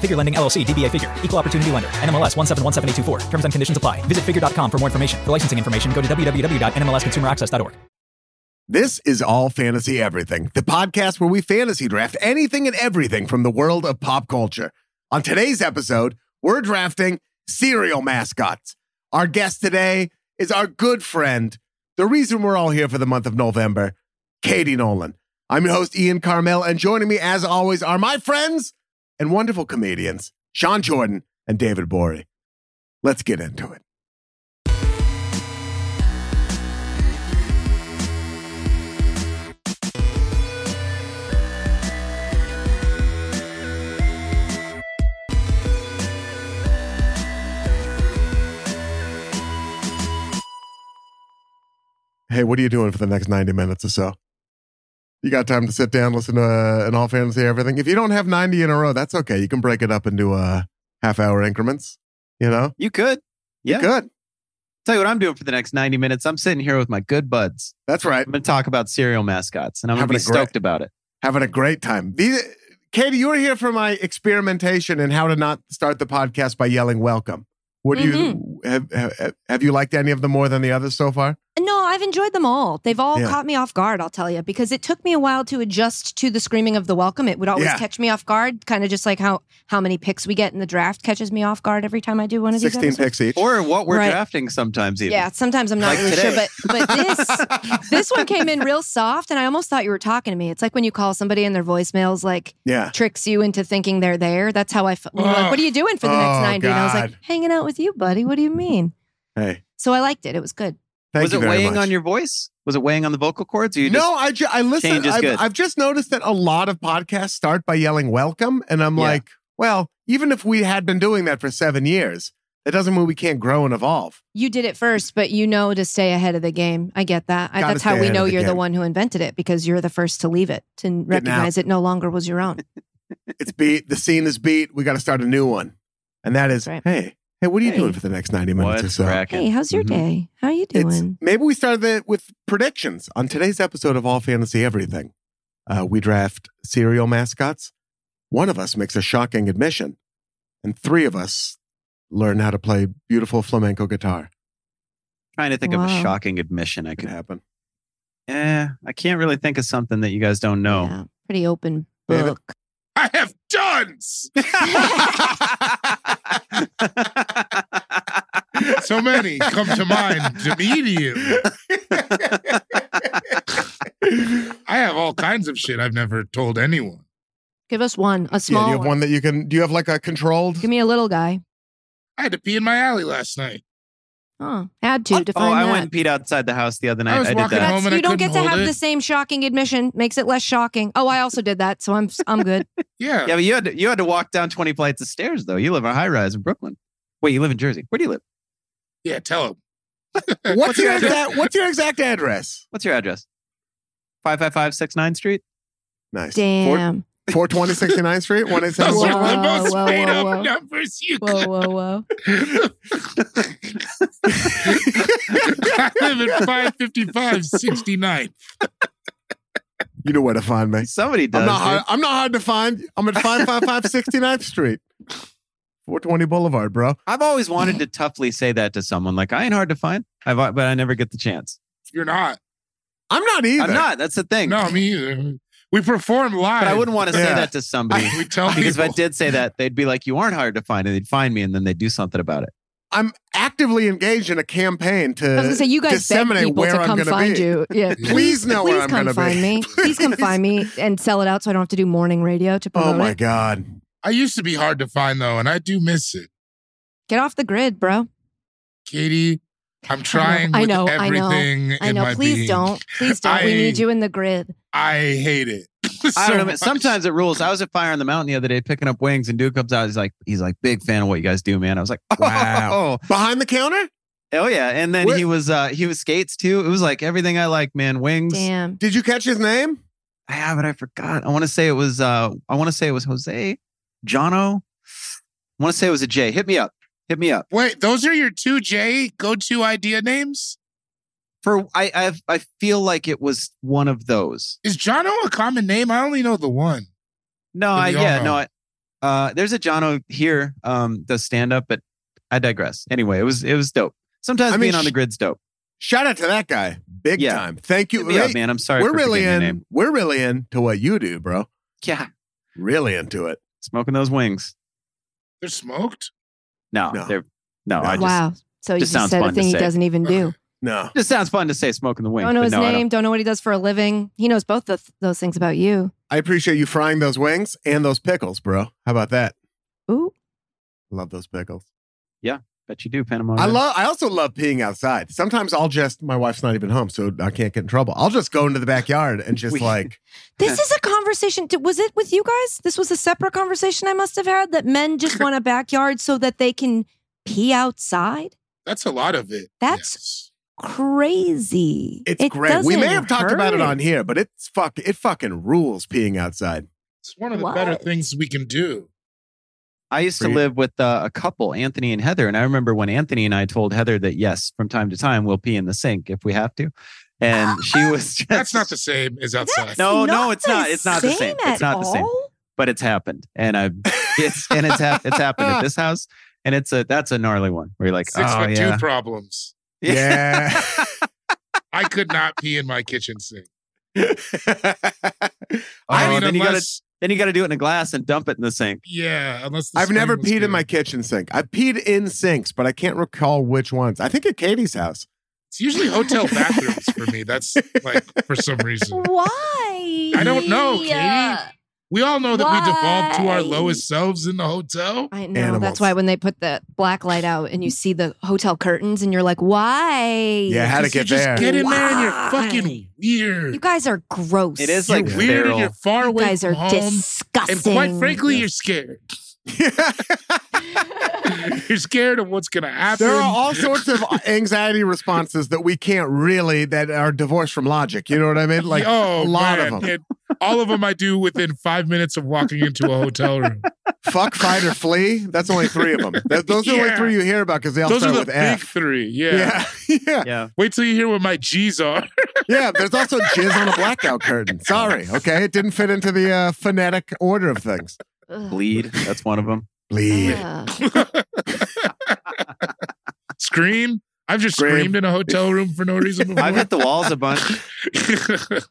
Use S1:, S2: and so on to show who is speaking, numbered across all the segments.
S1: Figure Lending LLC, DBA Figure, Equal Opportunity Lender, NMLS 1717824. Terms and conditions apply. Visit figure.com for more information. For licensing information, go to www.nmlsconsumeraccess.org.
S2: This is All Fantasy Everything, the podcast where we fantasy draft anything and everything from the world of pop culture. On today's episode, we're drafting cereal mascots. Our guest today is our good friend, the reason we're all here for the month of November, Katie Nolan. I'm your host, Ian Carmel, and joining me, as always, are my friends and wonderful comedians, Sean Jordan and David Borey. Let's get into it. Hey, what are you doing for the next 90 minutes or so? You got time to sit down, listen to uh, an all fantasy everything. If you don't have 90 in a row, that's okay. You can break it up into uh, half hour increments, you know?
S3: You could. Yeah.
S2: Good.
S3: Tell you what I'm doing for the next 90 minutes. I'm sitting here with my good buds.
S2: That's right.
S3: I'm going to talk about cereal mascots and I'm going to
S2: Having
S3: be
S2: a great-
S3: stoked about it.
S2: Having a great time. These, Katie, you were here for my experimentation in how to not start the podcast by yelling welcome. What do you
S3: Mm-hmm.
S2: have, have? Have you liked any of them more than the others so far?
S4: No, I've enjoyed them all. They've all
S2: Yeah.
S4: caught me off guard, I'll tell you, because it took me a while to adjust to the screaming of the welcome. It would always
S2: Yeah.
S4: catch me off guard, kind of just like how how many picks we get in the draft catches me off guard every time I do one of these.
S2: Sixteen
S4: episodes.
S2: picks each.
S3: Or what we're
S4: Right.
S3: drafting sometimes, even.
S4: Yeah, sometimes I'm not
S3: Like
S4: really
S3: today.
S4: sure, but but this this one came in real soft, and I almost thought you were talking to me. It's like when you call somebody and their voicemails like
S2: yeah.
S4: tricks you into thinking they're there. That's how I felt.
S2: Ugh.
S4: Like, what are you doing for the next
S2: Oh,
S4: ninety? And I was
S2: God.
S4: like, hanging out with you, buddy. What do you mean?
S2: Hey,
S4: So I liked it. It was good.
S2: thank
S3: was
S2: you
S3: it
S2: very
S3: weighing
S2: much.
S3: on your voice? Was it weighing on the vocal cords? Or you
S2: no, I, ju- I listen.
S3: Change is good.
S2: I've, I've just noticed that a lot of podcasts start by yelling welcome. And I'm
S3: Yeah.
S2: like, well, even if we had been doing that for seven years, that doesn't mean we can't grow and evolve.
S4: You did it first, but you know to stay ahead of the game. I get that. I,
S2: Gotta
S4: that's
S2: stay
S4: how
S2: ahead
S4: we
S2: of
S4: know
S2: the
S4: you're the
S2: game.
S4: one who invented it because you're the first to leave it, to recognize it no longer was your own.
S2: It's beat. The scene is beat. We got to start a new one. And that is,
S4: That's right.
S2: hey, hey, what are you
S3: Hey.
S2: doing for the next 90
S3: did?
S2: minutes
S3: What's
S2: or so?
S3: cracking?
S4: Hey, how's your
S5: Mm-hmm.
S3: Mhm.
S4: day? How you
S2: It's,
S4: doing?
S2: maybe we started it with predictions. On today's episode of All Fantasy Everything, uh, we draft cereal mascots. One of us makes a shocking admission, and three of us learn how to play beautiful flamenco guitar.
S3: Trying to think of a
S4: Wow.
S3: shocking admission I
S2: It could
S3: could.
S2: happen.
S3: Eh, I can't really think of something that you guys don't know.
S4: Yeah, pretty open
S2: David?
S4: book.
S2: I have tons.
S5: so many come to mind to me to you. I have all kinds of shit I've never told anyone.
S4: Give us one, a
S2: Yeah,
S4: small
S2: you have
S4: one.
S2: one that you can. Do you have like a controlled?
S4: Give me a little guy.
S5: I had to pee in my alley last night.
S4: Oh, add to
S3: oh,
S4: define
S3: I
S4: that.
S3: went and peed outside the house the other night.
S5: I was
S3: did
S5: walking
S3: that.
S5: home and I
S4: you don't
S5: couldn't
S4: get to
S5: hold
S4: have
S5: it.
S4: the same shocking admission. Makes it less shocking. Oh, I also did that, so I'm I'm good.
S5: Yeah.
S3: Yeah, but you had to, you had to walk down 20 flights of stairs though. You live on a high rise in Brooklyn. Wait, you live in Jersey. Where do you live?
S5: Yeah, tell him.
S2: What's your exact? What's your exact address?
S3: What's your address? 55569 Street?
S2: Nice.
S4: Damn.
S2: Four twenty sixty nine Street. One eight seven
S5: Those
S4: Whoa,
S5: are
S2: one.
S5: the most
S4: whoa, whoa,
S5: made up
S4: whoa.
S5: numbers you
S4: Whoa, whoa, whoa.
S5: I live at 555 69.
S2: You know where to find me.
S3: Somebody does.
S2: I'm not. Hard,
S3: dude.
S2: I'm not hard to find. I'm at five five five sixty ninth Street, four twenty Boulevard, bro.
S3: I've always wanted to toughly say that to someone. Like, I ain't hard to find. I've but I never get the chance.
S5: You're not.
S2: I'm not either.
S3: I'm not. That's the thing.
S5: No, me either. We perform live.
S3: But I wouldn't want to say
S2: Yeah.
S3: that to somebody.
S5: We tell people.
S3: because if I did say that, they'd be like, You aren't hard to find, and they'd find me and then they'd do something about it.
S2: I'm actively engaged in a campaign
S4: I
S2: to
S4: was gonna say you guys beg
S2: Uh, disseminate
S4: people
S2: where
S4: to
S2: I'm
S4: come
S2: gonna
S4: find
S2: be.
S4: you. Yeah,
S5: Please
S4: please
S2: know where
S4: please
S2: I'm
S4: come
S2: gonna be.
S4: find me. Please come
S2: Please.
S4: find me and sell it out so I don't have to do morning radio to
S2: Oh
S4: promote
S2: my
S4: it.
S2: god.
S5: I used to be hard to find though, and I do miss it.
S4: Get off the grid, bro.
S5: Katie, I'm trying
S4: I
S5: with
S4: know, I know,
S5: everything
S4: I
S5: in
S4: know.
S5: my
S4: Please
S5: being.
S4: don't. Please don't. we
S5: I-
S4: need you in the grid.
S5: I hate it.
S3: I
S5: so
S3: don't know. man.
S5: much.
S3: Sometimes it rules. I was at Fire on the Mountain the other day picking up wings, and dude comes out. He's like, he's like, big fan of what you guys do, man. I was like,
S2: Wow.
S3: wow.
S2: Behind the counter?
S3: oh yeah. And then
S2: Where-
S3: he was uh he was skates too. It was like everything I like, man. Wings.
S4: Damn.
S2: Did you catch his name?
S3: I have it. I forgot. I want to say it was uh I want to say it was Jose, Jono. I want to say it was a J. Hit me up. Hit me up.
S5: Wait, those are your two J go-to idea names?
S3: For I I've, I feel like it was one of those.
S5: Is Jono a common name? I only know the one.
S3: No,
S5: Then
S3: I
S5: we all
S3: yeah,
S5: know.
S3: no, I, uh there's a Jono here um does stand up, but I digress. Anyway, it was it was dope. Sometimes
S2: I mean,
S3: being on
S2: sh-
S3: the grid's dope.
S2: Shout out to that guy. Big
S3: Yeah.
S2: time. Thank you.
S3: Hit me up,
S2: Hey,
S3: man. I'm sorry.
S2: we're
S3: for
S2: really
S3: forgetting your
S2: in.
S3: name.
S2: We're really into what you do, bro.
S3: Yeah,
S2: Really into it.
S3: smoking those wings.
S5: They're smoked?
S3: No,
S2: No.
S3: they're no.
S2: No.
S3: I just,
S4: wow. So you
S3: just
S4: just
S3: sounds
S4: said a
S3: fun to
S4: thing he
S3: say.
S4: doesn't even do.
S2: No.
S3: just sounds fun to say smoking the wing.
S4: Don't know
S3: but
S4: his
S3: no, I don't-
S4: name. Don't know what he does for a living. He knows both of those things about you.
S2: I appreciate you frying those wings and those pickles, bro. How about that?
S4: Ooh.
S2: Love those pickles.
S3: Bet you do, Panama.
S2: I
S3: Red.
S2: love. I also love peeing outside. Sometimes I'll just. My wife's not even home, so I can't get in trouble. I'll just go into the backyard and just
S3: We-
S2: like.
S4: This is a conversation. Did- Was it with you guys? This was a separate conversation I must have had that men just want a backyard so that they can pee outside?
S5: That's a lot of it.
S4: That's-
S5: Yes.
S4: Crazy.
S2: It's
S4: It
S2: great. We may
S4: doesn't
S2: have talked about it
S4: hurt.
S2: on here, but it's fuck. It fucking rules peeing outside.
S5: It's one of the better
S4: What?
S5: things we can do.
S3: I used to
S2: Free-
S3: live with uh, a couple, Anthony and Heather, and I remember when Anthony and I told Heather that yes, from time to time we'll pee in the sink if we have to, and she was just
S5: That's not the same as outside.
S4: That's
S3: No, no, it's
S4: the
S3: not. It's not the same. It's
S4: at
S3: not the same.
S4: all.
S3: but it's happened, and I it's and it's hap- it's happened at this house, and it's a that's a gnarly one where you're like
S5: Six
S3: oh
S5: foot
S3: yeah
S5: two problems.
S2: Yeah.
S5: I could not pee in my kitchen sink. I
S3: Oh,
S5: mean,
S3: then you gotta-
S5: unless,
S3: then you got to do it in a glass and dump it in the sink.
S5: yeah, unless the
S2: I've
S5: spring
S2: never
S5: was
S2: peed
S5: good.
S2: in my kitchen sink. I peed in sinks, but I can't recall which ones. I think at Katie's house.
S5: It's usually hotel bathrooms for me. That's like for some reason.
S4: Why?
S5: I don't know, Katie.
S4: I
S5: We all know that we devolve to our
S4: Why?
S5: lowest selves in the hotel.
S4: know.
S2: Animals.
S4: That's why when they put the black light out and you see the hotel curtains and you're like, why?
S2: Yeah, how to
S5: 'Cause you
S2: get there?
S5: Just get in there and
S4: Why?
S5: you're fucking weird.
S4: You guys are gross.
S3: It is
S5: You're
S3: like
S5: weird and
S3: feral.
S5: you're far
S4: You
S5: away
S4: guys
S5: from
S4: are
S5: home.
S4: disgusting.
S5: and quite frankly, you're scared. you're scared of what's gonna happen.
S2: There are all sorts of anxiety responses that we can't really that are divorced from logic. You know what I mean? Like
S5: oh,
S2: a lot of
S5: man.
S2: them.
S5: And all of them I do within five minutes of walking into a hotel room.
S2: Fuck, fight, or flee. That's only three of them. Th- those are the only
S5: Yeah.
S2: three you hear about because they all
S5: Those are
S2: start
S5: the
S2: with
S5: big
S2: F.
S5: three. Yeah.
S2: Yeah. yeah,
S3: Yeah,
S5: Wait till you hear what my G's are.
S2: yeah. There's also jizz on a blackout curtain. Sorry, okay, it didn't fit into the uh, phonetic order of things.
S4: Ugh.
S3: bleed. That's one of them.
S2: Bleed.
S4: Ugh.
S5: Scream. I've just
S2: Scream.
S5: screamed in a hotel room for no reason before.
S3: I've hit the walls a bunch.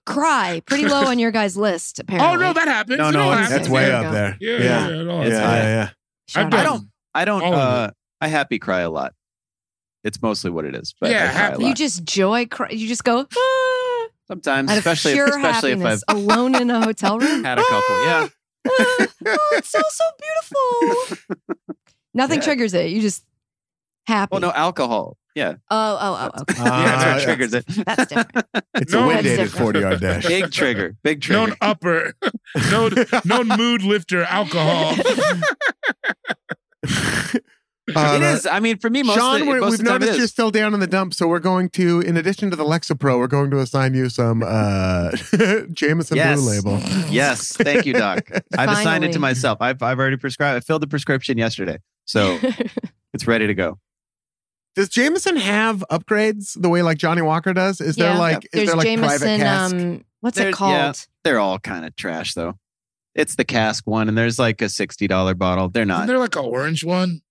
S4: Cry. Pretty low on your guys' list, apparently.
S5: oh no, that happens.
S3: No,
S5: It
S3: no,
S5: all
S3: it's-
S2: That's
S5: happens.
S2: way
S4: There you
S2: up
S4: go.
S2: there.
S5: Yeah,
S2: yeah,
S5: yeah, it all
S2: yeah.
S3: It's
S5: happens.
S3: high.
S2: yeah, yeah.
S5: I've
S4: Shut
S5: done.
S4: up.
S3: I don't. I don't.
S5: All of
S3: Uh, I happy cry a lot. It's mostly what it is. But
S5: Yeah,
S3: I cry
S5: happy.
S3: a lot.
S4: You just joy cry. You just go "Ah,"
S3: sometimes,
S4: out
S3: especially
S4: of pure
S3: especially
S4: happiness, Oh,
S3: if
S4: alone in a hotel
S3: I've
S4: room.
S3: had a couple. Yeah,
S4: oh, it's so so beautiful. Nothing
S3: Yeah.
S4: triggers it. You just happy.
S3: Well, no, alcohol. Yeah.
S4: Oh oh oh. Okay.
S2: Uh,
S3: yeah, that's what
S2: yeah.
S3: triggers it.
S4: That's different.
S2: It's
S5: No,
S2: a wind
S4: that's
S2: dated
S4: different.
S2: 40 yard dash.
S3: Big trigger. Big trigger.
S5: Known upper, known, known mood lifter, alcohol.
S2: Uh,
S5: uh,
S3: it is. I mean, for me, most
S2: Sean,
S3: of the,
S2: we're,
S3: most
S2: we've
S3: of the time it
S2: noticed you're
S3: is.
S2: still down in the dump, so we're going to, in addition to the Lexapro, we're going to assign you some uh, Jameson
S3: Yes.
S2: Blue Label.
S3: Yes. Thank you, Doc. I've assigned it
S4: Finally.
S3: to myself. I've I've already prescribed. I filled the prescription yesterday, so it's ready to go.
S2: Does Jameson have upgrades the way like Johnny Walker does? Is there
S4: Yeah.
S2: like is
S4: There's
S2: there like private
S4: Jameson.
S2: cask?
S4: Um, what's it
S3: There's-
S4: called?
S3: yeah. They're all kind of trash, though. It's the cask one, and there's like a sixty dollar bottle. They're
S5: Isn't
S3: not
S5: there like an orange one?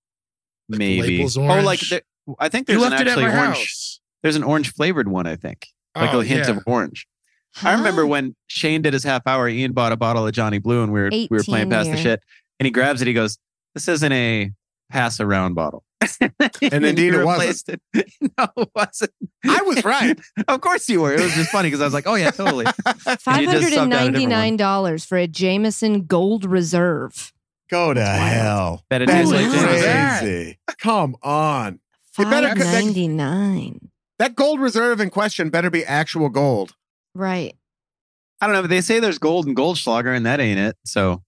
S5: Like the
S3: maybe.
S5: label's
S3: Oh,
S5: orange?
S3: like there- I think there's
S5: you
S3: an
S5: left it at
S3: actually
S5: my
S3: orange.
S5: house.
S3: There's an orange flavored one. I think like
S5: Oh,
S3: a hint
S5: yeah.
S3: of orange. I remember
S4: Huh?
S3: when Shane did his half hour. Ian bought a bottle of Johnny Blue, and we were we were playing
S4: 18
S3: past the
S4: year.
S3: shit. And he grabs it. He goes, "This isn't a pass around bottle." and
S2: indeed
S3: you
S2: it wasn't.
S3: replaced It. No, it wasn't.
S2: I was right.
S3: of course you were. It was just funny because I was like, "Oh yeah, totally."
S4: Five
S3: And you just
S4: hundred
S3: subbed
S4: and
S3: out a different one.
S4: ninety-nine dollars for a Jameson Gold Reserve.
S2: Go to
S3: That's wild.
S2: hell.
S3: That it
S2: That's
S3: is like
S4: Wow.
S5: James.
S2: crazy. Come on. It better-
S4: Five ninety nine.
S2: That gold reserve in question better be actual gold.
S4: Right.
S3: I don't know, but they say there's gold in Goldschlager, and that ain't it. So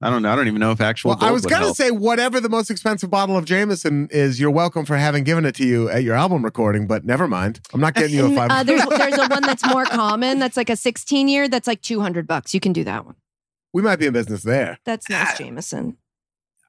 S3: I don't know. I don't even know if actual.
S2: Well, I
S3: gold
S2: was
S3: would
S2: gonna
S3: help.
S2: say whatever the most expensive bottle of Jameson is, you're welcome for having given it to you at your album recording. But never mind. I'm not getting you a
S4: And,
S2: five.
S4: uh, there's there's a one that's more common. That's like a sixteen year. That's like two hundred bucks. You can do that one.
S2: we might be in business there.
S4: That's nice, Jameson.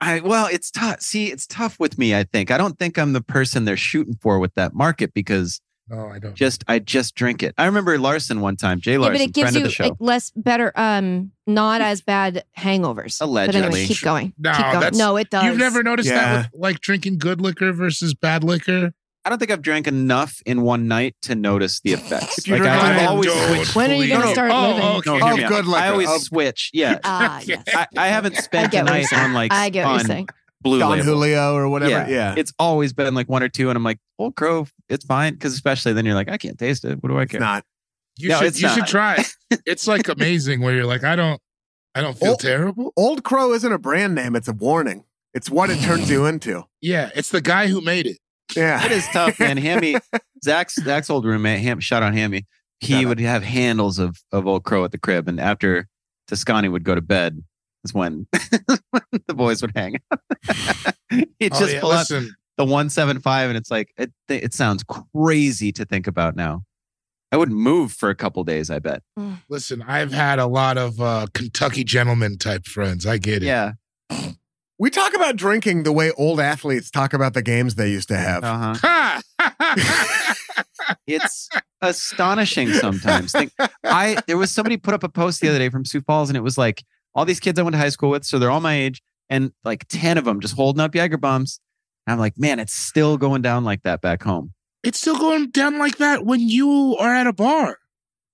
S3: I well, it's tough. See, it's tough with me. I think I don't think I'm the person they're shooting for with that market because
S5: No, I don't.
S3: just I just drink it. I remember Larson one time, Jay
S4: Yeah,
S3: Larson,
S4: but it gives
S3: friend
S4: you
S3: of the show.
S4: like, less better, um, not as bad hangovers. But
S3: Allegedly.
S4: anyway, keep going.
S5: No,
S4: keep going.
S5: that's-
S4: No, it does.
S5: You've never noticed
S2: Yeah.
S5: that with like drinking good liquor versus bad liquor?
S3: I don't think I've drank enough in one night to notice the effects.
S2: If you
S3: Like
S2: drink
S3: I,
S2: it
S3: I've
S2: all
S3: always
S2: day.
S3: switched.
S4: When are
S3: No,
S4: you going
S3: no.
S4: to start
S5: Oh,
S4: living?
S5: okay.
S3: No,
S5: Oh,
S3: hear me out.
S2: good liquor.
S3: I always
S2: Oh.
S3: switch. Yeah,
S4: Ah, yes.
S3: I, I haven't spent
S4: get
S3: a
S4: what you're
S3: night on like
S4: I get what you're
S3: on
S4: saying.
S3: Blue
S2: Don
S3: Label.
S2: Julio or whatever. Yeah.
S3: It's always been like one or two, and I'm like, Old Crow, it's fine. Because especially then you're like, I can't taste it. What do I
S2: It's
S3: care?
S2: not.
S5: You
S3: No,
S5: should
S3: it's
S5: you should
S3: not.
S5: try it. It's like amazing where you're like, I don't I don't feel
S2: Oh.
S5: terrible.
S2: Old Crow isn't a brand name. It's a warning. It's what it turns you into.
S5: Yeah, it's the guy who made it.
S2: Yeah.
S3: It is tough, man. Hammy, Zach's Zach's old roommate, Ham, shout out Hammy.
S2: Shout
S3: He
S2: out.
S3: would have handles of of Old Crow at the crib, and after Toscani would go to bed, is when, when the boys would hang out. He'd
S5: Oh,
S3: just
S5: yeah,
S3: pull out
S5: listen,
S3: the one seven five, and it's like it th- it sounds crazy to think about now. I would move for a couple days, I bet.
S5: listen, I've had a lot of uh Kentucky gentleman type friends. I get it.
S3: Yeah.
S2: We talk about drinking the way old athletes talk about the games they used to have.
S3: Uh-huh.
S5: Ha!
S3: It's astonishing sometimes. Think, I there was somebody put up a post the other day from Sioux Falls, and it was like all these kids I went to high school with, so they're all my age, and like ten of them just holding up Jager bombs. And I'm like, man, it's still going down like that back home.
S5: it's still going down like that when you are at a bar.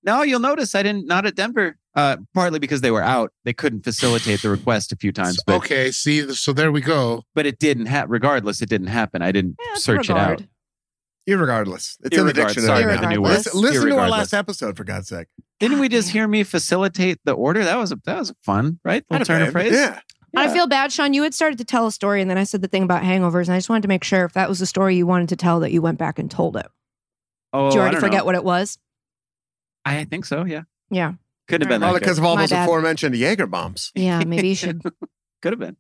S3: No, you'll notice I didn't not at Denver, uh, partly because they were out. They couldn't facilitate the request a few times, but
S5: okay, see, so there we go.
S3: but it didn't happen. Regardless, it didn't happen. I didn't
S4: Yeah, it's
S3: search it out.
S4: regard.
S2: Irregardless. It's in the
S3: Irregard-
S2: dictionary.
S3: sorry,
S2: now.
S3: the new word.
S2: Listen, listen to our
S3: Irregardless.
S2: last episode, for God's sake.
S3: Didn't we
S4: God
S3: just
S4: damn.
S3: hear me facilitate the order? That was a that was fun, right? Little turn of phrase.
S2: Yeah.
S4: I feel bad, Sean. You had started to tell a story, and then I said the thing about hangovers, and I just wanted to make sure if that was the story you wanted to tell that you went back and told it.
S3: Oh,
S4: Did you already
S3: I don't
S4: forget
S3: know.
S4: what it was?
S3: I think so. Yeah,
S4: Yeah.
S3: could have been
S2: Probably
S3: that good.
S2: because of all
S4: My
S2: those
S4: bad.
S2: aforementioned Jaeger bombs.
S4: Yeah, maybe you should.
S3: Could have been.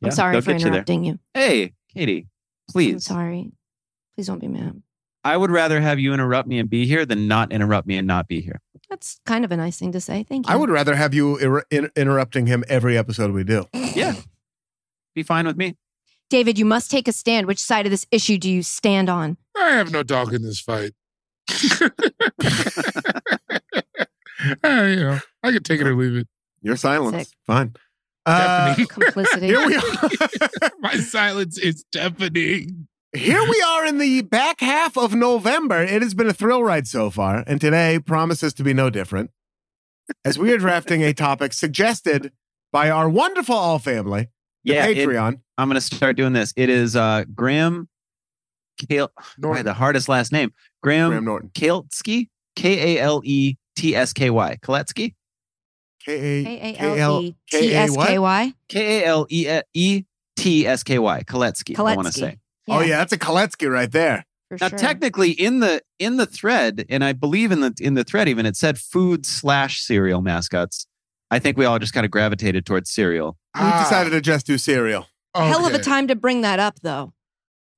S3: Yeah,
S4: I'm sorry
S3: they'll
S4: for
S3: get you there.
S4: interrupting you.
S3: Hey, Katie,
S4: I'm
S3: please.
S4: sorry. Please don't be mad.
S3: I would rather have you interrupt me and be here than not interrupt me and not be here.
S4: That's kind of a nice thing to say. Thank you.
S2: I would rather have you ir- in- interrupting him every episode we do.
S3: Yeah. Be fine with me.
S4: David, you must take a stand. Which side of this issue do you stand on?
S5: I have no dog in this fight. Uh, you know, I could take it or leave it.
S2: Your silence.
S4: Sick.
S2: Fine. Uh,
S5: Deafening.
S4: Complicity.
S2: here we are.
S5: My silence is deafening.
S2: Here we are in the back half of November. It has been a thrill ride so far, and today promises to be no different. As we are drafting a topic suggested by our wonderful all family, the
S3: Yeah. it-
S2: Patreon.
S3: I'm going to start doing this. It is uh, Graham Kale,
S5: Nor-
S3: boy, the hardest last name. Graham,
S2: Graham Norton.
S3: Kaletsky, K A L E T S K Y. Kaletsky?
S2: K
S4: K
S2: A
S4: A L E T S K Y.
S3: K A L E E T S K Y. Kaletsky, I want to
S4: Kaletsky.
S3: say.
S2: Oh yeah, that's a Koletsky right there.
S4: for
S3: Now,
S4: sure.
S3: technically, in the in the thread, and I believe in the in the thread, even it said food slash cereal mascots. I think we all just kind of gravitated towards cereal.
S2: We
S4: Ah.
S2: decided to just do cereal.
S4: Hell of a
S5: Okay.
S4: time to bring that up, though.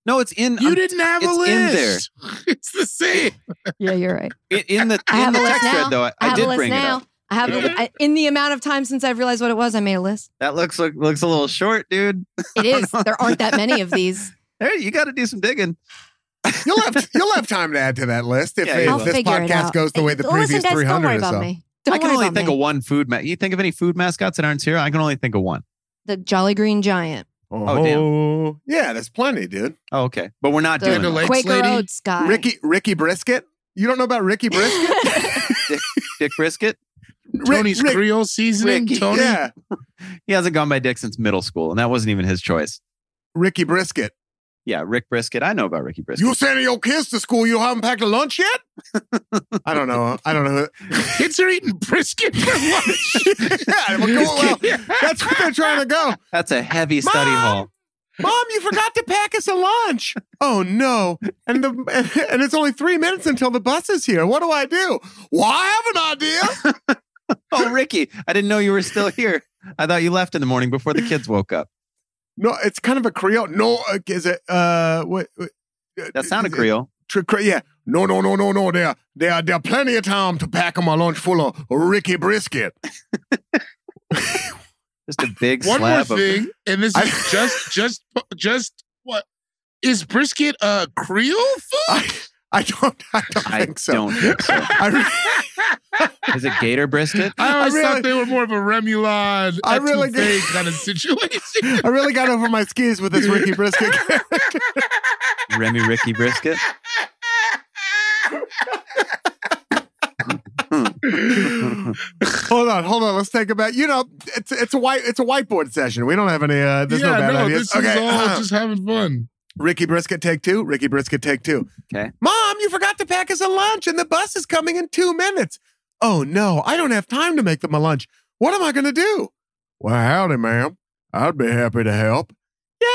S3: No, it's in
S5: You
S3: um,
S5: didn't have a
S3: it's in there.
S5: list. It's the same.
S4: Yeah, you're right.
S3: i- in the
S4: I
S3: in
S4: have
S3: the
S4: a list
S3: text
S4: now.
S3: thread though. I,
S4: I
S3: I
S4: have a
S3: did
S4: list
S3: bring
S4: now.
S3: it up.
S4: I have
S5: Yeah.
S4: I, in the amount of time since I've realized what it was, I made a list.
S3: That looks look, looks a little short, dude.
S4: It is.
S3: know.
S4: There aren't that many of these.
S3: Hey, you got to do some digging.
S2: You'll have you'll have time to add to that list if,
S3: Yeah, you
S2: if
S4: I'll
S3: will.
S2: this
S4: figure it
S2: podcast
S4: out.
S2: goes the way the
S4: Listen,
S2: previous
S4: guys,
S2: three
S4: Don't worry
S2: hundred or
S4: about
S2: so.
S4: me. Don't
S3: I can
S4: worry
S3: only
S4: about
S3: think
S4: me.
S3: of one food. Ma- you think of any food mascots that aren't cereal? I can only think of one.
S4: the Jolly Green Giant,
S2: Oh, yeah, there's plenty, dude.
S3: Oh, okay, but we're not
S4: the
S3: doing.
S5: Frito-Lay.
S3: That.
S5: Lakes
S4: Quaker
S5: lady.
S4: Oats guy,
S2: Ricky Ricky Brisket. You don't know about Ricky Brisket?
S3: Dick Brisket.
S2: Rick-
S5: Tony's
S2: Rick-
S5: Creole seasoning.
S3: Ricky.
S5: Tony.
S2: Yeah,
S3: He hasn't gone by Dick since middle school, and that wasn't even his choice.
S2: Ricky Brisket.
S3: Yeah, Rick Brisket. I know about Ricky Brisket.
S2: You sending your kids to school? You haven't packed a lunch yet? I don't know. I don't know.
S5: Kids are eating brisket for lunch.
S2: yeah, well, go- well, that's what they're trying to go.
S3: That's a heavy study
S2: Mom!
S3: hall.
S2: Mom, you forgot to pack us a lunch. Oh no! And the and it's only three minutes until the bus is here. What do I do? Well, I have an idea.
S3: Oh, Ricky, I didn't know you were still here. I thought you left in the morning before the kids woke up.
S2: No, it's kind of a Creole. No, uh, is it? Uh, what? what- uh,
S3: That sounded
S2: is it-
S3: Creole.
S2: Tr- cre- yeah. No, no, no, no, no. There, there, there are plenty of time to pack my lunch full of Ricky brisket.
S3: Just a big
S5: One more
S3: slab of.
S5: thing, and this
S2: I-
S5: is just, just, just what is brisket a Creole food?
S2: I, I don't, I don't
S3: I
S2: think so.
S3: don't think so.
S2: I, re-
S3: Is it gator brisket?
S5: I always
S2: I really-
S5: thought they were more of a remoulade,
S2: I
S5: I
S2: really get-
S5: kind of situation.
S2: I really got over my skis with this Ricky brisket.
S3: Remy Ricky brisket?
S2: hold on, hold on. Let's take a back. You know, it's it's a white it's a whiteboard session. We don't have any. Uh, there's no
S5: yeah,
S2: bad
S5: no,
S2: ideas. uh-huh.
S5: this is all just having fun.
S2: Ricky Brisket take two. Ricky Brisket take two.
S3: Okay.
S2: Mom, you forgot to pack us a lunch, and the bus is coming in two minutes. Oh no, I don't have time to make them a lunch. What am I going to do? Well, howdy, ma'am. I'd be happy to help. Yay!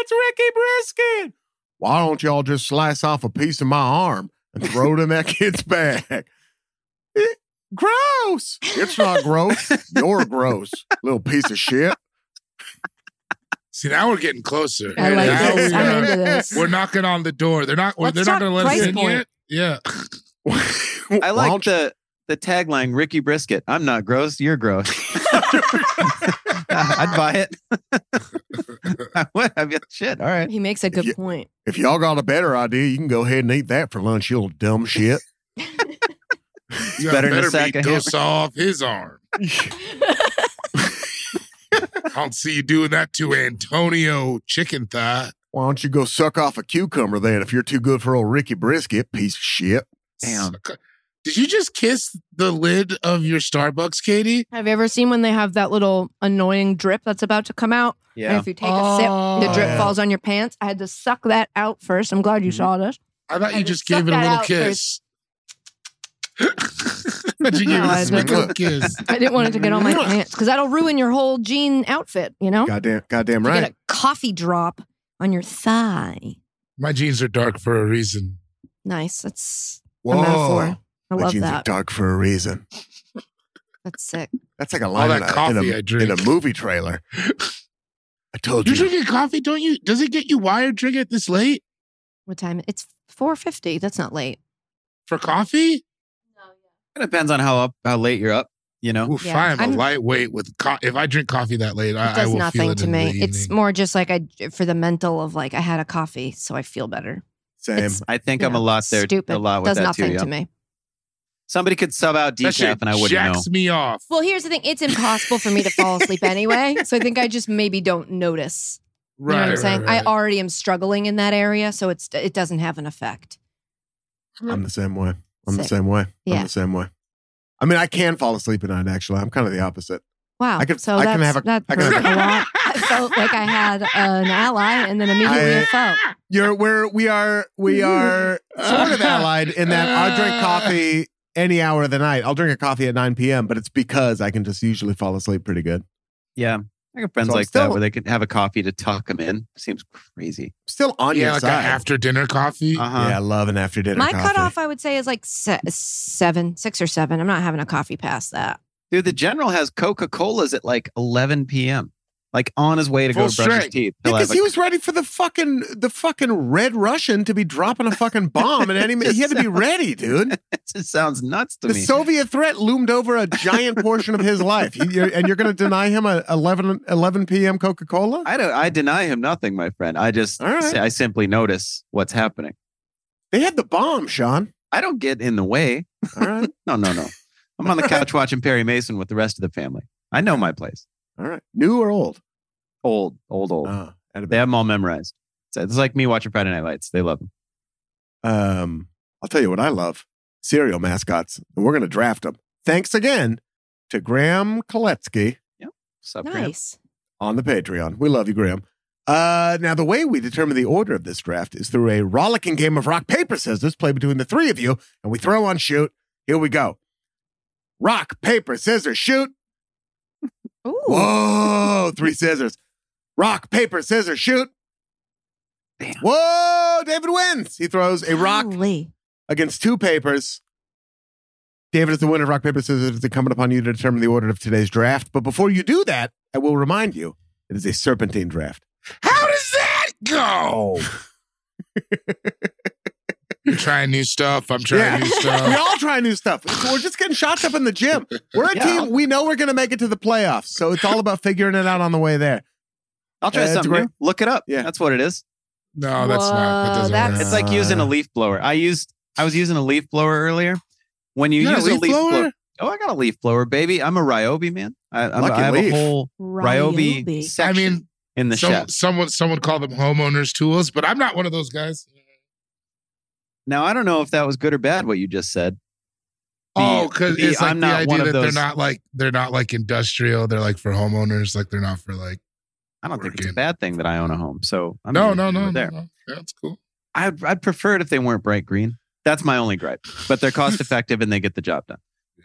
S2: It's Ricky Brisket. Why don't y'all just slice off a piece of my arm and throw it in that kid's bag? Eh, gross. It's not gross. You're gross, little piece of shit.
S5: See, now we're getting closer.
S4: I like
S5: Now
S4: this.
S5: we,
S4: I'm
S5: uh,
S4: into this.
S5: We're knocking on the door. They're not.
S4: Let's
S5: they're not
S4: talk
S5: going to let us
S4: price
S5: in
S4: point.
S5: yet. Yeah.
S3: I
S2: I
S3: like the the tagline Ricky Brisket. I'm not gross, you're gross. I'd buy it. I would. I'd be like, shit, all right.
S4: He makes a good
S2: Yeah.
S4: point.
S2: If y'all got a better idea, you can go ahead and eat that for lunch, you little dumb shit.
S5: You
S3: better than a
S5: better
S3: sack
S5: be
S3: of hammer.
S5: dose off his arm. I don't see you doing that to Antonio Chicken Thigh.
S2: Why don't you go suck off a cucumber then if you're too good for old Ricky Brisket, piece of shit?
S3: Damn.
S5: Did you just kiss the lid of your Starbucks, Katie?
S4: Have you ever seen when they have that little annoying drip that's about to come out? And
S3: Yeah.
S4: if you take a sip, the drip
S2: yeah.
S4: falls on your pants. I had to suck that out first. I'm glad you
S5: Mm-hmm.
S3: Mhm.
S4: saw this.
S5: I thought
S4: I
S5: you
S4: just
S5: just gave
S4: sucked
S5: it a
S4: that
S5: little
S4: out
S5: kiss. I thought you gave
S4: No,
S5: it
S4: I
S5: a sweet
S4: didn't.
S5: little kiss.
S4: I didn't want it to get on my pants because that'll ruin your whole jean outfit, you know?
S2: Goddamn, goddamn
S4: Oh, You
S2: right.
S4: get a coffee drop on your thigh.
S5: My jeans are dark for a reason.
S4: Nice. That's
S2: Whoa.
S4: a metaphor. I
S2: My
S4: love
S2: jeans are
S4: that.
S2: dark for a reason.
S4: That's sick.
S2: That's like a line in,
S5: that
S2: a,
S5: coffee
S2: in, a,
S5: I
S2: in
S5: drink.
S2: a movie trailer. I told
S5: You're
S2: you.
S5: drinking coffee, don't you? Does it get you wired drinking it this late
S4: What time? It's 4.50. That's not late.
S5: for coffee?
S3: It depends on how up how late you're up, you know.
S5: Oof,
S4: Yeah,
S5: I am
S4: I'm-
S5: a lightweight with co- if I drink coffee that late,
S4: It
S5: I, I
S4: does
S5: will feel
S4: nothing
S5: it
S4: to
S5: in the
S4: me. It's
S5: evening.
S4: more just like I for the mental of like I had a coffee, so I feel better.
S2: Same.
S4: it's-
S3: I think I'm a
S4: Yeah.
S3: lot there
S4: Stupid.
S3: a lot with
S4: does
S3: that
S4: nothing
S3: too. Yeah.
S4: to me.
S3: Somebody could sub out
S5: That
S3: decaf
S5: shit
S3: and I wouldn't know.
S5: jacks me off.
S4: Well, here's the thing. It's impossible for me to fall asleep anyway. So I think I just maybe don't notice. You
S5: Right,
S4: know what I'm saying?
S5: right,
S4: I
S5: right.
S4: already am struggling in that area, so it's it doesn't have an effect.
S2: I'm the same way. I'm the
S4: Sick.
S2: same way. I'm
S4: Yeah.
S2: the same way. I mean, I can fall asleep at night, actually. I'm kind of the opposite.
S4: Wow.
S2: I could-
S4: so
S2: I
S4: that's,
S2: can have a-
S4: that
S2: I can
S4: hurt
S5: have a-
S4: a lot. I felt like I had an ally and then immediately
S2: I-
S4: I, felt.
S2: You're we're we are we are sort of allied in that I drink coffee any hour of the night. I'll drink a coffee at 9 p.m., but it's because I can just usually fall asleep pretty good.
S3: Yeah. I got friends
S2: So I'm
S3: like
S2: still-
S3: that where they could have a coffee to tuck them in. Seems crazy.
S2: Still on
S5: yeah,
S2: your
S5: like an
S2: side.
S5: after dinner coffee.
S3: Uh-huh.
S2: Yeah, I love an after dinner.
S4: My
S2: coffee.
S4: cutoff, I would say, is like se- seven, six or seven. I'm not having a coffee past that.
S3: Dude, the general has Coca Cola's at like 11 p.m. Like on his way to go brush
S5: Full
S3: his
S5: strength.
S3: teeth. He'll
S2: Because
S3: have a-
S2: he was ready for the fucking the fucking Red Russian to be dropping a fucking bomb at any minute. He had to be ready, dude.
S3: it just sounds nuts to
S2: The
S3: me.
S2: Soviet threat loomed over a giant portion of his life, He- you're- and you're going to deny him a 11 11 p.m. Coca Cola?
S3: I don't. I deny him nothing, my friend. I just.
S2: All right.
S3: I simply notice what's happening.
S2: They had the bomb, Sean.
S3: I don't get in the way.
S2: All right,
S3: No, no, no. I'm on the couch watching Perry Mason with the rest of the family. I know my place.
S2: all right. New or old?
S3: Old, old, old.
S2: Ah, that'd
S3: they
S2: be-
S3: have them all memorized. So it's like me watching Friday Night Lights. They love them.
S2: Um, I'll tell you what I love: cereal mascots, and we're going to draft them. Thanks again to Graham Koletsky
S3: Sup, Graham?
S4: Nice.
S2: on the Patreon. We love you, Graham. Uh, now, the way we determine the order of this draft is through a rollicking game of rock, paper, scissors played between the three of you, and we throw on shoot. Here we go. Rock, paper, scissors, shoot.
S4: Ooh.
S2: Whoa, three scissors. Rock, paper, scissors, shoot.
S3: Damn.
S2: Whoa, David wins. He throws a rock
S4: Golly.
S2: against two papers. David is the winner of Rock, Paper, Scissors. It's incumbent upon you to determine the order of today's draft. But before you do that, I will remind you it is a serpentine draft.
S5: How does that
S3: Oh,
S5: go? You're trying new stuff. I'm trying new
S2: we
S3: Uh.
S5: stuff.
S2: all try new stuff. So we're just getting shots up in the gym. We're a
S3: Yeah.
S2: team. We know we're going to make it to the playoffs. So it's all about figuring it out on the way there.
S3: I'll try
S2: Uh, it's
S3: something.
S2: great.
S3: New. Look it up.
S2: Yeah.
S3: Yeah, that's what it is.
S5: No, that's not. That
S4: Whoa,
S5: doesn't
S4: that's-
S5: work.
S3: It's like using
S2: Uh.
S3: a leaf blower. I used. I was using a leaf blower earlier. When you,
S2: You got a
S3: use
S2: leaf blower?
S3: oh, I got a leaf blower, baby. I'm a Ryobi man. I, I'm,
S2: Lucky
S3: I have
S2: leaf.
S3: a whole Ryobi,
S4: Ryobi.
S5: I
S3: section
S5: mean,
S3: in the
S5: some,
S3: chef.
S5: some would some would call them homeowners' tools, but I'm not one of those guys.
S3: Now I don't know if that was good or bad what you just said. The-
S5: oh, because
S3: the
S5: it's like
S3: I'm
S5: the
S3: not one
S5: idea
S3: of
S5: that they're
S3: those-
S5: not like they're not like industrial. They're like for homeowners. Like they're not for like.
S3: I don't think it's a
S5: Working.
S3: bad thing that I own a home. So I'm
S5: no,
S3: gonna leave
S5: no,
S3: it
S5: no, no,
S3: there.
S5: no. That's cool.
S3: I'd, I'd prefer it if they weren't bright green. That's my only gripe. But they're cost effective and they get the job done.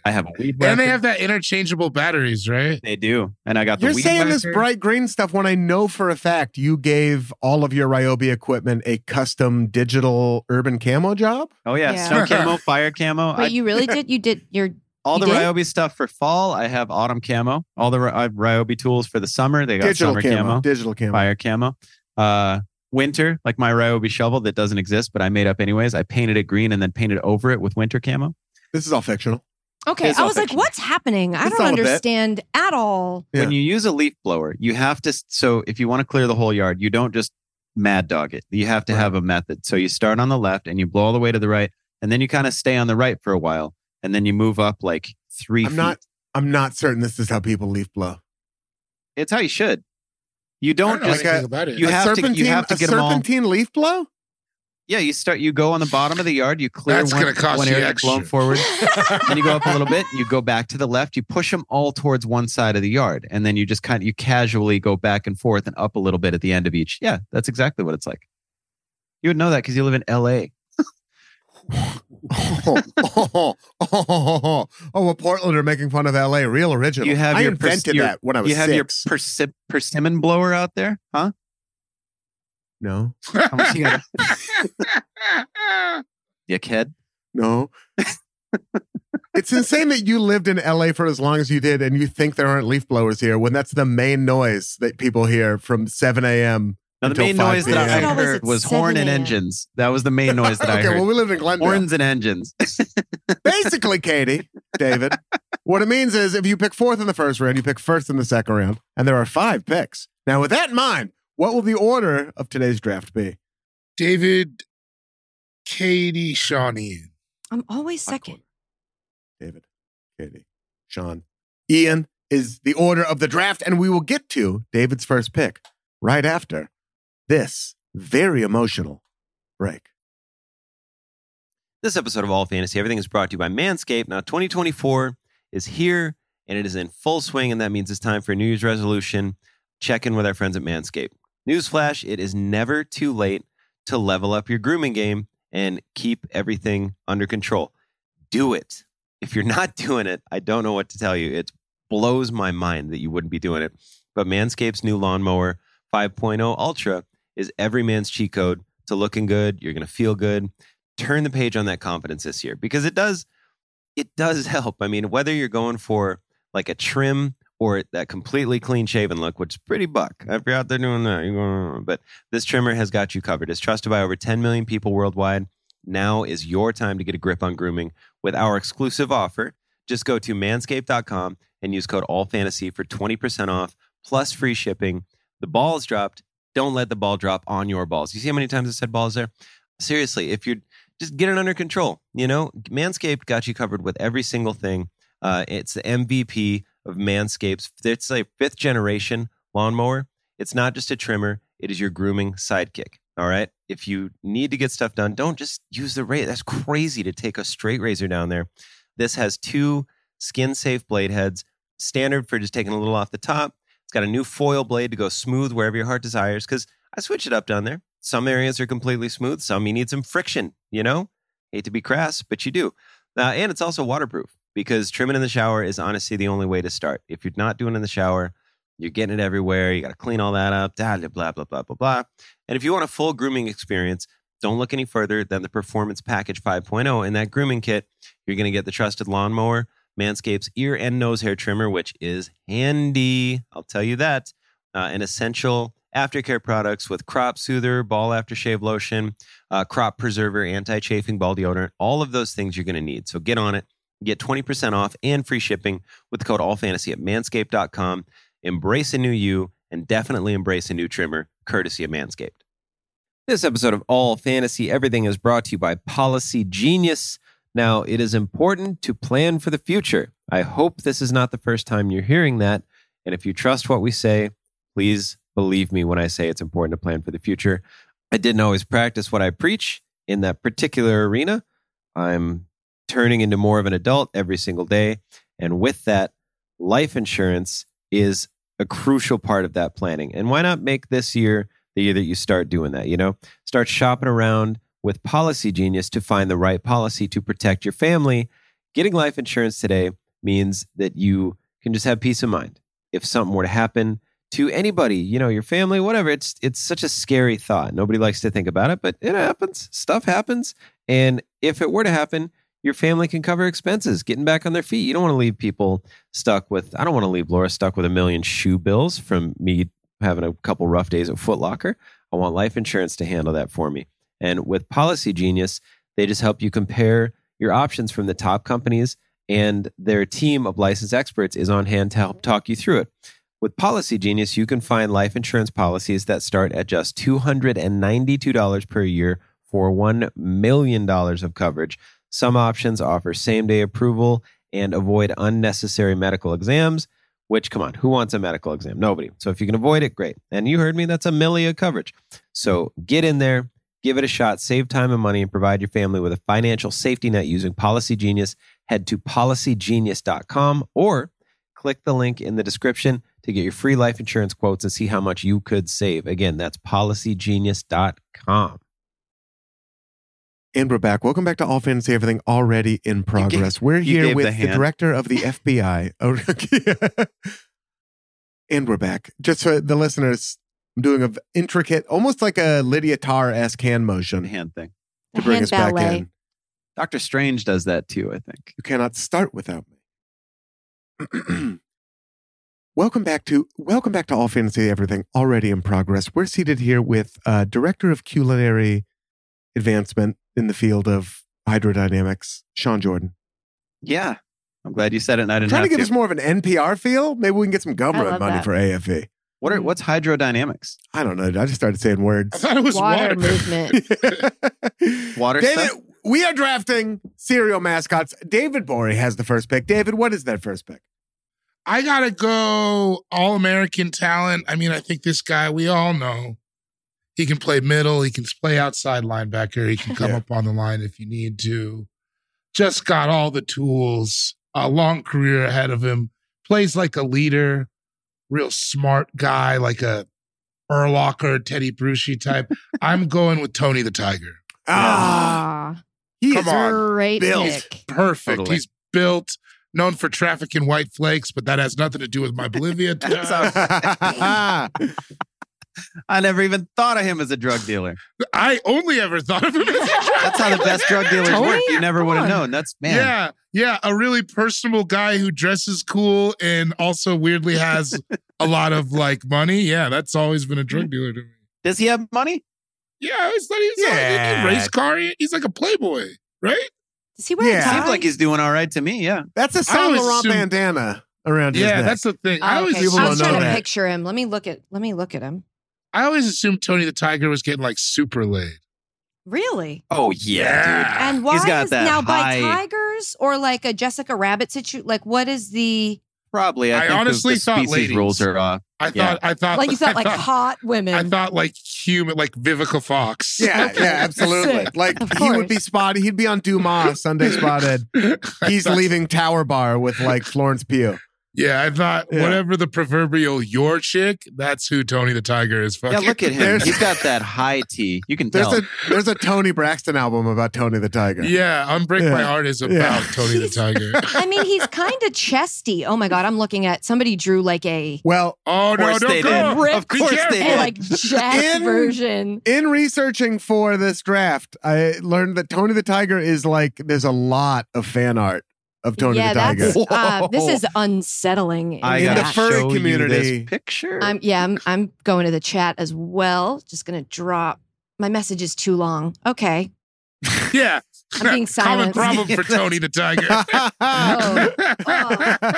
S3: I have a weed. Whacker.
S5: And they have that interchangeable batteries, right?
S3: They do, and I got the.
S2: You're
S3: weed
S2: saying this
S3: whacker.
S2: bright green stuff when I know for a fact you gave all of your Ryobi equipment a custom digital urban camo job?
S3: Oh yeah,
S4: Yeah.
S3: snow camo, fire camo. I,
S4: But you really did. You did. You're
S3: all
S4: you
S3: the
S4: did?
S3: Ryobi stuff for fall. I have autumn camo. All the Ry- I have Ryobi tools for the summer. They got
S2: Digital
S3: summer
S2: camo,
S3: camo,
S2: Digital camo.
S3: fire camo. Uh, winter, like my Ryobi shovel that doesn't exist, but I made up anyways. I painted it green and then painted over it with winter camo.
S2: This is all fictional.
S4: okay.
S3: It's
S4: I
S3: all
S4: was like,
S3: fiction.
S4: what's happening? I
S2: It's
S4: don't
S2: all a bit.
S4: understand at all.
S2: Yeah.
S3: When you use a leaf blower, you have to. So if you want to clear the whole yard, you don't just mad dog it. You have to have a method. So you start on the left and you blow all the way to the right, and then you kind of stay on the right for a while, and then you move up like 3
S2: I'm
S3: feet.
S2: not I'm not certain this is how people leaf blow.
S3: it's how you should. You
S5: I
S3: don't
S5: know
S3: just
S2: like
S5: anything
S2: a-
S5: about it.
S3: you
S2: a
S3: have to- you
S2: serpentine,
S3: have to
S2: a
S3: get 'em all-
S2: serpentine leaf blow?
S3: yeah. You start. You go on the bottom of the yard. You clear
S5: That's
S3: one,
S5: gonna cost
S3: one
S5: you
S3: area
S5: extra.
S3: blown forward. then you go up a little bit. You go back to the left. You push them all towards one side of the yard, and then you just kind of you casually go back and forth and up a little bit at the end of each. Yeah, that's exactly what it's like. You would know that because you live in L.A.
S2: oh, oh, oh, oh, oh, oh, oh, well, Portland are making fun of LA. Real original.
S3: You have
S2: I
S3: your pers-
S2: invented
S3: your-
S2: that when I was
S3: You have
S2: six.
S3: your persi- persimmon blower out there, huh?
S2: no,
S3: How much you got? Dickhead.
S2: no. it's insane that you lived in LA for as long as you did and you think there aren't leaf blowers here when that's the main noise that people hear from 7 a.m.
S3: Now the
S2: Until
S3: main
S2: 5
S3: noise that I
S4: p.m. Always
S3: heard
S4: at
S3: was horn
S4: 7
S3: and
S4: a.m.
S3: engines. That was the main noise that I
S2: okay,
S3: heard.
S2: well, we lived in Glendale.
S3: Horns and engines.
S2: Basically, Katie, David, what it means is if you pick fourth in the first round, you pick first in the second round, and there are five picks. Now, with that in mind, what will the order of today's draft be?
S5: David, Katie, Shawnee.
S4: I'm always second.
S2: David, Katie, Sean, Ian is the order of the draft, and we will get to David's first pick right after this very emotional break.
S6: This episode of All Fantasy Everything is brought to you by Manscaped. Now, 2024 is here and it is in full swing, and that means it's time for a New Year's resolution. Check in with our friends at Manscaped. Newsflash it is never too late to level up your grooming game and keep everything under control. Do it. If you're not doing it, I don't know what to tell you. It blows my mind that you wouldn't be doing it. But Manscaped's new lawnmower 5.0 Ultra is every man's cheat code to looking good. You're going to feel good turn the page on that confidence this year because it does it does help. I mean, whether you're going for like a trim or that completely clean shaven look, which is pretty buck. If you're out there doing that, you're going, but this trimmer has got you covered. It's trusted by over 10 million people worldwide. Now is your time to get a grip on grooming with our exclusive offer. Just go to manscaped.com and use code AllFantasy for 20% off plus free shipping. The ball is dropped. Don't let the ball drop on your balls. You see how many times I said balls there? Seriously, if you're just get it under control. You know, Manscaped got you covered with every single thing. Uh, it's the MVP of Manscaped's. It's a fifth generation lawnmower. It's not just a trimmer, it is your grooming sidekick. All right. If you need to get stuff done, don't just use the razor. That's crazy to take a straight razor down there. This has two skin safe blade heads, standard for just taking a little off the top,
S3: It's got a new foil blade to go smooth wherever your heart desires. Because I switch it up down there. Some areas are completely smooth. Some you need some friction. You know, hate to be crass, but you do. Uh, and it's also waterproof because trimming in the shower is honestly the only way to start. If you're not doing it in the shower, you're getting it everywhere. You got to clean all that up. Blah blah blah blah blah blah. And if you want a full grooming experience, don't look any further than the Performance Package 5.0. In that grooming kit, you're going to get the trusted lawnmower, Manscaped's ear and nose hair trimmer, which is handy. I'll tell you that. Uh, and essential aftercare products with Crop Soother, Ball Aftershave Lotion, uh, Crop Preserver, Anti Chafing Ball Deodorant, all of those things you're going to need. So get on it. Get 20% off and free shipping with the code AllFantasy at manscaped.com. Embrace a new you and definitely embrace a new trimmer, courtesy of Manscaped. This episode of All Fantasy Everything is brought to you by Policy Genius. Now, it is important to plan for the future. I hope this is not the first time you're hearing that. And if you trust what we say, please believe me when I say it's important to plan for the future. I didn't always practice what I preach in that particular arena. I'm turning into more of an adult every single day. And with that, life insurance is a crucial part of that planning. And why not make this year? the year that you start doing that. You know, start shopping around with Policy Genius to find the right policy to protect your family. Getting life insurance today means that you can just have peace of mind. If something were to happen to anybody, you know, your family, whatever, it's it's such a scary thought. Nobody likes to think about it, but it happens. Stuff happens, and if it were to happen, your family can cover expenses, getting back on their feet. You don't want to leave people stuck with. I don't want to leave Laura stuck with a million shoe bills from me having a couple rough days at Foot Locker. I want life insurance to handle that for me. And with Policy Genius, they just help you compare your options from the top companies, and their team of licensed experts is on hand to help talk you through it. With Policy Genius, you can find life insurance policies that start at just $292 per year for $1 million of coverage. Some options offer same day approval and avoid unnecessary medical exams which come on, who wants a medical exam? Nobody. So if you can avoid it, great. And you heard me, that's a millia coverage. So get in there, give it a shot, save time and money, and provide your family with a financial safety net using Policy Genius. Head to policygenius.com or click the link in the description to get your free life insurance quotes and see how much you could save. Again, that's policygenius.com.
S2: And we're back. Welcome back to All Fantasy Everything Already in Progress. we're
S7: you
S2: here
S7: gave
S2: with
S7: the
S2: the,
S7: hand.
S2: director of the FBI. Oh, okay. and we're back. Just for the listeners, I'm doing an intricate, almost like a Lydia Tarr esque hand motion
S7: hand thing.
S2: to
S4: The
S2: bring
S4: hand
S2: us back
S4: ballet.
S2: in.
S7: Doctor Strange does that too, I think.
S2: You cannot start without me. welcome back to Welcome back to All Fantasy Everything Already in Progress. We're seated here with uh, director of culinary advancement in the field of hydrodynamics, Sean Jordan.
S7: Yeah. I'm glad you said it and I didn't
S2: Trying to
S7: have
S2: give
S7: to.
S2: us more of an NPR feel. Maybe we can get some government
S4: love
S2: money
S4: that.
S2: for AFE.
S7: what are what's hydrodynamics?
S2: I don't know. I just started saying
S5: I
S2: words.
S5: thought it was
S4: Water
S5: water.
S4: movement.
S7: Water
S2: David,
S7: stuff?
S2: we are drafting cereal mascots. David Bory has the first pick. David, what is that first pick?
S5: I gotta go all American talent. I mean, I think this guy we all know. He can play middle, he can play outside linebacker, he can come
S2: Yeah.
S5: up on the line if you need to. Just got all the tools, a long career ahead of him, plays like a leader, real smart guy, like a Urlacher, Teddy Bruschi type. I'm going with Tony the Tiger.
S2: Ah,
S4: Ah,
S2: he
S5: Come
S2: is
S5: on.
S4: great
S2: Bills.
S4: pick.
S5: Perfect.
S7: Totally.
S5: He's built, known for trafficking white flakes, but that has nothing to do with my Bolivia.
S7: That's
S5: time.
S7: I never even thought of him as a drug dealer.
S5: I only ever thought of him as a
S7: That's how the best drug dealers
S5: Totally.
S7: work. You never would have
S4: Come on.
S7: known. That's man.
S5: Yeah, yeah, a really personable guy who dresses cool and also weirdly has a lot of like money. Yeah, that's always been a drug dealer to me.
S7: Does he have money?
S5: Yeah, I always thought he was
S2: Yeah.
S5: yeah. a race car. He's like a playboy, right?
S4: Does he wear
S2: Yeah.
S4: a tie?
S7: Seems like he's doing all right to me. Yeah.
S2: That's a Saint
S5: always
S2: Laurent
S5: assume-
S2: bandana around his
S5: Yeah,
S2: neck.
S5: that's the thing. I
S4: Oh,
S5: always
S4: okay.
S2: People
S4: I
S2: don't
S4: was
S2: know
S4: trying to
S2: that.
S4: picture him. Let me look at. Let me look at him.
S5: I always assumed Tony the Tiger was getting like super laid.
S4: Really?
S7: Oh
S2: Ah,
S4: And why
S7: got
S4: is
S7: that
S4: now
S7: high-
S4: by tigers or like a Jessica Rabbit situation? Like, what is the
S7: Probably. I,
S5: I
S7: think the-
S5: honestly
S7: the
S5: thought
S7: species
S5: ladies-
S7: rules are off.
S5: I
S7: Yeah.
S5: thought I thought
S4: like? You thought
S5: I
S4: like
S5: thought,
S4: hot women.
S5: I thought like human like Vivica Fox.
S2: yeah, yeah, absolutely.
S4: Sick.
S2: Like
S4: Of
S2: he would be
S4: course.
S2: spotted. He'd be on Dumas Sunday spotted.
S5: I
S2: He's
S5: thought-
S2: leaving Tower Bar with like Florence Pugh.
S5: Yeah, I thought
S2: Yeah.
S5: whatever the proverbial your chick, that's who Tony the Tiger is
S3: Yeah,
S5: fucking.
S3: look at him.
S2: There's-
S3: He's got that high T. You can
S2: There's
S3: tell.
S2: a there's a Tony Braxton album about Tony the Tiger.
S5: Yeah, Unbreak
S2: Yeah.
S5: My Heart is about
S2: Yeah.
S5: Tony the
S4: He's-
S5: Tiger.
S4: I mean, he's kind of chesty. Oh my God, I'm looking at somebody drew like a,
S2: Well,
S5: Oh no,
S6: course
S5: don't
S6: they
S5: go.
S6: did. Of
S5: Be
S6: course
S5: careful.
S6: they
S4: a
S6: did.
S4: like jack
S2: In-
S4: version.
S2: in researching for this draft, I learned that Tony the Tiger is like there's a lot of fan art of Tony
S4: yeah,
S2: the Tiger.
S4: that's uh, this is unsettling. in
S3: I
S2: in
S3: gotta
S2: the furry
S3: show you this
S2: community.
S3: picture.
S4: I'm yeah, I'm I'm going to the chat as well. Just gonna drop my message is too long. Okay.
S5: Yeah.
S4: I'm being
S5: Common
S4: silenced.
S5: problem for Tony the Tiger.
S4: Oh.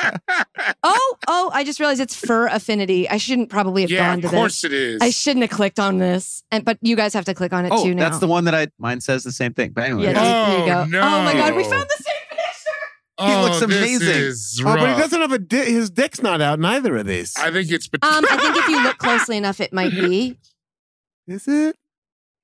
S4: Oh, oh, I just realized it's fur affinity. I shouldn't probably have
S5: yeah,
S4: gone to
S5: of course
S4: this.
S5: it is.
S4: I shouldn't have clicked on this. And but you guys have to click on it
S3: oh,
S4: too now.
S3: that's the one that I. Mine says the same thing. But anyway,
S4: Yeah,
S5: Oh,
S4: there you go. Oh my god, we
S5: no.
S4: found the same picture.
S5: oh,
S3: looks amazing.
S5: This is
S2: Oh, but
S5: rough.
S2: he doesn't have a di- his dick's not out in either of these.
S5: I think it's between.
S4: Um, I think if you look closely enough, it might be.
S2: Is it?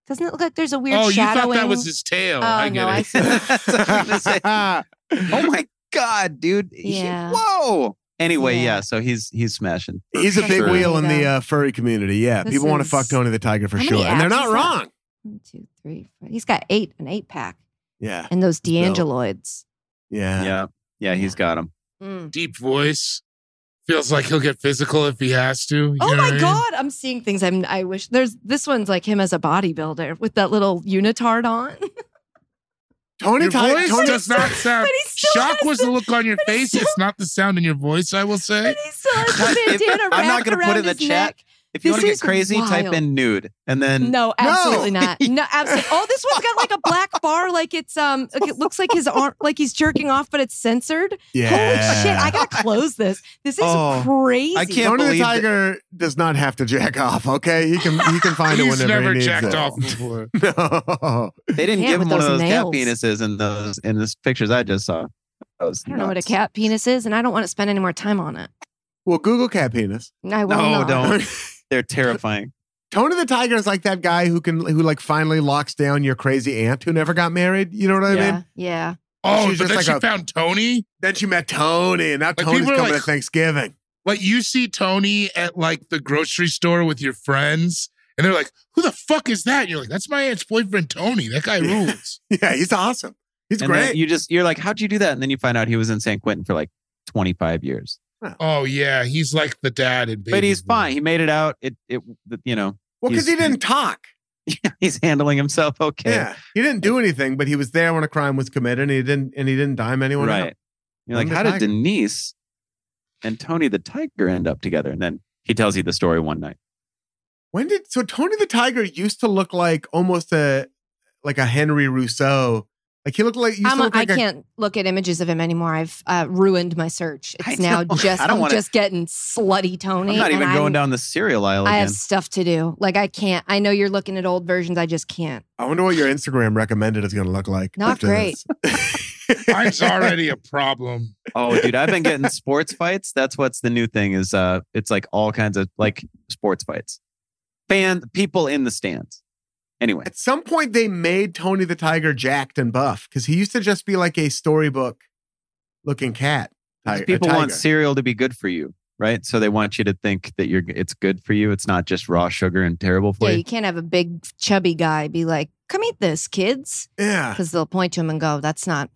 S4: Doesn't it look like there's a weird
S5: oh, you
S4: shadowing?
S5: thought that was his tail.
S4: Oh,
S5: I get
S4: no,
S5: it.
S4: I see.
S3: That's what I was gonna say. oh my god, dude! He-
S4: Yeah.
S3: whoa. Anyway,
S4: Yeah.
S3: yeah. So he's he's smashing.
S2: He's a big
S3: Sure.
S2: wheel in
S4: There you
S2: the
S4: go.
S2: uh, furry community. Yeah,
S4: This
S2: people want to
S4: is-
S2: fuck Tony the Tiger for
S4: How
S2: sure,
S4: many
S2: and they're not
S4: apps is that?
S2: wrong.
S4: One, two, three, four. He's got eight, an eight pack,
S2: Yeah,
S4: and those
S2: dope.
S4: D'Angeloids.
S2: yeah,
S3: Yeah, yeah, he's got him.
S4: Mm.
S5: Deep voice. Feels like he'll get physical if he has to. you
S4: Oh
S5: know what I
S4: my
S5: mean?
S4: god, I'm seeing things. I'm. I wish there's this one's like him as a bodybuilder with that little unitard on.
S2: Tony
S5: Your
S2: Tiger.
S5: voice
S2: Tony,
S5: does not sound.
S4: but he still
S5: Shock
S4: has
S5: was the look on your
S4: but he
S5: face.
S4: still-
S5: It's not the sound in your voice. I will say.
S4: But he still has the
S3: If-
S4: bandana
S3: I'm not
S4: wrapped
S3: gonna put it
S4: around
S3: in the
S4: his
S3: chat.
S4: neck.
S3: If you
S4: This
S3: want to
S4: is
S3: get crazy, type
S4: wild.
S3: in nude, and then
S4: No, absolutely not. No, absolutely. Oh, this one's got like a black bar, like it's um, like it looks like his arm, like he's jerking off, but it's censored.
S2: yeah.
S4: Holy shit! I gotta close this. This is
S3: Oh,
S4: crazy.
S3: I can't-
S2: Tony the
S3: believe that-
S2: Tiger does not have to jack off. Okay, he can he can find it
S5: He's
S2: whenever
S5: never
S2: he needs
S5: jacked
S2: it.
S5: off before.
S2: No.
S3: they didn't
S4: Man,
S3: give him
S4: with
S3: one of
S4: those
S3: those cat
S4: nails.
S3: penises in those in those pictures I just saw. That was
S4: I don't know what a
S3: nuts.
S4: cat penis is, and I don't want to spend any more time on it.
S2: Well, Google cat penis.
S4: I will
S3: No,
S4: not.
S3: don't. They're terrifying.
S2: Tony the Tiger is like that guy who can who like finally locks down your crazy aunt who never got married. You know what I
S4: yeah,
S2: mean?
S4: yeah.
S5: Oh,
S2: She's just
S5: but then
S2: like
S5: she
S2: a-
S5: found Tony.
S2: Then she met Tony, and now
S5: Like,
S2: Tony's
S5: people are
S2: coming
S5: like-
S2: to Thanksgiving.
S5: Like you see Tony at like the grocery store with your friends, and they're like, "Who the fuck is that?" And you're like, "That's my aunt's boyfriend, Tony. That guy
S2: Yeah.
S5: rules."
S2: Yeah, he's awesome. He's
S3: and
S2: great.
S3: Then you just you're like, how'd you do that? And then you find out he was in San Quentin for like 25 years.
S5: oh yeah, he's like the dad and baby.
S3: But he's
S5: Blue.
S3: fine. He made it out. It it you know
S2: well, because he
S3: he's-
S2: didn't talk.
S3: he's handling himself okay.
S2: Yeah, he didn't do anything, but he was there when a crime was committed, and he didn't and he didn't dime anyone.
S3: Right.
S2: Out.
S3: You're like,
S2: Tony the
S3: how did
S2: Tiger.
S3: Denise and Tony the Tiger end up together? And then he tells you the story one night.
S2: When did so Tony the Tiger used to look like almost a like a Henry Rousseau? Like he looked like used
S4: I'm
S2: to
S4: a,
S2: look
S4: I
S2: like a-
S4: can't look at images of him anymore. I've uh, ruined my search.
S3: I
S4: It's now
S3: know.
S4: just
S3: I don't
S4: I'm
S3: wanna-
S4: just getting slutty Tony.
S3: I'm not even
S4: and
S3: going
S4: I'm-
S3: down the cereal aisle
S4: I
S3: again.
S4: have stuff to do. Like I can't. I know you're looking at old versions. I just can't.
S2: I wonder what your Instagram recommended is going to look like.
S4: Not
S2: after
S4: great.
S2: this.
S5: Mine's already a problem.
S3: oh, dude, I've been getting sports fights. That's what's the new thing is uh it's like all kinds of like sports fights. Fan people in the stands. Anyway.
S2: At some point, they made Tony the Tiger jacked and buff because he used to just be like a storybook looking cat.
S3: Because
S2: Tiger,
S3: people
S2: a
S3: want
S2: tiger.
S3: cereal to be good for you, right? So they want you to think that you're it's good for you. It's not just raw sugar and terrible for
S4: Yeah,
S3: you.
S4: you can't have a big chubby guy be like, "Come eat this, kids,"
S3: Ah.
S2: Yeah,
S4: because they'll point to him and go, "That's not."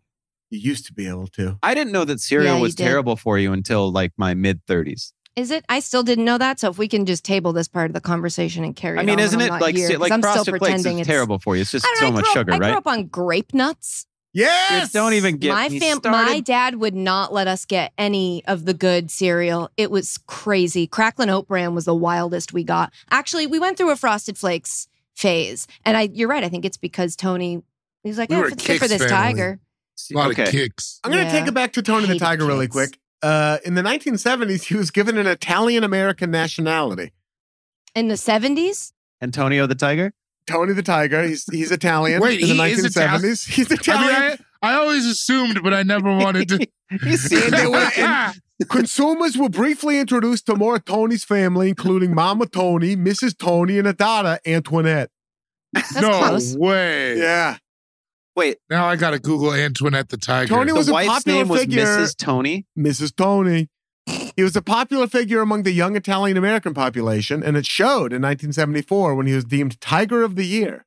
S2: you used to be able to.
S3: I didn't know that cereal
S4: Yeah, you
S3: was
S4: did.
S3: terrible for you until like my mid 30s.
S4: Is it? I still didn't know that. So if we can just table this part of the conversation and carry.
S3: I
S4: it
S3: mean,
S4: on,
S3: isn't
S4: Oh, I'm
S3: it
S4: not
S3: like
S4: here,
S3: ce-
S4: 'cause
S3: like
S4: I'm still
S3: Frosted Flakes
S4: pretending
S3: is
S4: it's
S3: terrible for you? It's just
S4: I don't know,
S3: so
S4: I
S3: much
S4: grew up-
S3: sugar,
S4: I grew
S3: right?
S4: up on grape nuts.
S2: Yes,
S3: Just don't even get
S4: my
S3: me
S4: fam-
S3: started.
S4: my dad would not let us get any of the good cereal. It was crazy. Cracklin Oat Bran was the wildest we got. Actually, we went through a Frosted Flakes phase, and I you're right. I think it's because Tony. He's like,
S5: We
S4: "Yeah,
S5: were
S4: if
S5: a
S4: it's good for
S5: Kix
S4: this
S5: family.
S4: tiger.
S5: A lot
S3: okay.
S5: of kicks.
S2: I'm going to
S4: Yeah.
S2: take it back to Tony the
S4: Hated
S2: Tiger really
S4: kids.
S2: quick. Uh, in the 1970s, he was given an Italian American nationality.
S4: In the 70s?
S3: Antonio the Tiger?
S2: Tony the Tiger, he's he's Italian.
S5: Wait,
S2: in the
S5: he is
S2: 1970s,
S5: Italian?
S2: he's
S5: I
S2: Italian.
S5: mean, I, I always assumed, but I never wanted to.
S3: You see it.
S2: They were in- Consumers were briefly introduced to more Tony's family, including Mama Tony, Mrs. Tony, and her daughter Antoinette.
S4: That's
S5: no
S4: close.
S5: way.
S2: Yeah,
S3: Wait,
S5: Now I gotta Google Antoinette the Tiger.
S2: Tony It
S3: the
S2: was a
S3: wife's
S2: popular
S3: name was
S2: figure.
S3: Mrs. Tony.
S2: Mrs. Tony. He was a popular figure among the young Italian American population, and it showed in 1974 when he was deemed Tiger of the Year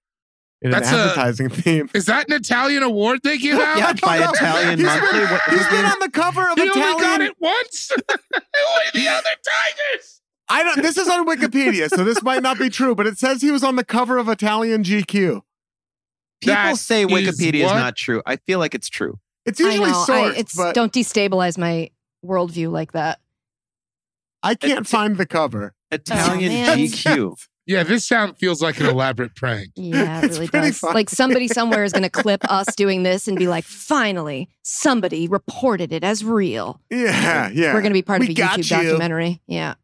S2: in
S5: That's
S2: an
S5: a-
S2: advertising theme.
S5: Is that an Italian award they give out?
S3: Yeah, by
S2: no.
S3: Italian
S2: He's
S3: Monthly.
S2: been-
S3: What-
S2: He's been on the cover of
S5: He only got
S2: Italian.
S5: it once. Only the other Tigers.
S2: I don't. This is on Wikipedia, so this might not be true, but it says he was on the cover of Italian GQ.
S3: People
S5: That
S3: say
S5: is
S3: Wikipedia is,
S5: what-
S3: not true. I feel like it's true.
S2: It's usually
S4: I know. I-
S2: sourced,
S4: it's,
S2: but
S4: don't destabilize my worldview like that.
S2: I can't
S3: it's-
S2: find the cover.
S3: Italian
S4: man.
S3: GQ.
S5: Yeah, this sound feels like an elaborate prank.
S4: Yeah, it
S2: It's
S4: really
S2: pretty
S4: does.
S2: funny.
S4: Like somebody somewhere is going to clip us doing this and be like, "Finally, somebody reported it as real.
S2: Yeah, yeah.
S4: We're going to be part
S2: We
S4: of a
S2: got
S4: YouTube
S2: you.
S4: documentary." Yeah,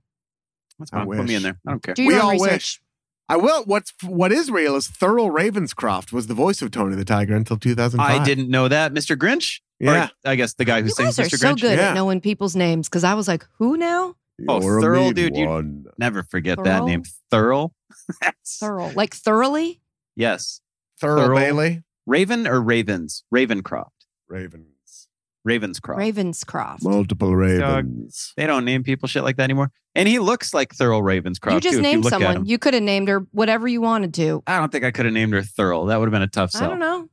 S3: That's
S2: I
S3: fine. Put me
S2: wish.
S3: in there. I don't care.
S4: do your
S2: We
S4: own
S2: all wish.
S4: research.
S2: I will. What's what is real is Thurl Ravenscroft was the voice of Tony the Tiger until 2005.
S3: I didn't know that, Mr. Grinch. Or,
S2: Yeah.
S3: I guess the guy who
S4: You
S3: sings
S4: guys are
S3: Mr.
S4: so
S3: Grinch.
S4: good
S2: Yeah.
S4: at knowing people's names because I was like, "Who now?"
S3: Oh,
S2: You're a
S3: Thurl,
S2: mean
S3: dude, you-
S2: one.
S3: Never forget that
S4: Thurl?
S3: name. Thurl. That's-
S4: Thorough, like thoroughly.
S3: yes.
S2: Thurl,
S3: Thurl.
S2: Bailey
S3: Raven or Ravens? Ravencroft.
S2: Ravens.
S3: Ravenscroft.
S4: Ravenscroft.
S2: Multiple Ravens.
S3: They don't name people shit like that anymore. And he looks like Thurl Ravenscroft.
S4: you just
S3: too, if
S4: named
S3: look at him.
S4: someone. You could have named her whatever you wanted to.
S3: I don't think I could have named her Thurl. That would have been a tough
S4: I
S3: sell.
S4: don't know.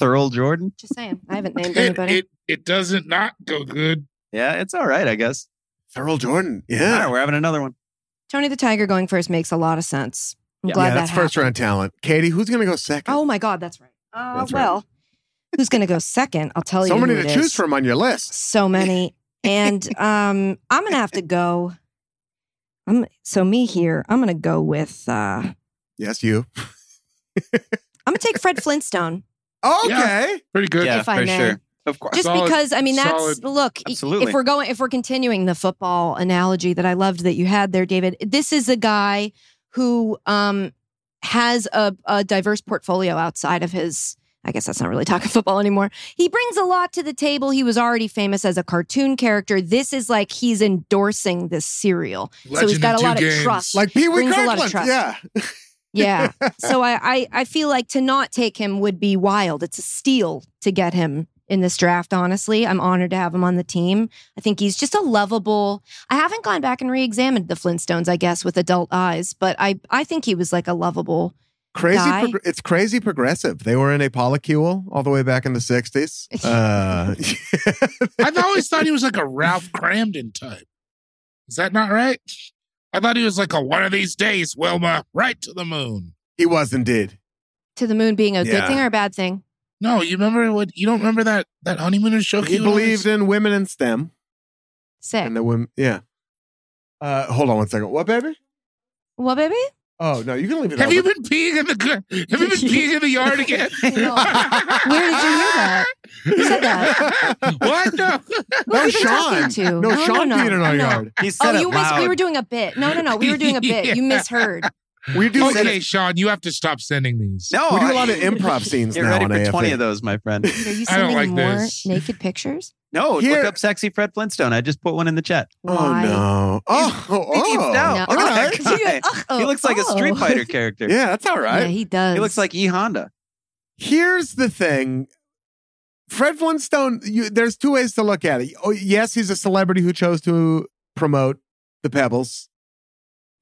S3: Thurl Jordan?
S4: Just saying. I haven't named
S5: It,
S4: anybody.
S5: it, it doesn't not go good.
S3: Yeah, it's all right, I guess.
S2: Thurl Jordan.
S3: All
S2: Yeah.
S3: right, we're having another one.
S4: Tony the Tiger going first makes a lot of sense. I'm
S3: Yeah.
S4: glad
S2: yeah,
S4: that
S2: that's first
S4: happened.
S2: round talent. Katie, who's going to go second?
S4: Oh my God, that's right. Uh,
S2: That's right.
S4: well, who's going to go second? I'll tell you.
S2: so many
S4: who
S2: to
S4: it
S2: choose
S4: is.
S2: from on your list.
S4: So many, and um, I'm going to have to go. I'm so me here. I'm going to go with. Uh, I'm
S2: Yes, you.
S4: going to take Fred Flintstone.
S2: Okay.
S5: Pretty good.
S3: Yeah,
S4: If I
S3: for
S4: may.
S3: sure. Of course.
S4: just
S5: Solid-
S4: because I mean that's
S5: solid-
S4: look i-
S3: Absolutely.
S4: if we're going if we're continuing the football analogy that I loved that you had there David this is a guy who um has a, a diverse portfolio outside of his I guess that's not really talking football anymore. He brings a lot to the table. He was already famous as a cartoon character. This is like he's endorsing this serial. so
S5: Legend
S4: he's
S5: in
S4: got a
S5: two
S4: lot
S5: games.
S4: of trust.
S2: Like Pee Wee
S4: Brings a lot of
S2: Kirkland.
S4: trust.
S2: Yeah.
S4: yeah. So I, I I feel like to not take him would be wild. It's a steal to get him in this draft, honestly. I'm honored to have him on the team. I think he's just a lovable. I haven't gone back and re-examined the Flintstones, I guess, with adult eyes, but I I think he was like a lovable.
S2: Crazy.
S4: Guy.
S2: prog- it's crazy progressive. They were in a polycule all the way back in the 60s. Uh,
S5: I've always thought he was like a Ralph Cramden type. Is that not right? I thought he was like a one of these days, Wilma, right to the moon.
S2: he was indeed.
S4: To the moon being a
S2: Yeah.
S4: good thing or a bad thing.
S5: No, you remember what? You don't remember that that honeymooners show?
S2: He believed in women in STEM.
S4: Sick.
S2: And the women, yeah. Uh, hold on one second. What, baby?
S4: well, baby?
S2: Oh, no, you can leave it
S5: Have
S2: out.
S5: you been peeing in the gr- Have you been peeing in the yard again?
S4: No. Where did you hear that? Who said that?
S5: What? No.
S4: Who
S2: No,
S4: have you been
S2: Sean.
S4: talking to?
S2: No, Sean peed in our
S4: no.
S2: yard.
S3: He said
S4: Oh,
S3: it
S4: you mis-
S3: loud.
S4: we were doing a bit. No, no, no. We were doing a bit. You
S5: Yeah.
S4: misheard.
S2: We do,
S5: Okay, Sean, you have to stop sending these.
S3: no,
S2: we do
S3: I-
S2: a lot of improv scenes
S3: Oh, Get
S2: now
S3: ready
S2: on
S3: for 20
S2: AFA.
S3: of those, my friend.
S4: Are you
S5: I don't
S4: sending
S5: like
S4: more
S5: this.
S4: naked pictures?
S3: No,
S2: Here-
S3: Oh, look up sexy Fred Flintstone. I just put one in the chat.
S2: Oh,
S4: Why?
S2: no. Oh,
S3: He deep
S2: oh.
S3: down.
S4: No.
S3: Look at
S4: Do you-
S3: that guy.
S4: oh,
S3: he looks like a Street
S4: oh.
S3: Fighter character.
S2: Yeah, that's all right.
S4: Yeah, he does.
S3: He looks like E Honda.
S2: Here's the thing. Fred Flintstone, you, there's two ways to look at it. Oh, yes, he's a celebrity who chose to promote the Pebbles,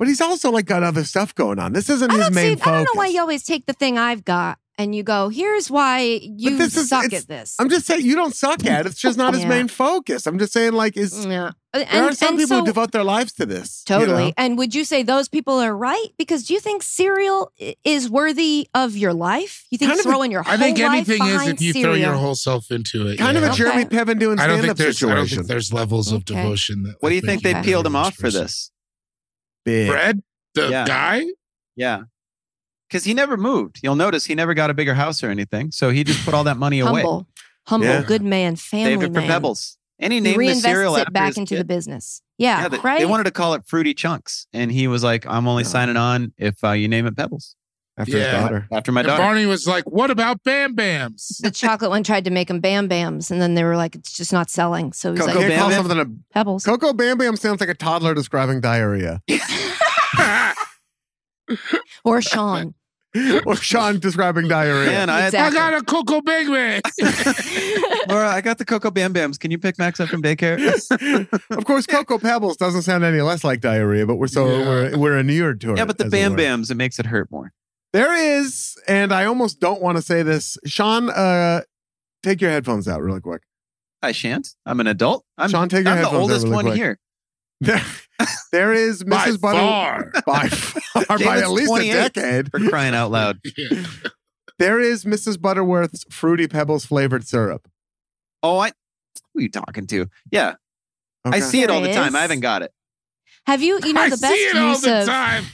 S2: but he's also like got other stuff going on. This isn't
S4: I
S2: his
S4: don't,
S2: main
S4: see, I
S2: focus.
S4: don't know why you always take the thing I've got and you go, here's why you
S2: this is-
S4: suck
S2: it's-
S4: at this.
S2: I'm just saying you don't suck at it. It's just not his
S4: Yeah.
S2: main focus. I'm just saying like is
S4: yeah. Uh, And,
S2: there are some
S4: and
S2: people
S4: so,
S2: who devote their lives to this. you
S4: totally.
S2: know?
S4: And would you say those people are right? Because do you think cereal i- is worthy of your life? You think
S2: Kind of a-
S4: throwing your whole
S5: I think
S4: life
S5: anything is
S4: behind
S5: if you
S4: cereal?
S5: throw your whole self into it.
S2: Kind of
S5: yeah.
S2: a Jeremy Piven doing
S5: I
S2: stand
S5: don't think
S2: up
S5: there's. I don't
S2: situation.
S5: think there's levels of
S4: Okay.
S5: devotion. That
S3: What do
S5: I
S3: you think
S4: Okay.
S3: they peeled him off for
S5: person-
S3: this?
S2: Big.
S5: Fred, the
S3: Yeah.
S5: guy.
S3: Yeah. Because he never moved. You'll notice he never got a bigger house or anything. So he just put all that money away.
S4: humble, humble,
S2: Yeah.
S4: good man, family
S3: Saved it for
S4: man.
S3: Pebbles. And he
S4: He
S3: named the cereal
S4: reinvests
S3: after
S4: it back
S3: his
S4: into
S3: kid.
S4: the business. Yeah,
S3: they,
S4: right. Oh.
S3: they wanted to call it Fruity Chunks, and he was like, "I'm only
S2: Yeah.
S3: signing on if uh, you name it Pebbles
S2: After his
S5: Yeah.
S2: daughter.
S3: after my
S5: and
S3: daughter."
S5: Barney was like, "What about Bam Bams?"
S4: the chocolate one tried to make them Bam Bams, and then they were like, it's just not selling. So he's
S3: Cocoa
S4: like,
S2: Go
S3: Bam
S2: call
S3: Bam?
S2: something a
S4: Pebbles.
S2: Coco Bam Bam sounds like a toddler describing diarrhea.
S4: or Sean.
S2: or Sean describing diarrhea.
S3: Man, I,
S4: Exactly.
S5: I got a cocoa big man.
S3: Laura, I got the Cocoa Bam Bams. Can you pick Max up from daycare?
S2: of course, Cocoa Pebbles doesn't sound any less like diarrhea, but we're so
S5: Yeah.
S2: we're, we're inured to it.
S3: yeah, but the
S2: as it
S3: Bam
S2: were.
S3: Bams, it makes it hurt more.
S2: There is, and I almost don't want to say this. Sean, uh, take your headphones out really quick.
S3: I shan't. I'm an adult. I'm,
S2: Sean, take your
S3: I'm the
S2: headphones out
S3: oldest
S2: really
S3: one
S2: quick.
S3: here.
S2: There, there is Mrs.
S5: By
S2: Butter
S5: far.
S2: by far, by
S3: David's
S2: at least a
S3: 28.
S2: decade.
S3: For crying out loud.
S5: Yeah.
S2: There is Mrs. Butterworth's fruity pebbles flavored syrup.
S3: Oh, I. Who are you talking to? Yeah, I
S2: Okay.
S3: see it all the
S4: There
S3: time.
S4: is.
S3: I haven't got it.
S4: Have you, you know,
S5: I
S4: the
S5: see it
S4: best
S5: all
S4: use
S5: the
S4: of
S5: time.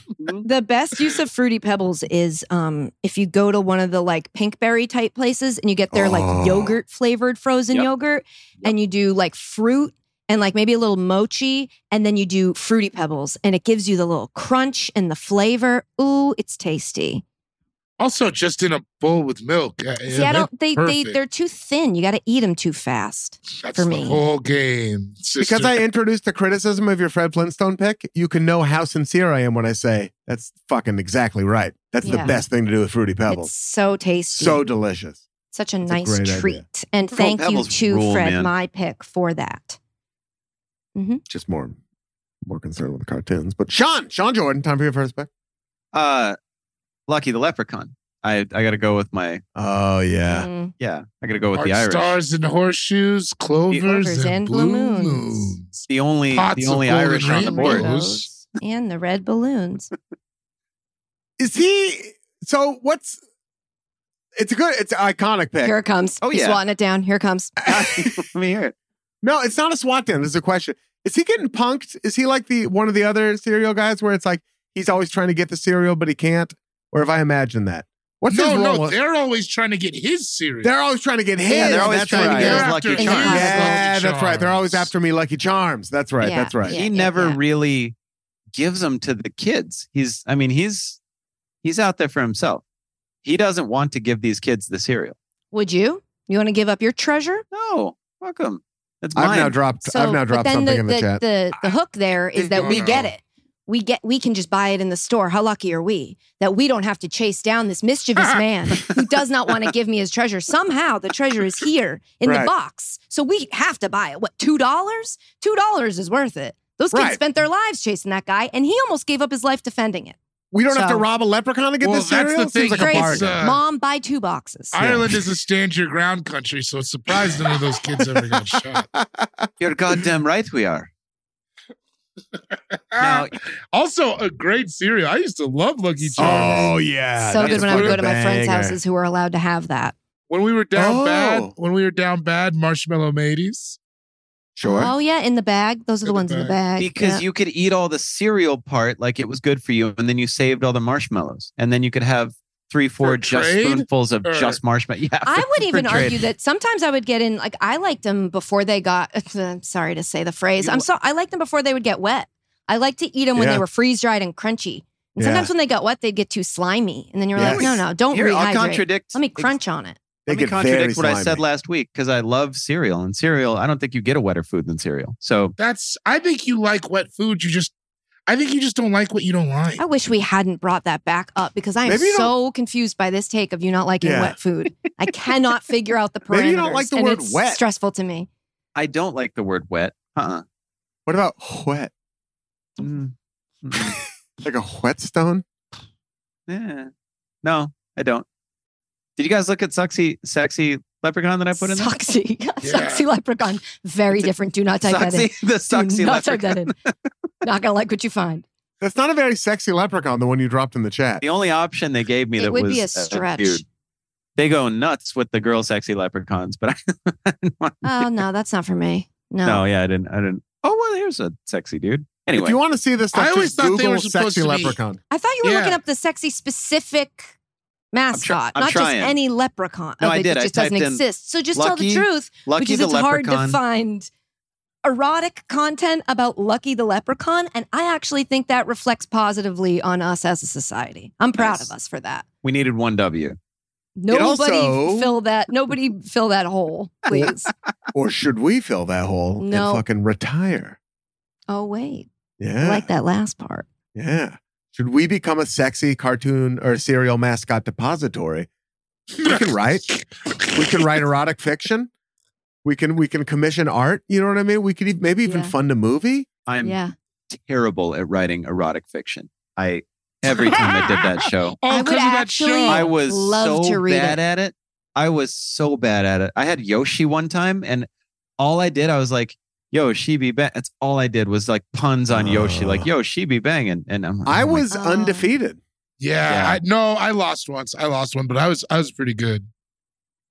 S4: the best use of fruity pebbles is um if you go to one of the like pinkberry type places and you get their
S2: Oh.
S4: like yogurt flavored frozen
S3: Yep.
S4: yogurt and you do like fruit and like maybe a little mochi and then you do fruity pebbles and it gives you the little crunch and the flavor ooh it's tasty
S5: Also, just in a bowl with milk. Uh, Yeah, yeah,
S4: see i
S5: that-
S4: don't they, they
S5: perfect.
S4: they're too thin you got to eat them too fast
S5: that's
S4: for
S5: the
S4: me.
S5: whole game. Sister.
S2: Because I introduced the criticism of your Fred Flintstone pick, you can know how sincere I am when I say that's fucking exactly right. That's
S4: Yeah.
S2: the best thing to do with fruity pebbles.
S4: it's so tasty
S2: so delicious.
S4: such a
S2: it's a
S4: nice
S2: great idea.
S4: treat and
S3: Fruit
S4: thank you
S3: pebbles
S4: to
S3: rule,
S4: fred
S3: man.
S4: my pick for that
S2: Just more, more concerned with the cartoons. But Sean, Sean Jordan, time for your first pick.
S3: Uh, Lucky the Leprechaun. I I got to go with my.
S2: Oh yeah,
S4: Mm.
S3: Yeah, I got to go with
S5: Art
S3: the Irish.
S5: Stars and horseshoes, clovers,
S4: Clovers
S5: and,
S4: and
S5: blue
S4: blue
S5: moons.
S4: moons.
S3: It's the only
S5: Pots
S3: the
S5: of
S3: only
S5: golden
S3: Irish on the
S5: rainbows.
S3: board.
S4: Rainbows and the red balloons.
S2: is he? So what's? It's a good. It's an iconic pick.
S4: Here it comes.
S3: Oh,
S4: He's
S3: yeah.
S4: swatting it down. Here it comes.
S3: Let me hear it.
S2: No, it's not a SWAT down. This is a question. Is he getting punked? Is he like the one of the other cereal guys where it's like he's always trying to get the cereal but he can't? Or have I imagined that? What's his
S5: no,
S2: role?
S5: no, they're always trying to get his series.
S2: They're always trying to get his.
S3: Yeah, they're always
S2: That's
S3: trying
S2: right.
S3: to get
S5: They're
S3: his
S5: after
S3: lucky
S5: his
S3: charms.
S4: Lucky
S2: Yeah, that's right. They're always
S5: Charms.
S2: after me, Lucky Charms. That's right.
S4: Yeah,
S2: That's right.
S4: yeah.
S3: he never
S4: yeah.
S3: really gives them to the kids. He's, I mean, he's he's out there for himself. He doesn't want to give these kids the cereal.
S4: Would you? You want to give up your treasure?
S3: No, fuck them. That's
S2: I've
S3: mine.
S2: now dropped.
S4: So,
S2: I've now
S4: but
S2: dropped
S4: then
S2: something
S4: the,
S2: in the,
S4: the,
S2: chat.
S4: The, the hook there is that
S5: No,
S4: we
S5: no.
S4: get it. We get we can just buy it in the store. How lucky are we that we don't have to chase down this mischievous man who does not want to give me his treasure. Somehow the treasure is here in
S2: Right.
S4: the box. So we have to buy it. What, two dollars? Two dollars is worth it. Those kids
S2: Right.
S4: spent their lives chasing that guy, and he almost gave up his life defending it.
S2: we don't have to
S4: so-
S2: rob a leprechaun to get
S5: Well,
S2: this
S5: that's
S2: cereal.
S5: the thing.
S2: Seems like
S4: Great.
S2: a bargain.
S5: Uh,
S4: Mom, buy two boxes.
S5: Ireland is a stand your ground country, so it's surprised none of those kids ever got shot.
S3: You're goddamn right. We are. Now-
S5: also, a great cereal. I used to love Lucky Charms.
S2: Oh yeah.
S4: so
S2: that's
S4: good when I would
S2: what
S4: go
S2: a
S4: to my friends'
S2: banger.
S4: houses who are allowed to have that.
S5: When we were down
S2: Oh.
S5: bad, when we were down bad, Marshmallow Mateys.
S2: Sure.
S4: Oh yeah, in the bag. Those are
S5: In
S4: the
S5: the
S4: ones in the bag.
S3: Because
S4: yeah.
S3: you could eat all the cereal part like it was good for you, and then you saved all the marshmallows, and then you could have three, four
S5: For
S3: just
S5: trade?
S3: spoonfuls of
S5: Or-
S3: just marshmallow. Yeah,
S4: I would
S3: for
S4: even
S3: trade.
S4: argue that sometimes I would get in like I liked them before they got I'm sorry to say the phrase. I'm so I liked them before they would get wet. I liked to eat them when
S2: Yeah.
S4: they were freeze dried and crunchy. And sometimes
S2: Yeah.
S4: when they got wet, they'd get too slimy. And then you're like,
S2: Yes.
S4: no, no, don't
S3: Here, I'll
S4: rehydrate.
S3: contradict.
S4: Let me
S3: ex-
S4: crunch on it.
S2: They
S3: Let me
S2: get very
S3: contradict what I said
S2: slimy.
S3: last week because I love cereal and cereal. I don't think you get a wetter food than cereal. So
S5: That's. I think you like wet food. You just. I think you just don't like what you don't like.
S4: I wish we hadn't brought that back up because I am
S2: Maybe you
S4: so confused by this take of you not liking
S2: Yeah.
S4: wet food. I cannot figure out the parameters.
S2: Maybe you don't like the
S4: and
S2: word
S4: it's
S2: wet.
S4: Stressful to me.
S3: I don't like the word wet. Uh-uh.
S2: What about wet?
S3: Mm. Mm.
S2: Like a whetstone?
S3: Yeah. No, I don't. Did you guys look at sexy, sexy leprechaun that I put in there?
S4: Soxy.
S5: Yeah.
S4: Soxy leprechaun. Very
S3: It's a-
S4: different. Do not type that in.
S3: Soxy, the
S4: Do
S3: soxy
S4: not type
S3: leprechaun.
S4: Mm, that in. Not gonna like what you find.
S2: That's not a very sexy leprechaun, the one you dropped in the chat.
S3: The only option they gave me
S4: It
S3: that
S4: would
S3: was
S4: be a
S3: uh,
S4: stretch.
S3: dude, they go nuts with the girl sexy leprechauns, but I, I didn't want to
S4: Oh
S3: do-
S4: no, that's not for me. No.
S3: no, yeah, I didn't. I didn't. Oh well, here's a sexy dude. Anyway,
S2: If you want to see this stuff,
S5: I
S2: just
S5: always thought
S2: Google
S5: they were supposed
S2: sexy
S5: to be-
S2: leprechaun.
S4: I thought you were
S5: Yeah.
S4: looking up the sexy specific mascot,
S3: I'm
S4: not
S3: trying.
S4: just any leprechaun.
S3: No,
S4: Oh,
S3: I
S4: it
S3: did. I
S4: just doesn't
S3: typed in
S4: exist. So just tell the
S3: Lucky
S4: truth,
S3: Lucky
S4: which is
S3: the
S4: it's hard
S3: leprechaun.
S4: to find erotic content about Lucky the leprechaun, and I actually think that reflects positively on us as a society. I'm proud
S3: Nice.
S4: of us for that.
S3: We needed one W.
S4: Nobody
S2: also-
S4: fill that. Nobody fill that hole, please.
S2: Or should we fill that hole
S4: No.
S2: and fucking retire?
S4: oh wait,
S2: Yeah.
S4: I like that last part.
S2: Yeah. Should we become a sexy cartoon or serial mascot depository? We can write. We can write erotic fiction. We can we can commission art. You know what I mean? We could e- maybe even
S4: Yeah.
S2: fund a movie.
S3: I'm
S4: yeah.
S3: terrible at writing erotic fiction. I every time I did that show,
S4: I
S5: Oh,
S4: would
S5: because of that
S4: actually-
S5: show.
S3: I was
S4: Love
S3: so
S4: to read
S3: bad
S4: it.
S3: at it. I was so bad at it. I had Yoshi one time, and all I did, I was like, "Yo, she be bang." That's all I did was like puns on Yoshi,
S5: Oh.
S3: like "Yo, she be banging," and I'm like,
S2: I
S3: "Oh my
S2: was
S4: God.
S2: undefeated.
S5: Yeah,
S3: Yeah.
S5: I, no, I lost once. I lost one, but I was I was pretty good.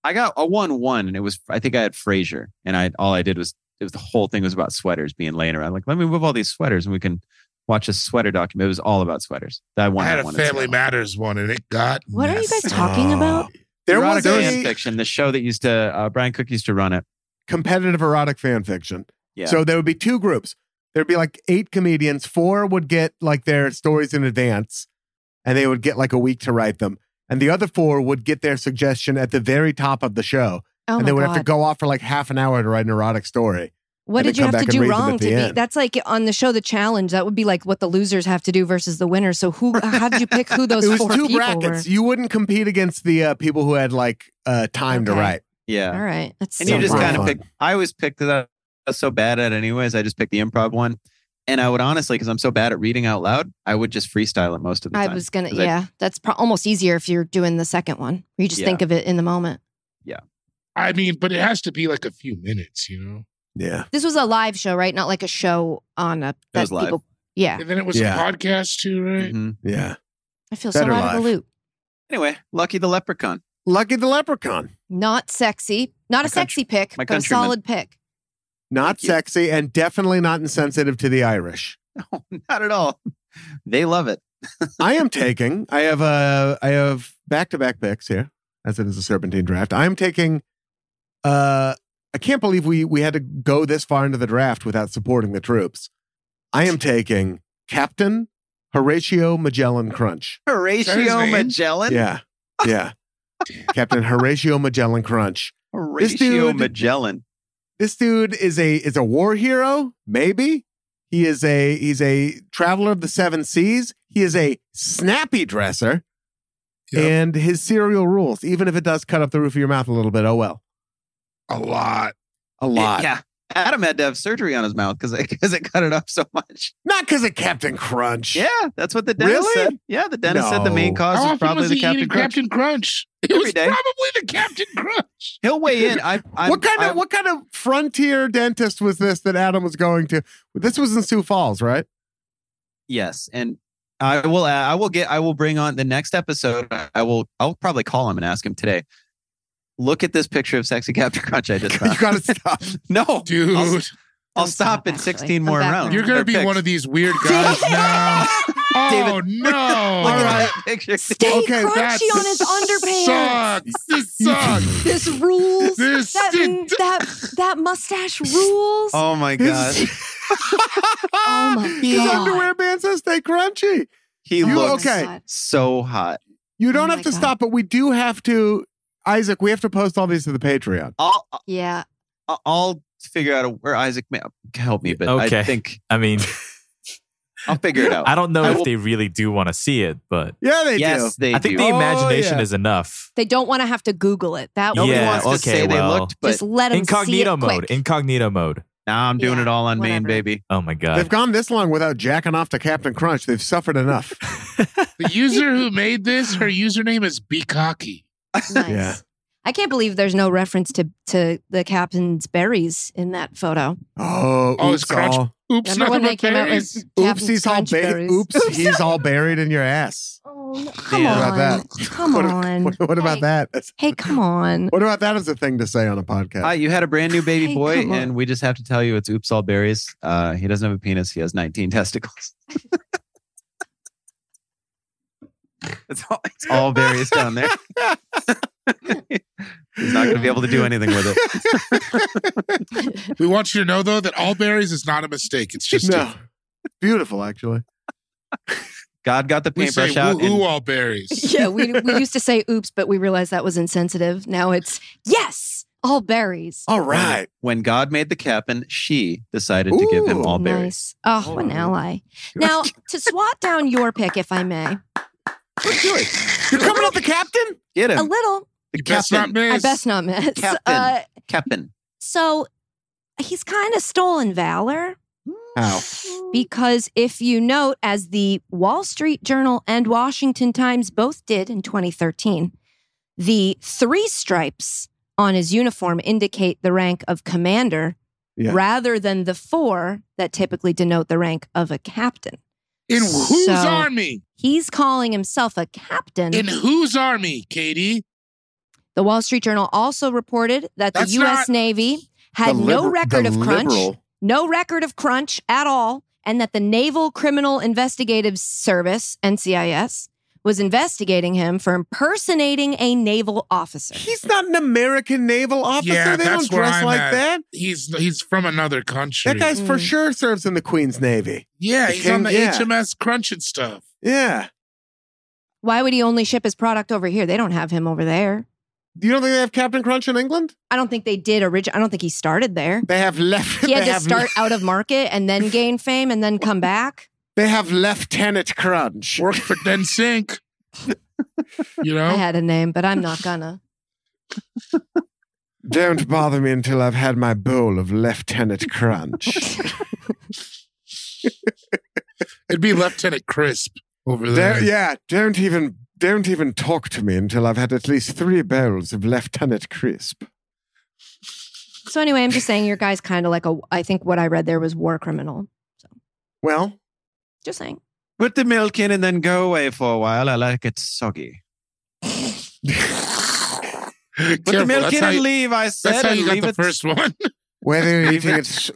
S3: I got a one one, and it was I think I had Frasier, and I all I did was it was the whole thing was about sweaters being laying around. Like, let me move all these sweaters, and we can watch a sweater document. It was all about sweaters. That one
S5: I had a
S3: one
S5: Family Matters one, and it got.
S4: What are you guys
S5: messy.
S4: talking about?
S2: There
S3: erotic
S2: was
S3: fan
S2: a
S3: fiction, the show that used to uh, Brian Cook used to run it.
S2: competitive erotic fan fiction.
S3: Yeah.
S2: So there would be two groups. There'd be like eight comedians. Four would get like their stories in advance, and they would get like a week to write them. And the other four would get their suggestion at the very top of the show,
S4: Oh
S2: and
S4: my
S2: they would
S4: god.
S2: have to go off for like half an hour to write an erotic story. and
S4: what
S2: then
S4: did you
S2: come
S4: have to
S2: back and
S4: do
S2: read them at
S4: wrong
S2: the
S4: to be?
S2: end.
S4: That's like on the show, the challenge. That would be like what the losers have to do versus the winners. So who? How did you pick who those
S2: it was
S4: four
S2: two
S4: people
S2: brackets. You wouldn't compete against the uh, people who had like uh, time to
S4: Okay.
S2: write.
S3: Yeah.
S4: were? All right, that's
S3: And
S4: so
S3: you just
S4: wild.
S3: kind of
S2: fun.
S3: pick. I always picked that. I was so bad at it anyways. I just picked the improv one, and I would honestly, because I'm so bad at reading out loud, I would just freestyle it most of the
S4: I
S3: time.
S4: was gonna,
S3: 'Cause I-
S4: yeah. that's pro- almost easier if you're doing the second one. You just
S3: Yeah.
S4: think of it in the moment.
S5: I mean, but it has to be like a few minutes, you know.
S2: Yeah.
S4: This was a live show, right? Not like a show on a
S3: It was
S4: that
S3: live.
S4: people. Yeah,
S5: And then it was
S2: Yeah.
S5: a podcast too, right?
S3: Mhm.
S4: Hmm.
S2: Yeah.
S4: I feel
S2: Better
S4: so out of
S2: live.
S4: the loop.
S3: Anyway, Lucky the Leprechaun.
S2: Lucky the leprechaun.
S4: Not sexy. Not
S3: My
S4: a sexy pick,
S3: my
S4: but a
S3: countrymen.
S4: solid pick.
S2: Not
S3: Thank you.
S2: sexy and definitely not insensitive to the Irish.
S3: No, not at all. They love it.
S2: I am taking. I have uh I have back to back picks here, as it is a serpentine draft. I am taking. Uh, I can't believe we we had to go this far into the draft without supporting the troops. I am taking Captain Horatio Magellan Crunch.
S3: Horatio
S5: name?
S3: Magellan.
S2: Yeah, yeah. Captain Horatio Magellan Crunch.
S3: Horatio
S2: dude-
S3: Magellan.
S2: This dude is a is a war hero. Maybe he is a he's a traveler of the seven seas. He is a snappy dresser.
S5: Yep.
S2: and his cereal rules, even if it does cut up the roof of your mouth a little bit. Oh well,
S5: a lot.
S2: a lot.
S3: Yeah. Adam had to have surgery on his mouth because because it cut it up so much.
S2: Not because of Captain Crunch.
S3: Yeah, that's what the dentist
S2: Really?
S3: said. Yeah, the dentist said the main
S2: No.
S3: cause
S5: How
S3: was
S5: often
S3: probably
S5: was
S3: the
S5: he
S3: Captain
S5: eating
S3: Crunch.
S5: Captain Crunch? It
S3: Every
S5: was
S3: day.
S5: probably the Captain Crunch.
S3: He'll weigh in. I, I
S2: what kind
S3: I,
S2: of what kind of frontier dentist was this that Adam was going to? This was in Sioux Falls, right?
S3: Yes, and I will. uh, I will get. I will bring on the next episode. I will. I'll probably call him and ask him today. Look at this picture of sexy Captain Crunch I just
S2: you
S3: found.
S2: gotta stop.
S3: no,
S5: Dude,
S3: I'll, I'll stop
S4: Don't stop,
S3: in
S4: actually.
S3: 16
S4: I'm
S3: more
S4: back
S3: rounds.
S4: now.
S5: you're gonna
S3: Or
S5: be
S3: picks.
S5: one of these weird guys now. Oh
S3: David,
S5: no!
S3: Look
S5: All
S3: at
S5: right,
S3: that picture.
S4: Stay
S2: Okay,
S4: crunchy
S5: that's-
S4: on his underpants.
S5: sucks. This sucks.
S4: This rules.
S5: This
S4: that,
S5: did-
S4: that that mustache rules.
S3: Oh my god,
S4: Oh my
S2: His
S4: God.
S2: underwear band says stay crunchy.
S3: he
S2: You
S3: looks
S2: okay?
S4: Oh God.
S3: so hot.
S2: You don't
S4: Oh
S2: have
S4: my
S2: to
S4: God.
S2: stop, but we do have to. Isaac, we have to post all these to the Patreon.
S3: I'll
S4: Yeah.
S3: I'll- I'll figure out a, where Isaac may help me, but I
S8: Okay.
S3: think
S8: I mean,
S3: I'll figure it out.
S8: I don't know
S3: I
S8: if
S3: will-
S8: they really do want to see it, but
S2: Yeah, they
S3: yes,
S2: do.
S3: they
S8: I think
S3: do.
S8: the
S2: Oh,
S8: imagination
S2: yeah.
S8: is enough.
S4: They don't want to have to Google it. That
S3: Nobody
S8: Yeah,
S3: wants to
S8: okay,
S3: say they
S8: well.
S3: looked, but
S4: just let them
S8: Incognito
S4: see it
S8: mode.
S4: quick.
S8: Incognito mode.
S3: now I'm doing
S4: Yeah,
S3: it all on main,
S4: whatever.
S3: baby.
S8: Oh my
S2: They've
S8: god.
S2: gone this long without jacking off to Captain Crunch. They've suffered enough.
S5: The user who made this, her username is Beacocky.
S4: nice.
S2: Yeah.
S4: I can't believe there's no reference to to the captain's berries in that photo.
S2: Oh,
S5: Oh,
S2: oops,
S5: it's Crunch.
S2: all-
S5: Oops,
S4: Remember when
S5: nothing
S4: they
S5: but
S4: came out with
S5: berries.
S2: Oops,
S4: Captain
S2: he's all
S4: Crunch
S2: ba-
S4: berries.
S2: oops, he's all buried in your ass.
S4: Oh, no. come
S3: Yeah.
S4: on.
S2: What about that?
S4: Come
S2: What-
S4: on.
S2: What, what about
S4: Hey.
S2: that? That's-
S4: Hey, come on.
S2: What about that as a thing to say on a podcast?
S3: Uh, you had a brand new baby
S4: Hey,
S3: boy,
S4: come on.
S3: and we just have to tell you it's oops all berries. Uh, he doesn't have a penis. He has 19 testicles. it's, all, it's all berries down there. He's not going to be able to do anything with it.
S5: We want you to know though that all berries is not a mistake. It's just
S2: no. Beautiful, actually.
S3: God got the
S5: we say
S3: paintbrush out.
S5: woo
S3: And
S5: all berries.
S4: Yeah, we, we used to say oops, but we realized that was insensitive. Now it's yes, all berries.
S2: All right.
S3: When God made the captain, she decided to give him all
S4: nice.
S3: berries.
S4: Oh, what an ally. Now, to swat down your pick, if I may,
S2: You're coming up the captain?
S3: Get
S4: a
S3: him.
S4: little.
S3: The
S5: You best not
S3: captain.
S4: I
S5: miss.
S4: best not miss.
S3: Mm. Captain.
S4: Uh,
S3: Captain.
S4: so he's kind of stolen valor.
S3: How?
S4: Because if you note, as the Wall Street Journal and Washington Times both did in 2013, the three stripes on his uniform indicate the rank of commander
S2: Yeah.
S4: rather than the four that typically denote the rank of a captain.
S5: In whose
S4: So-
S5: army?
S4: He's calling himself a captain.
S5: In whose army, Katie?
S4: the Wall Street Journal also reported that the
S5: That's
S4: U.S.
S5: not-
S4: Navy had
S2: The
S4: no
S2: liber-
S4: record
S2: the
S4: of crunch.
S2: liberal-
S4: no record of crunch at all, and that the Naval Criminal Investigative Service, NCIS, was investigating him for impersonating a naval officer.
S2: He's not an American naval officer.
S5: Yeah,
S2: they
S5: that's
S2: don't
S5: where
S2: dress
S5: I'm
S2: like
S5: at.
S2: that.
S5: He's he's from another country.
S2: That guy's for
S4: Mm.
S2: sure serves in the Queen's Navy.
S5: yeah,
S2: the
S5: he's
S2: king-
S5: on the
S2: yeah.
S5: HMS Crunch and stuff.
S2: Yeah.
S4: Why would he only ship his product over here? They don't have him over there.
S2: You don't think they have Captain Crunch in England?
S4: I don't think they did originally. I don't think he started there.
S2: They have left.
S4: He had
S2: they
S4: to
S2: have
S4: start out of market and then gain fame and then come back.
S2: They have Lieutenant Crunch.
S5: Worked for Den Sink. you
S4: I
S5: know?
S4: had a name, but I'm not gonna.
S2: Don't bother me until I've had my bowl of Lieutenant Crunch.
S5: It'd be Lieutenant Crisp over there.
S2: Don't- yeah, don't even don't even talk to me until I've had at least three bowls of Lieutenant Crisp.
S4: So anyway, I'm just saying your guy's kind of like a. I think what I read there was war criminal.
S2: Well,
S4: Just saying.
S3: Put the milk in and then go away for a while. I like it soggy.
S5: Careful,
S3: Put the milk
S5: that's
S3: in
S5: how
S3: and
S5: you-
S3: leave, I
S5: That's
S3: said.
S5: how
S3: and
S5: you got
S3: leave
S5: the
S3: it
S5: first one.
S2: whether you're eating it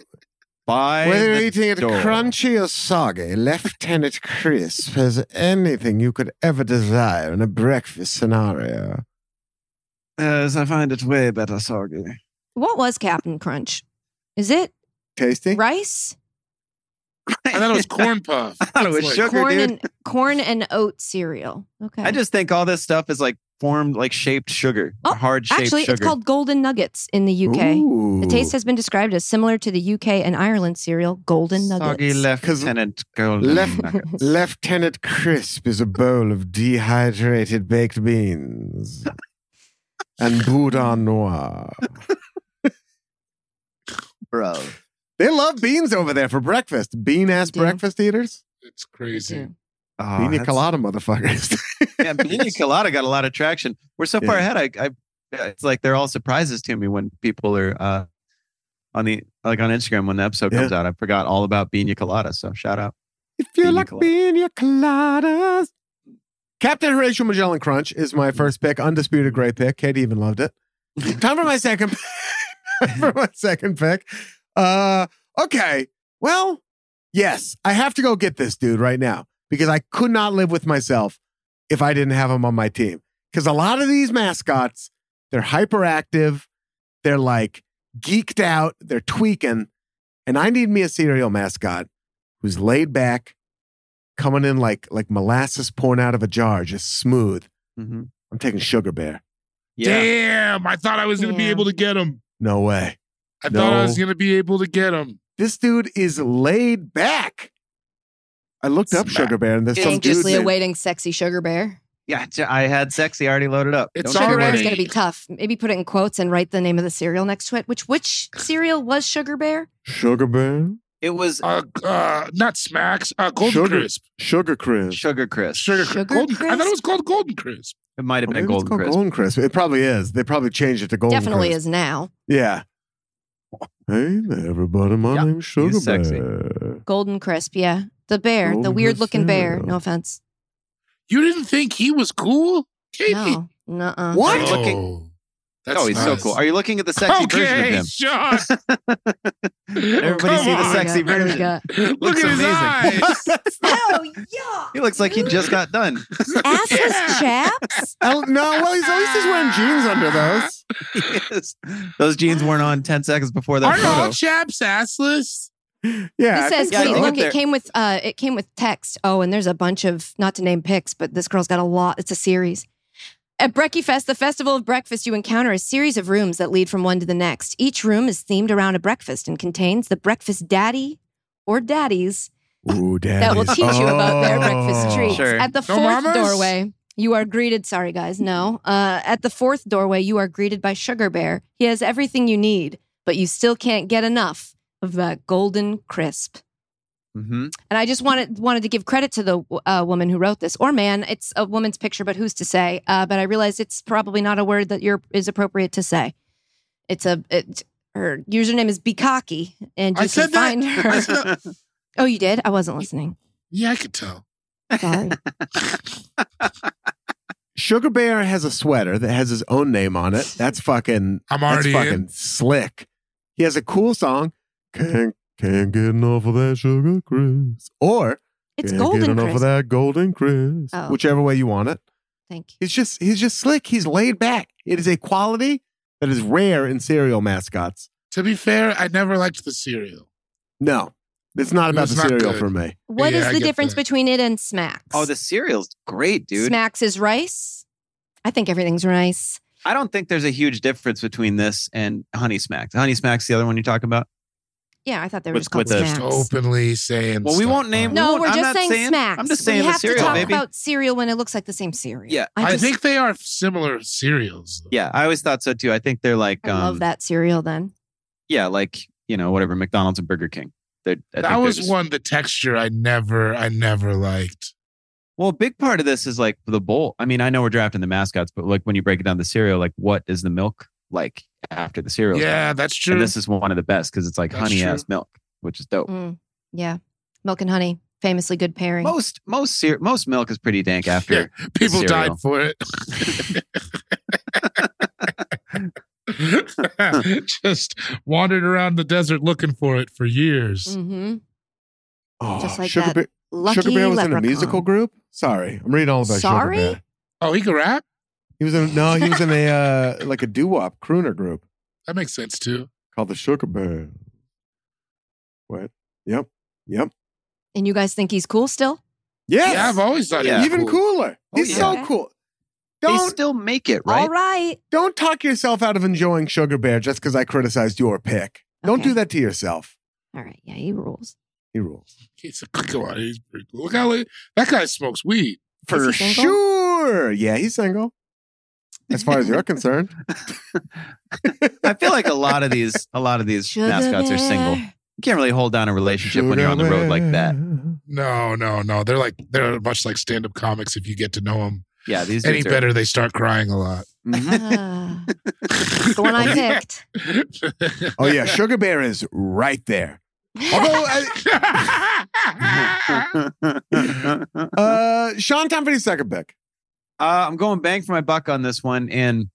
S3: by
S2: whether you're
S3: the
S2: eating it
S3: door.
S2: crunchy or soggy, Lieutenant Crisp has anything you could ever desire in a breakfast scenario.
S3: Yes, I find it way better soggy.
S4: What was Captain Crunch? Is it
S3: Eh.
S2: Tasty.
S4: rice?
S5: I thought it was corn puff.
S3: I thought it was
S5: It's
S3: sugar,
S4: corn
S3: dude.
S4: and corn and oat cereal. Okay.
S3: I just think all this stuff is like formed, like shaped sugar,
S4: Oh,
S3: hard shaped
S4: actually
S3: sugar.
S4: it's called golden nuggets in the UK.
S2: Ooh.
S4: The taste has been described as similar to the UK and Ireland cereal golden
S3: soggy
S4: nuggets.
S3: lieutenant golden
S2: Left-
S3: nugget.
S2: Lieutenant Crisp is a bowl of dehydrated baked beans and boudin noir.
S3: bro.
S2: They love beans over there for breakfast. Bean ass
S4: They do.
S2: breakfast eaters.
S5: It's crazy.
S3: Oh,
S2: Beanie
S3: that's-
S2: colada motherfuckers.
S3: yeah, Pina Colada got a lot of traction. We're so far
S2: Yeah.
S3: ahead. I, I, it's like they're all surprises to me when people are uh, on the like on Instagram when the episode comes out. I forgot all about Beanie Colada. So shout out.
S2: if you
S3: Pina
S2: like
S3: colada.
S2: pina coladas. Mm. Captain Horatio Magellan Crunch is my first pick. Undisputed great pick. Katie even loved it. Time for my second time for my second pick. Uh okay. Well, yes, I have to go get this dude right now because I could not live with myself if I didn't have him on my team. Because a lot of these mascots, they're hyperactive, they're like geeked out, they're tweaking. And I need me a cereal mascot who's laid back, coming in like like molasses pouring out of a jar, just smooth.
S3: hmm
S2: I'm taking Sugar Bear.
S3: Yeah,
S5: Damn, I thought I was going to be
S4: Yeah.
S5: able to get him.
S2: No way.
S5: I thought I was
S2: No.
S5: going to be able to get him.
S2: This dude is laid back. I looked up
S3: Smack.
S2: Sugar Bear and there's some dude.
S4: Anxiously
S2: named-
S4: awaiting sexy sugar bear.
S3: yeah. j- I had sexy already loaded up.
S5: It's
S3: Don't you
S4: Sugar bear
S3: worry.
S4: is going to be tough. Maybe put it in quotes and write the name of the cereal next to it. Which which cereal was sugar bear?
S2: Sugar Bear,
S3: It was
S5: Uh, uh, not smacks. Uh, golden
S2: Sugar.
S5: crisp.
S2: Sugar Crisp.
S3: Sugar Crisp.
S5: Sugar,
S4: Sugar
S5: crisp. golden, I thought
S4: Crisp?
S5: it was called golden crisp.
S3: It might have
S2: Or maybe
S3: been
S2: it's
S3: Golden
S2: called
S3: Crisp.
S2: Golden Crisp. It probably is. They probably changed it to Golden
S4: Definitely
S2: Crisp.
S4: is now.
S2: Yeah. Hey there, everybody. My
S3: Yeah,
S2: name's Sugar
S3: he's sexy.
S2: Bear.
S4: Golden crisp, yeah. The bear, the
S2: Golden
S4: weird
S2: Crisp
S4: looking bear.
S2: cereal.
S4: No offense.
S5: You didn't think he was cool, Katie?
S4: No. Nuh-uh.
S2: What?
S5: Oh, that's
S3: oh, he's so
S5: nice.
S3: cool. Are you looking at the sexy
S5: okay,
S3: version of him?
S5: Sean.
S3: Everybody
S5: Come
S3: see the
S5: on.
S3: sexy
S4: What do we
S3: version.
S4: got?
S5: Look
S3: Looks
S5: at his
S3: amazing.
S5: eyes.
S4: Oh yeah.
S3: He looks like he just got done.
S4: assless chaps.
S2: Oh, no, well, he's at least he's wearing jeans under those.
S3: Yes. Those jeans weren't on 10 seconds before that
S5: Aren't all
S3: photo.
S5: chaps assless?
S2: Yeah. I
S4: He says,
S2: think
S3: so.
S4: "Wait,
S3: Yeah, I
S4: look,
S3: think
S4: it came with uh, it came with text. Oh, and there's a bunch of not to name pics, but this girl's got a lot. It's a series. At Brekkie Fest, the festival of breakfast, you encounter a series of rooms that lead from one to the next. Each room is themed around a breakfast and contains the breakfast daddy or daddies
S2: Ooh, daddy.
S4: that will teach you about their
S2: Oh.
S4: breakfast treats.
S3: Sure.
S4: At the
S5: No
S4: fourth
S5: mamas?
S4: doorway, you are greeted. Sorry, guys, no. Uh, at the fourth doorway, you are greeted by Sugar Bear. He has everything you need, but you still can't get enough of that golden crisp.
S3: Mm-hmm.
S4: And I just wanted wanted to give credit to the uh, woman who wrote this, or man. It's a woman's picture, but who's to say? Uh, but I realize it's probably not a word that you're is appropriate to say. It's a it, her username is Bikaki, and you
S5: I
S4: can
S5: said that.
S4: find
S5: I
S4: her.
S5: said-
S4: oh, you did? I wasn't listening.
S5: yeah, I could tell.
S4: Sorry.
S2: Sugar Bear has a sweater that has his own name on it. That's fucking.
S5: I'm
S2: That's
S5: already
S2: fucking
S5: in.
S2: slick. He has a cool song. Can't can't get enough of that sugar crisp. Or
S4: It's
S2: can't get
S4: golden
S2: enough of
S4: crisp.
S2: that golden crisp.
S4: Oh.
S2: Whichever way you want it.
S4: Thank you.
S2: He's just he's just slick. He's laid back. It is a quality that is rare in cereal mascots.
S5: To be fair, I never liked the cereal.
S2: No, it's not about
S5: It's
S2: the
S5: not
S2: cereal
S5: good.
S2: for me.
S4: What
S5: Yeah,
S4: is
S5: I
S4: the
S5: get
S4: difference
S5: that.
S4: between it and Smacks?
S3: Oh, the cereal's great, dude.
S4: Smacks is rice. I think everything's rice.
S3: I don't think there's a huge difference between this and Honey Smacks. Honey Smacks, the other one you're talking about.
S4: Yeah, I thought they were
S3: With-
S4: just called
S3: with the-
S4: Smacks.
S5: Openly saying.
S3: Well, we
S5: stuff.
S3: won't name-
S4: No,
S3: won't-
S4: we're
S3: I'm
S4: just
S3: not
S4: saying,
S3: saying-
S4: smacks.
S3: I'm just saying
S4: we
S3: the
S4: have to
S3: cereal,
S4: talk
S3: baby.
S4: about cereal when it looks like the same cereal.
S3: Yeah,
S5: I,
S4: just-
S5: think they are similar cereals. Though.
S3: Yeah, I always thought so too. I think they're like,
S4: I
S3: um,
S4: love that cereal. Then
S3: yeah, like you know, whatever McDonald's and Burger King. They're, I think
S5: that
S3: they're
S5: was
S3: just-
S5: one. The texture I never, I never liked.
S3: Well, a big part of this is like the bowl. I mean, I know we're drafting the mascots, but like when you break it down the cereal, like what is the milk like after the cereal?
S5: Yeah, that's true.
S3: and this is one of the best because it's like
S5: That's
S3: honey
S5: true.
S3: ass milk, which is dope.
S4: Mm, yeah, milk and honey, famously good pairing.
S3: Most most cere- most milk is pretty dank after.
S5: People
S3: cereal.
S5: died for it. Just wandered around the desert looking for it for years.
S4: hmm
S2: Oh,
S4: Just like
S2: sugar
S4: that
S2: Bear,
S4: Lucky
S2: sugar Bear was
S4: leprechaun.
S2: in a musical group. Sorry, I'm reading all about
S4: Sorry?
S2: Sugar Bear.
S5: Oh, he could rap?
S2: He was in no, he was in a uh, like a doo wop crooner group
S5: That makes sense too.
S2: called the Sugar Bear. What? Yep. Yep.
S4: And you guys think he's cool still?
S2: Yes.
S5: Yeah, I've always thought
S3: Yeah.
S5: he was
S2: Even
S5: cool.
S2: cooler.
S3: Oh,
S2: He's
S3: yeah.
S2: so
S4: Okay.
S2: cool.
S3: They
S2: Don't
S3: still make it, right?
S4: All right.
S2: don't talk yourself out of enjoying Sugar Bear just because I criticized your pick. Don't
S4: Okay.
S2: do that to yourself.
S4: All right. Yeah, he rules.
S2: He rules.
S5: He's a come on, he's pretty cool. Look how li- that guy smokes weed.
S2: For
S4: Is he single?
S2: sure. Yeah, he's single. As far as you're concerned.
S3: I feel like a lot of these a lot of these
S4: Sugar
S3: mascots are single.
S4: Bear.
S3: You can't really hold down a relationship when you're on the road like that.
S5: No, no, no. They're like they're much like stand-up comics if you get to know them
S3: Yeah, these
S5: any
S3: dudes are-
S5: better, they start crying a lot.
S3: Mhm.
S4: Ah, it's the one
S5: Oh,
S4: I picked.
S2: Oh yeah, Sugar Bear is right there. Although I,
S3: uh,
S2: uh Sean, time for your second pick.
S3: I'm going bang for my buck on this one, and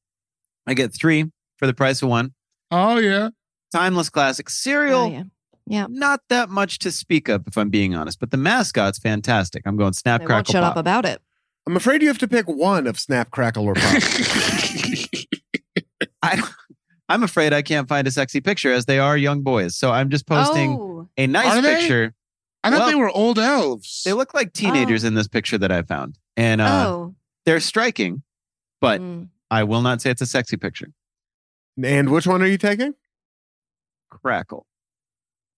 S3: I get three for the price of one.
S5: oh yeah.
S3: Timeless classic cereal.
S4: Oh, yeah. Yeah.
S3: Not that much to speak of, if I'm being honest, but the mascot's fantastic. I'm going snap
S4: They won't
S3: crackle
S4: shut
S3: pop.
S4: up about it.
S2: I'm afraid you have to pick one of Snap, Crackle, or Pop.
S3: I don't, I'm afraid I can't find a sexy picture as they are young boys. So I'm just posting
S4: Oh,
S3: a nice
S5: Are they?
S3: picture.
S5: I thought they
S3: Well-
S5: were old elves.
S3: They look like teenagers in this picture that I found, and uh,
S4: oh.
S3: they're striking. But
S4: Mm.
S3: I will not say it's a sexy picture.
S2: and which one are you taking?
S3: Crackle.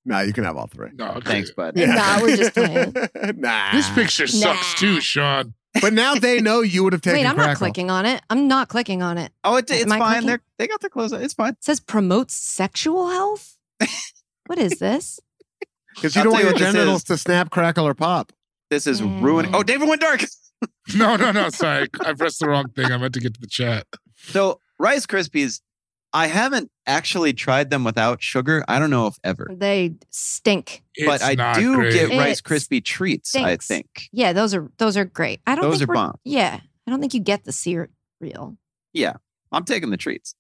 S2: No, you can have all three.
S5: no, okay.
S3: Thanks, bud.
S4: Nah, we're just playing.
S2: nah.
S5: This picture sucks
S4: Nah.
S5: too, Sean.
S2: But now they know you would have taken
S4: Wait, I'm not
S2: Crackle.
S4: clicking on it. I'm not clicking on it.
S3: Oh, it,
S4: Am
S3: it's
S4: I
S3: fine.
S4: clicking?
S3: They're, they got their clothes on. It's fine.
S4: It says promotes sexual health. what is this?
S2: Because you don't
S3: I'll tell
S2: want your
S3: you what this
S2: genitals
S3: is.
S2: to snap, crackle, or pop.
S3: This is
S4: Mm.
S3: ruining. Oh, David went dark.
S5: No, no, no. Sorry, I pressed the wrong thing. I meant to get to the chat.
S3: So Rice Krispies, I haven't actually tried them without sugar. I don't know if ever,
S4: They stink.
S3: but
S5: It's
S3: I
S5: not
S3: do
S5: great.
S3: get
S4: It
S3: Rice Krispie treats. I
S4: stinks.
S3: think.
S4: Yeah, those are those are great. I don't
S3: Those
S4: think
S3: are
S4: we're,
S3: bomb.
S4: Yeah, I don't think you get the cereal.
S3: I'm taking the treats.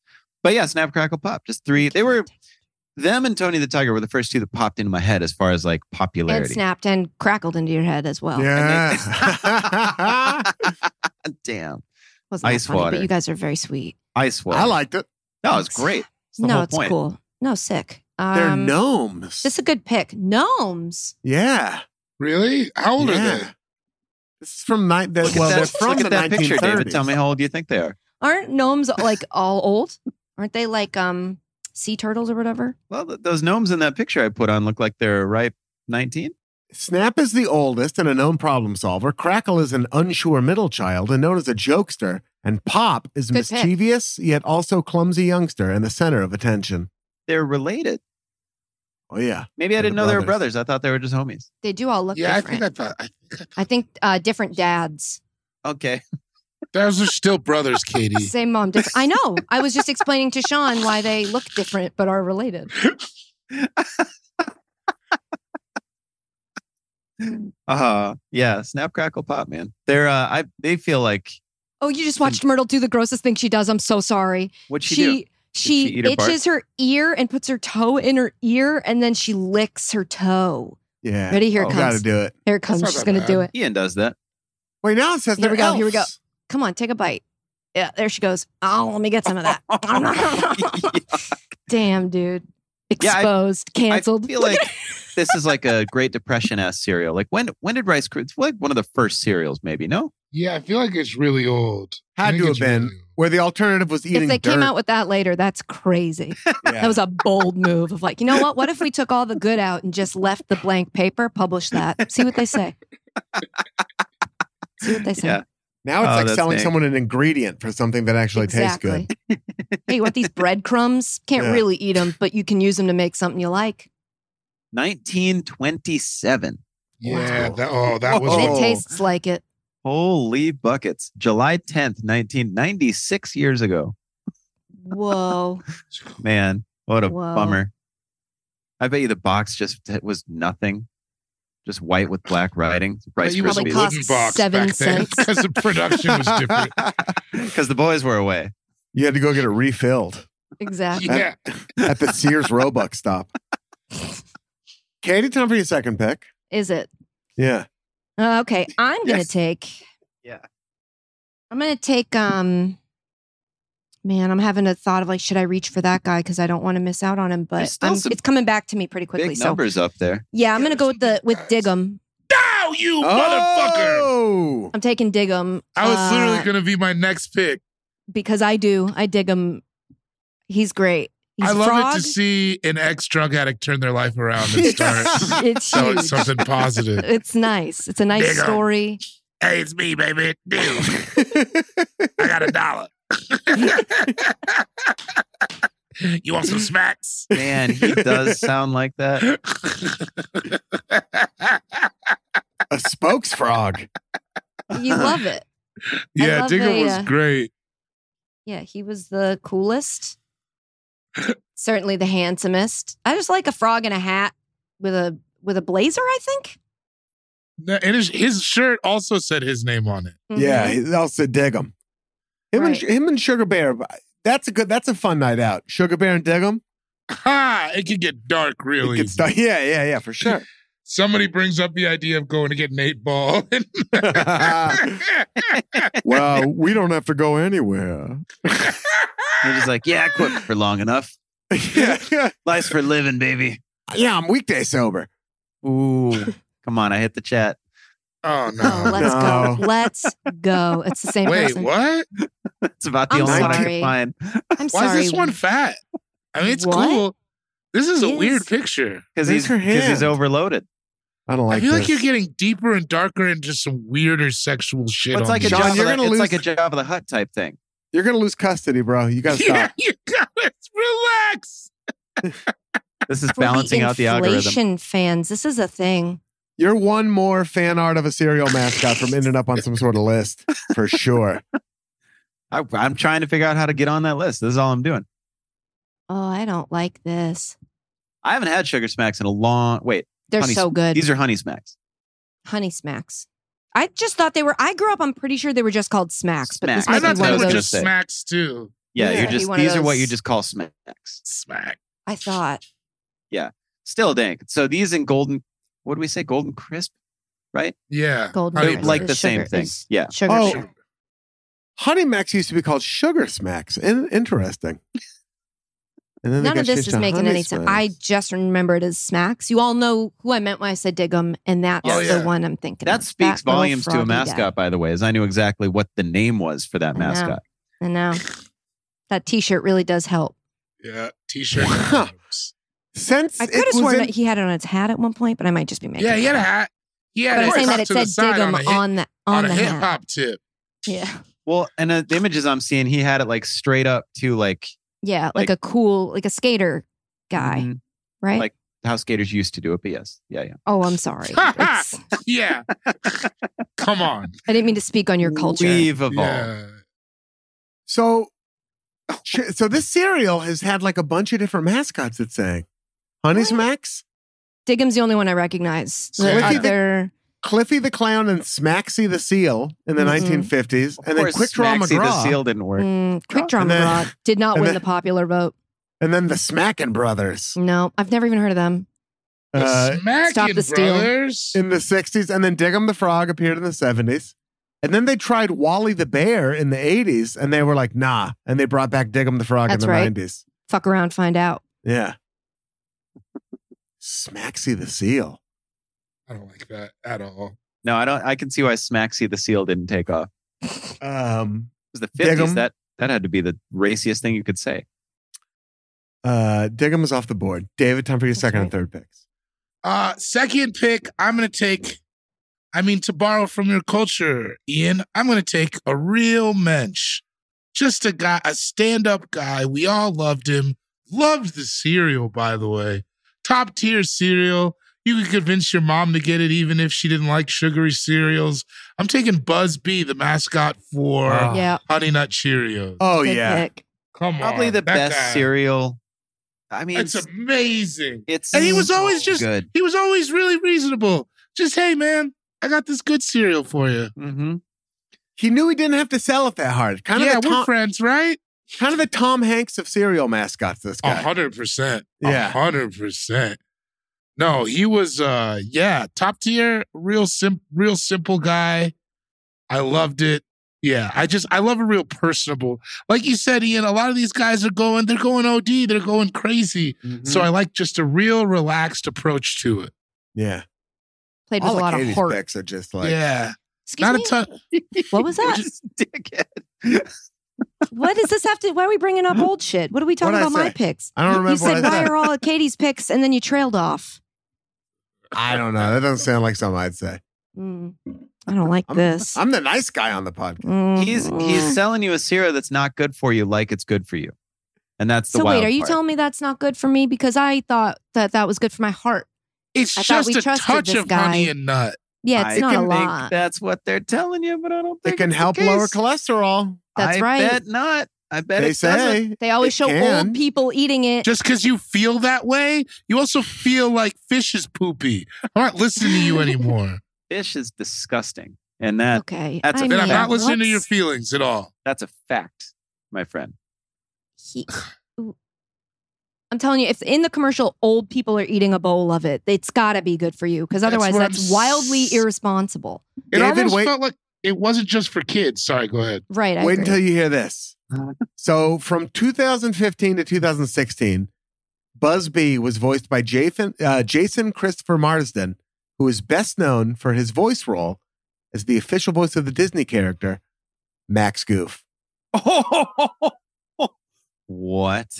S3: But yeah, Snap Crackle Pop, just three. They were them and Tony the Tiger were the first two that popped into my head as far as like
S4: And
S3: popularity.
S4: snapped and crackled into your head as well.
S2: Yeah.
S3: Damn,
S4: Wasn't that
S3: Ice
S4: funny,
S3: water.
S4: But you guys are very sweet.
S3: ice water.
S2: I liked it.
S3: No, it's great. It's the
S4: no,
S3: whole
S4: it's
S3: point.
S4: cool. No, sick. Um,
S2: They're gnomes.
S4: This is a good pick. Gnomes.
S2: yeah.
S5: Really? How old
S2: yeah.
S5: are they?
S2: This is from nine. That,
S3: Look at
S2: well,
S3: that,
S2: they're from
S3: look
S2: the
S3: at that picture,
S2: 1930s.
S3: David. Tell me how old you think they are.
S4: Aren't gnomes like all old? Aren't they like um sea turtles or whatever?
S3: Well, th- those gnomes in that picture I put on look like they're ripe 19.
S2: Snap is the oldest and a known problem solver. Crackle is an unsure middle child and known as a jokester. And Pop is
S4: Good pick.
S2: mischievous yet also clumsy youngster and the center of attention.
S3: They're related.
S2: Oh yeah,
S3: Maybe I
S2: They're
S3: didn't know they were
S2: brothers.
S3: brothers. I thought they were just homies.
S4: They do all look
S5: yeah, I
S4: different.
S5: think I thought I think
S4: I think uh, different dads,
S3: Okay.
S5: those are still brothers, Katie.
S4: same mom. Different. I know. I was just explaining to Sean why they look different but are related.
S3: Uh yeah, snap crackle pop, man. They're uh I they feel like
S4: Oh, you just
S5: Um,
S4: watched Myrtle do the grossest thing she does. I'm so sorry.
S3: what'd she, do?
S4: she she,
S3: she eat her part?
S4: itches her ear and puts her toe in her ear, and then she licks her toe.
S2: yeah.
S4: Ready? Here
S2: You
S4: it
S2: gotta
S4: comes.
S2: do it.
S4: Here it comes.
S5: not
S4: She's
S5: that
S4: gonna do
S5: bad.
S4: it.
S3: Ian does that.
S2: Wait, now it says
S4: Here
S2: they're
S4: we go, here we go.
S2: elves.
S4: Come on, take a bite. Yeah, there she goes. Oh, let me get some of that. Damn, dude.
S3: Yeah, I-
S4: Exposed, canceled.
S3: I feel like this is like a Great Depression ass cereal. Like when when did Rice Krispies? Like one of the first cereals, maybe. No,
S5: yeah, I feel like it's really old. I
S2: Had
S5: think
S2: to have
S5: it's
S2: been
S5: really old.
S2: where the alternative was eating
S4: if they
S2: dirt.
S4: came out with that later, that's crazy. That was a bold move of like, you know what? What if we took all the good out and just left the blank paper, publish that, see what they say? see what they say.
S3: Yeah.
S2: now it's
S3: Oh,
S2: like
S3: that's
S2: selling
S3: dank.
S2: someone an ingredient for something that actually tastes
S4: exactly.
S2: good.
S4: hey, you want these breadcrumbs? Can't
S2: Yeah.
S4: really eat them, but you can use them to make something you like.
S3: 1927.
S5: Yeah, that, oh, that was
S2: Whoa.
S4: And
S5: old.
S4: it tastes like it.
S3: Holy buckets! July 10th, 1996 years ago.
S4: Whoa.
S3: Man, what a
S4: Whoa.
S3: bummer! I bet you the box just it was nothing, just white with black writing. Rice
S5: But you was a
S4: Krispies.
S3: Krispies.
S4: cost
S5: wooden box
S4: seven
S5: back then
S4: cents.
S5: because the production was different.
S3: Because the boys were away.
S2: You had to go get it refilled
S4: Exactly.
S5: yeah,
S2: at the Sears Roebuck stop. Katie, time for your second pick.
S4: Is it?
S2: Yeah.
S4: Uh, okay, I'm gonna
S3: Yes.
S4: take.
S3: Yeah.
S4: I'm gonna take. Um, man, I'm having a thought of like, should I reach for that guy because I don't want to miss out on him? But
S3: still
S4: I'm-
S3: some
S4: it's coming back to me pretty quickly.
S3: Big
S4: So
S3: numbers up there.
S4: yeah, I'm
S5: Yeah,
S4: gonna go
S5: there's
S4: with the
S5: some big
S4: with Diggum.
S5: guys. now you motherfucker!
S2: Oh!
S4: I'm taking Diggum.
S5: I was
S4: uh,
S5: literally gonna be my next pick.
S4: because I do. I dig him. He's great. He's
S5: I
S4: a
S5: love
S4: frog.
S5: it to see an ex drug addict turn their life around and start
S4: it's
S5: selling
S4: huge.
S5: something positive.
S4: It's nice. It's a nice
S5: Diggum.
S4: story.
S5: Hey, it's me, baby. Dude, I got a dollar. you want some smacks?
S3: Man, he does sound like that.
S2: a spokes frog.
S4: You love it.
S5: yeah,
S4: love
S5: Digger
S4: the,
S5: was
S4: uh,
S5: great.
S4: Yeah, he was the coolest. Certainly the handsomest. I just like a frog in a hat with a with a blazer, I think.
S5: No, And his, his shirt also said his name on it.
S4: Mhm.
S2: Yeah, he also Diggum. Him and
S4: Right.
S2: him and Sugar Bear. That's a good. That's a fun night out. Sugar Bear and Diggum.
S5: Ha! It could get dark
S2: It
S5: really.
S2: gets stu- yeah, yeah, yeah, for sure.
S5: Somebody brings up the idea of going to get an eight ball. Oh,
S2: well, we don't have to go anywhere.
S3: He's just like, yeah, I quit for long enough.
S2: yeah, yeah,
S3: Life's for living, baby.
S2: yeah. I'm weekday sober.
S3: Ooh, come on! I hit the chat.
S5: oh
S4: Oh,
S5: no!
S4: let's
S2: No.
S4: go. Let's go. It's the same
S5: Wait,
S4: person.
S5: what?
S3: That's about the
S4: I'm
S3: only one I
S4: sorry.
S3: can find
S4: I'm
S5: Why
S4: sorry.
S5: is this one fat? I mean, it's
S4: What?
S5: cool. This is a
S4: Yes.
S5: weird picture.
S3: because
S2: Raise
S3: he's
S2: her
S3: because
S2: hand.
S3: he's overloaded.
S2: I don't like.
S5: I feel
S2: this.
S5: like you're getting deeper and darker into some weirder sexual shit.
S3: Well, it's
S5: on
S3: like a
S5: this.
S2: John,
S3: job.
S2: you're
S3: of the,
S2: gonna
S3: it's
S2: lose-
S3: like a job of the hut type thing.
S2: You're gonna lose custody, bro. You gotta
S5: Yeah,
S2: stop.
S5: you got it. Relax.
S3: This is
S4: For the
S3: balancing out the algorithm.
S4: inflation fans. This is a thing.
S2: You're one more fan art of a serial mascot from ending up on some sort of list for sure.
S3: I, I'm trying to figure out how to get on that list. This is all I'm doing.
S4: Oh, I don't like this.
S3: I haven't had sugar smacks in a long. Wait,
S4: They're
S3: Honey
S4: so good.
S3: these are honey smacks.
S4: Honey smacks. I just thought they were. I grew up. I'm pretty sure they were just called smacks. But this
S3: Smacks.
S5: I
S4: might
S3: That's
S5: thought
S4: be one
S5: they
S4: of
S5: were
S4: those.
S5: just
S3: those-
S5: smacks too.
S3: Yeah,
S4: Yeah.
S3: you're
S4: Be
S3: just
S4: one of
S3: these are what
S4: those-
S3: you just call smacks.
S5: Smack.
S4: I thought.
S3: Still dank. So these in golden. What do we say? Golden crisp.
S5: Yeah.
S4: Golden
S5: Honey
S3: They're
S4: Crisp.
S5: Mac.
S3: like
S4: It's
S3: the same
S4: sugar-
S3: thing.
S4: it's-
S3: Yeah.
S4: Sugar.
S2: Oh.
S4: Smacks.
S2: Honey Max used to be called Sugar Smacks. In- interesting.
S6: And then they
S4: None
S6: got
S4: of this
S6: changed
S4: is
S6: to
S4: making
S6: honey
S4: any sense. I
S6: smacks.
S4: just remember it as smacks. You all know who I meant when I said Diggum, and that's
S5: Oh, yeah.
S4: the one I'm thinking.
S3: That
S4: of.
S3: speaks
S4: little
S3: volumes to a
S4: froggy guy.
S3: mascot, by the way, as I knew exactly what the name was for that
S4: I know.
S3: mascot.
S4: I know. That T-shirt really does help.
S5: Yeah, t-shirt.
S2: Wow.
S9: Since
S4: I
S9: it
S4: could have
S9: was
S4: sworn
S9: in-
S4: that he had it on his hat at one point, but I might just be making.
S5: yeah,
S4: it
S5: he had a
S4: up.
S5: hat. He
S4: But
S5: had
S4: I'm
S5: it
S4: saying that
S5: tucked
S4: it
S5: to the
S4: said
S5: side on,
S4: Diggum
S5: a hip-
S4: on the on
S5: on
S4: the
S5: a hip
S4: hat.
S5: hop tip.
S4: Yeah,
S3: Well, and uh, the images I'm seeing, he had it like straight up to like
S4: yeah,
S3: Like-
S4: like, a cool, like a skater guy,
S5: Mm-hmm.
S3: mhm,
S4: right?
S3: like- how skaters used to do it. But yes, yeah, yeah.
S4: oh, I'm sorry. It's-
S5: Yeah. Come on.
S4: I didn't mean to speak on your culture.
S3: We've evolved.
S5: Yeah.
S2: So,
S9: Ch-
S2: so this cereal has had like a bunch of different mascots. It's saying Honey Smacks,
S4: Diggum's the only one I recognize. The
S5: Yeah.
S2: Cliffy the-
S4: other,
S2: Cliffy the Clown, and Smaxy the Seal in the
S4: Mhm.
S2: 1950s,
S3: Of
S2: and then
S3: course,
S2: Quick Draw
S3: Maxie the
S2: McGraw,
S3: seal didn't work.
S4: Mm, quick drama
S2: And then-
S4: Rod did not
S2: and
S4: win
S2: then-
S4: the popular vote.
S2: and then the Smackin' Brothers
S4: No, I've never even heard of them.
S5: The
S2: uh,
S5: Smackin'
S4: Stop the steal.
S5: brothers.
S2: in the 60s, and then Diggum the Frog appeared in the 70s. And then they tried Wally the Bear in the 80s, and they were like, nah. And they brought back Diggum the Frog
S4: That's
S2: in the
S4: right.
S2: 90s.
S4: Fuck around, find out.
S2: Yeah. Smaxy the Seal.
S5: I don't like that at all.
S3: No, I don't. I can see why Smaxy the seal didn't take off.
S2: Um,
S3: It was the
S2: Dig 'em.
S3: fifties. That that had to be the raciest thing you could say.
S2: Uh, Diggum is off the board. David, time for your
S4: That's
S2: second
S4: right.
S2: and third picks.
S5: Uh second pick, I'm gonna take I mean to borrow from your culture, Ian, I'm gonna take a real mensch. Just a guy, a stand-up guy. We all loved him. Loved the cereal, by the way. Top tier cereal. You could convince your mom to get it even if she didn't like sugary cereals. I'm taking Buzz B, the mascot for
S2: Wow.
S4: yeah.
S5: Honey Nut Cheerios.
S2: Ah. Oh
S4: good
S2: yeah,
S4: pick.
S5: Come
S3: Uh, Probably
S5: on,
S3: the
S5: that
S3: best
S5: guy.
S3: cereal. I mean,
S5: It's
S3: it's,
S5: amazing.
S3: it's
S5: and he was always
S3: so
S5: just-
S3: good.
S5: He was always really reasonable. Just hey, man, I got this good cereal for you.
S3: hmm
S2: he knew he didn't have to sell it that hard. Kind of
S5: Mm-hmm. yeah,
S2: the
S5: we're
S2: Tom,
S5: friends, right?
S2: kind of the Tom Hanks of cereal mascots. This
S5: A
S2: guy.
S5: hundred percent.
S2: Yeah.
S5: a hundred percent. No, he was uh yeah, top tier, real sim real simple guy. I loved it. Yeah, I just I love a real personable. Like you said, Ian, a lot of these guys are going, they're going OD, they're going crazy.
S4: Mm-hmm.
S5: So I like just a real relaxed approach to it.
S2: Yeah,
S4: Played with
S2: all
S4: a lot
S2: of
S4: of
S2: Katie's
S4: heart.
S2: picks are just like
S5: yeah.
S4: Excuse
S5: Not
S4: me.
S5: a ton
S4: What was that?
S3: Just dickhead.
S4: what does this have to? Why are we bringing up old shit? What are we talking
S2: What'd I
S4: about my
S2: say?
S4: picks?
S2: I don't remember.
S4: You said
S2: what I,
S4: why
S2: said.
S4: are all of Katie's picks, and then you trailed off.
S2: I don't know. That doesn't sound like something I'd say.
S4: Mm, I don't like
S2: I'm,
S4: this.
S2: I'm the nice guy on the podcast.
S4: Mm,
S3: He's
S4: mm.
S3: he's selling you a cereal that's not good for you, like it's good for you, and that's the
S4: so
S3: wild
S4: wait, are you
S3: part.
S4: telling me that's not good for me? Because I thought that that was good for my heart.
S5: It's
S4: I thought
S5: just
S4: we
S5: a
S4: trusted
S5: touch
S4: this
S5: of
S4: guy.
S5: honey and nut.
S4: Yeah, it's
S3: I
S4: not a
S3: think
S4: lot.
S3: That's what they're telling you, but I don't think
S2: It can
S3: it's the
S2: help lower
S3: case.
S2: cholesterol.
S4: That's
S3: I
S4: right.
S3: bet not. I bet
S2: They
S3: it doesn't.
S2: say.
S4: They always
S2: It
S4: show
S2: can.
S4: old people eating it.
S5: Just because you feel that way, you also feel like fish is poopy. I'm not listening to you anymore.
S3: Fish is disgusting, and that
S4: okay,
S3: that's
S4: I
S3: a
S5: and
S4: mean,
S5: I'm not listening to your
S4: what's-
S5: feelings at all.
S3: that's a fact, my friend.
S4: he, Ooh. I'm telling you, if in the commercial old people are eating a bowl of it, it's got to be good for you because
S5: That's
S4: otherwise
S5: what I'm
S4: that's, wildly
S5: s-
S4: irresponsible.
S5: It
S2: David,
S5: almost
S2: wait-
S5: felt like it wasn't just for kids. Sorry, go ahead.
S4: Right. I
S2: Wait
S4: agree.
S2: until you hear this.
S3: Uh-huh.
S2: so, from 2015 to 2016, Busby was voiced by Jason, uh, Jason Christopher Marsden, who is best known for his voice role as the official voice of the Disney character, Max Goof.
S3: what?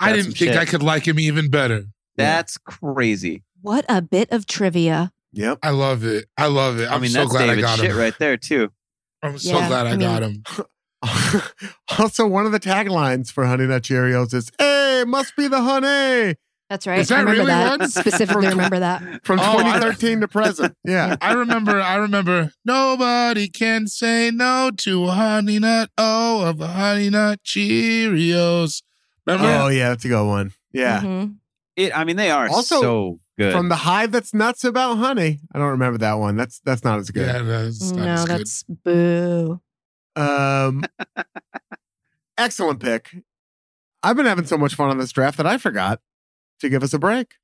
S5: I
S3: That's
S5: didn't
S3: some
S5: think
S3: shit.
S5: I could like him even better.
S3: That's crazy.
S4: What a bit of trivia.
S2: Yep.
S5: I love it. I love it. I'm
S3: I mean,
S5: so
S3: that's
S5: glad I
S3: David
S5: got
S3: shit
S5: him.
S3: right there too.
S5: I'm so
S4: Yeah,
S5: glad I,
S4: I mean-
S5: got him.
S2: also, one of the taglines for Honey Nut Cheerios is, Hey, must be the honey
S4: That's right.
S5: Is that
S4: I remember
S5: really
S4: that.
S5: one?
S4: Specifically remember that.
S2: from
S5: Oh, I-
S2: 2013 to present. Yeah.
S5: I remember. I remember. Nobody can say no to a honey nut. Oh, of a honey nut Cheerios. Remember?
S2: Oh, yeah. That's a good one. Yeah.
S4: Mhm.
S3: It. I mean, they are
S2: Also,
S3: so good.
S2: From the hive that's nuts about honey. I don't remember that one. That's that's not as good.
S5: Yeah, that's not
S4: Mm, No,
S5: as good.
S4: that's boo.
S2: Um, excellent pick. I've been having so much fun on this draft that I forgot to give us a break.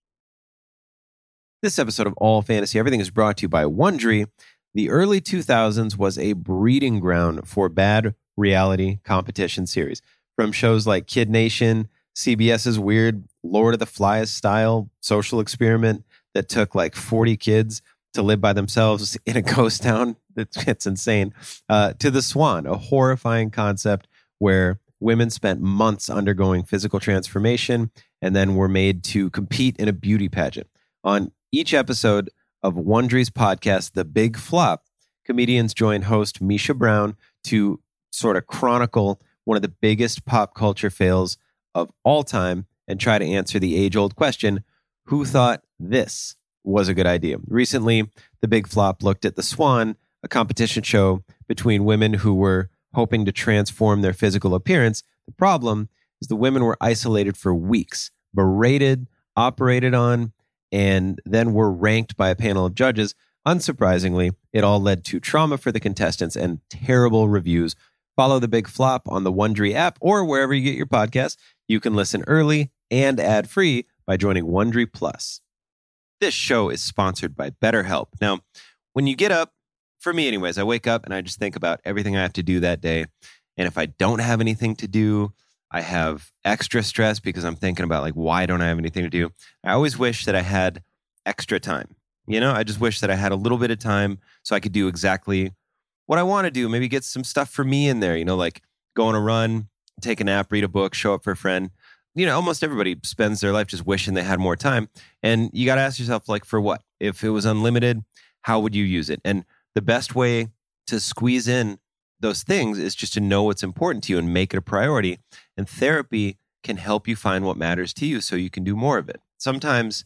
S6: This episode of All Fantasy Everything is brought to you by Wondry. The early 2000s was a breeding ground for bad reality competition series.
S3: from shows like Kid Nation, CBS's weird Lord of the Flies style social experiment that took like 40 kids to live by themselves in a ghost town. It's, it's insane. Uh, to The Swan, a horrifying concept where women spent months undergoing physical transformation and then were made to compete in a beauty pageant. On each episode of Wondry's podcast, The Big Flop, comedians join host Misha Brown to sort of chronicle one of the biggest pop culture fails of all time and try to answer the age old question who thought this was a good idea? Recently, the big flop looked at The Swan, a competition show between women who were hoping to transform their physical appearance. The problem is the women were isolated for weeks, berated, operated on, and then were ranked by a panel of judges. Unsurprisingly, it all led to trauma for the contestants and terrible reviews. Follow the big flop on the Wondery app or wherever you get your podcasts. You can listen early and ad free by joining Wondery Plus. This show is sponsored by BetterHelp. Now, when you get up, for me, anyways, I wake up and I just think about everything I have to do that day. And if I don't have anything to do, I have extra stress because I'm thinking about, like, why don't I have anything to do? I always wish that I had extra time. You know, I just wish that I had a little bit of time so I could do exactly what I want to do. Maybe get some stuff for me in there, you know, like go on a run, take a nap, read a book, show up for a friend. You know, almost everybody spends their life just wishing they had more time. And you got to ask yourself, like, for what? If it was unlimited, how would you use it? And the best way to squeeze in those things is just to know what's important to you and make it a priority. And therapy can help you find what matters to you so you can do more of it. Sometimes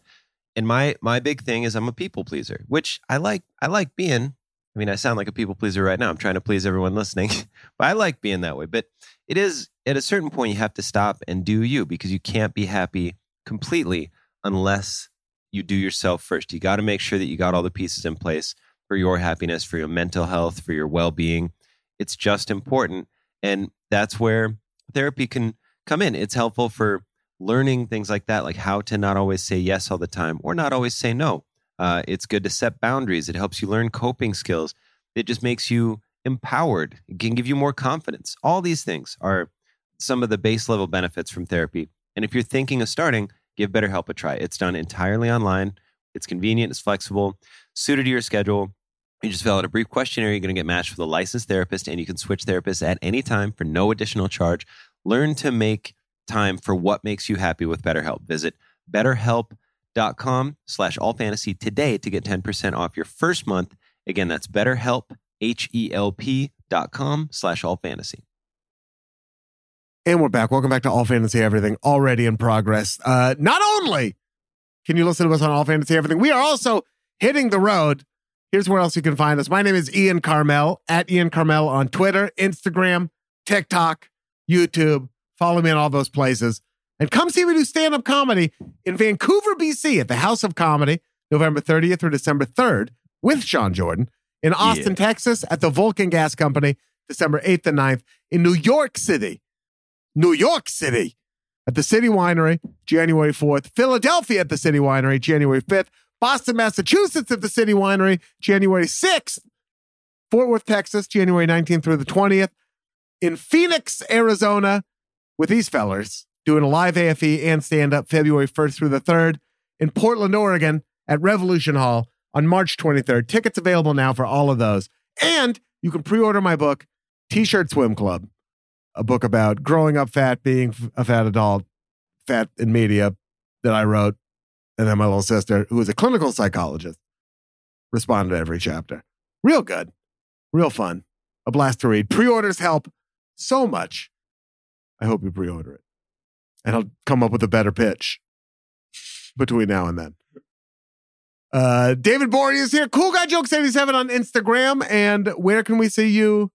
S3: and my my big thing is I'm a people pleaser, which I like I like being. I mean, I sound like a people pleaser right now. I'm trying to please everyone listening, but I like being that way. But it is at a certain point you have to stop and do you because you can't be happy completely unless you do yourself first. You got to make sure that you got all the pieces in place for your happiness, for your mental health, for your well-being. It's just important and that's where therapy can come in. It's helpful for learning things like that, like how to not always say yes all the time or not always say no. Uh, it's good to set boundaries. It helps you learn coping skills. It just makes you empowered. It can give you more confidence. All these things are some of the base level benefits from therapy. And if you're thinking of starting, give BetterHelp a try. It's done entirely online. It's convenient. It's flexible, suited to your schedule. You just fill out a brief questionnaire. You're going to get matched with a licensed therapist, and you can switch therapists at any time for no additional charge. Learn to make time for what makes you happy with BetterHelp. Visit betterhelp.com slash allfantasy today to get 10% off your first month. Again, that's betterhelp, H-E-L-P dot com slash allfantasy.
S2: And we're back. Welcome back to All Fantasy Everything, already in progress. Uh, not only can you listen to us on All Fantasy Everything, we are also hitting the road. Here's where else you can find us. My name is Ian Carmel, at Ian Carmel on Twitter, Instagram, TikTok, YouTube. Follow me in all those places. And come see me do stand up comedy in Vancouver, BC at the House of Comedy, November 30th through December 3rd with Sean Jordan. In Austin, Texas at the Vulcan Gas Company, December 8th and 9th. In New York City, New York City at the City Winery, January 4th. Philadelphia at the City Winery, January 5th. Boston, Massachusetts at the City Winery, January 6th. Fort Worth, Texas, January 19th through the 20th. In Phoenix, Arizona, with these fellers doing a live AFE and stand up February 1st through the 3rd in Portland, Oregon at Revolution Hall on March 23rd. Tickets available now for all of those. And you can pre order my book, T shirt Swim Club, a book about growing up fat, being f- a fat adult, fat in media that I wrote. And then my little sister, who is a clinical psychologist, responded to every chapter. Real good, real fun, a blast to read. Pre orders help so much. I hope you pre order it. And I'll come up with a better pitch between now and then. Uh, David Bory is here. Cool Guy Jokes 87 on Instagram. And where can we see you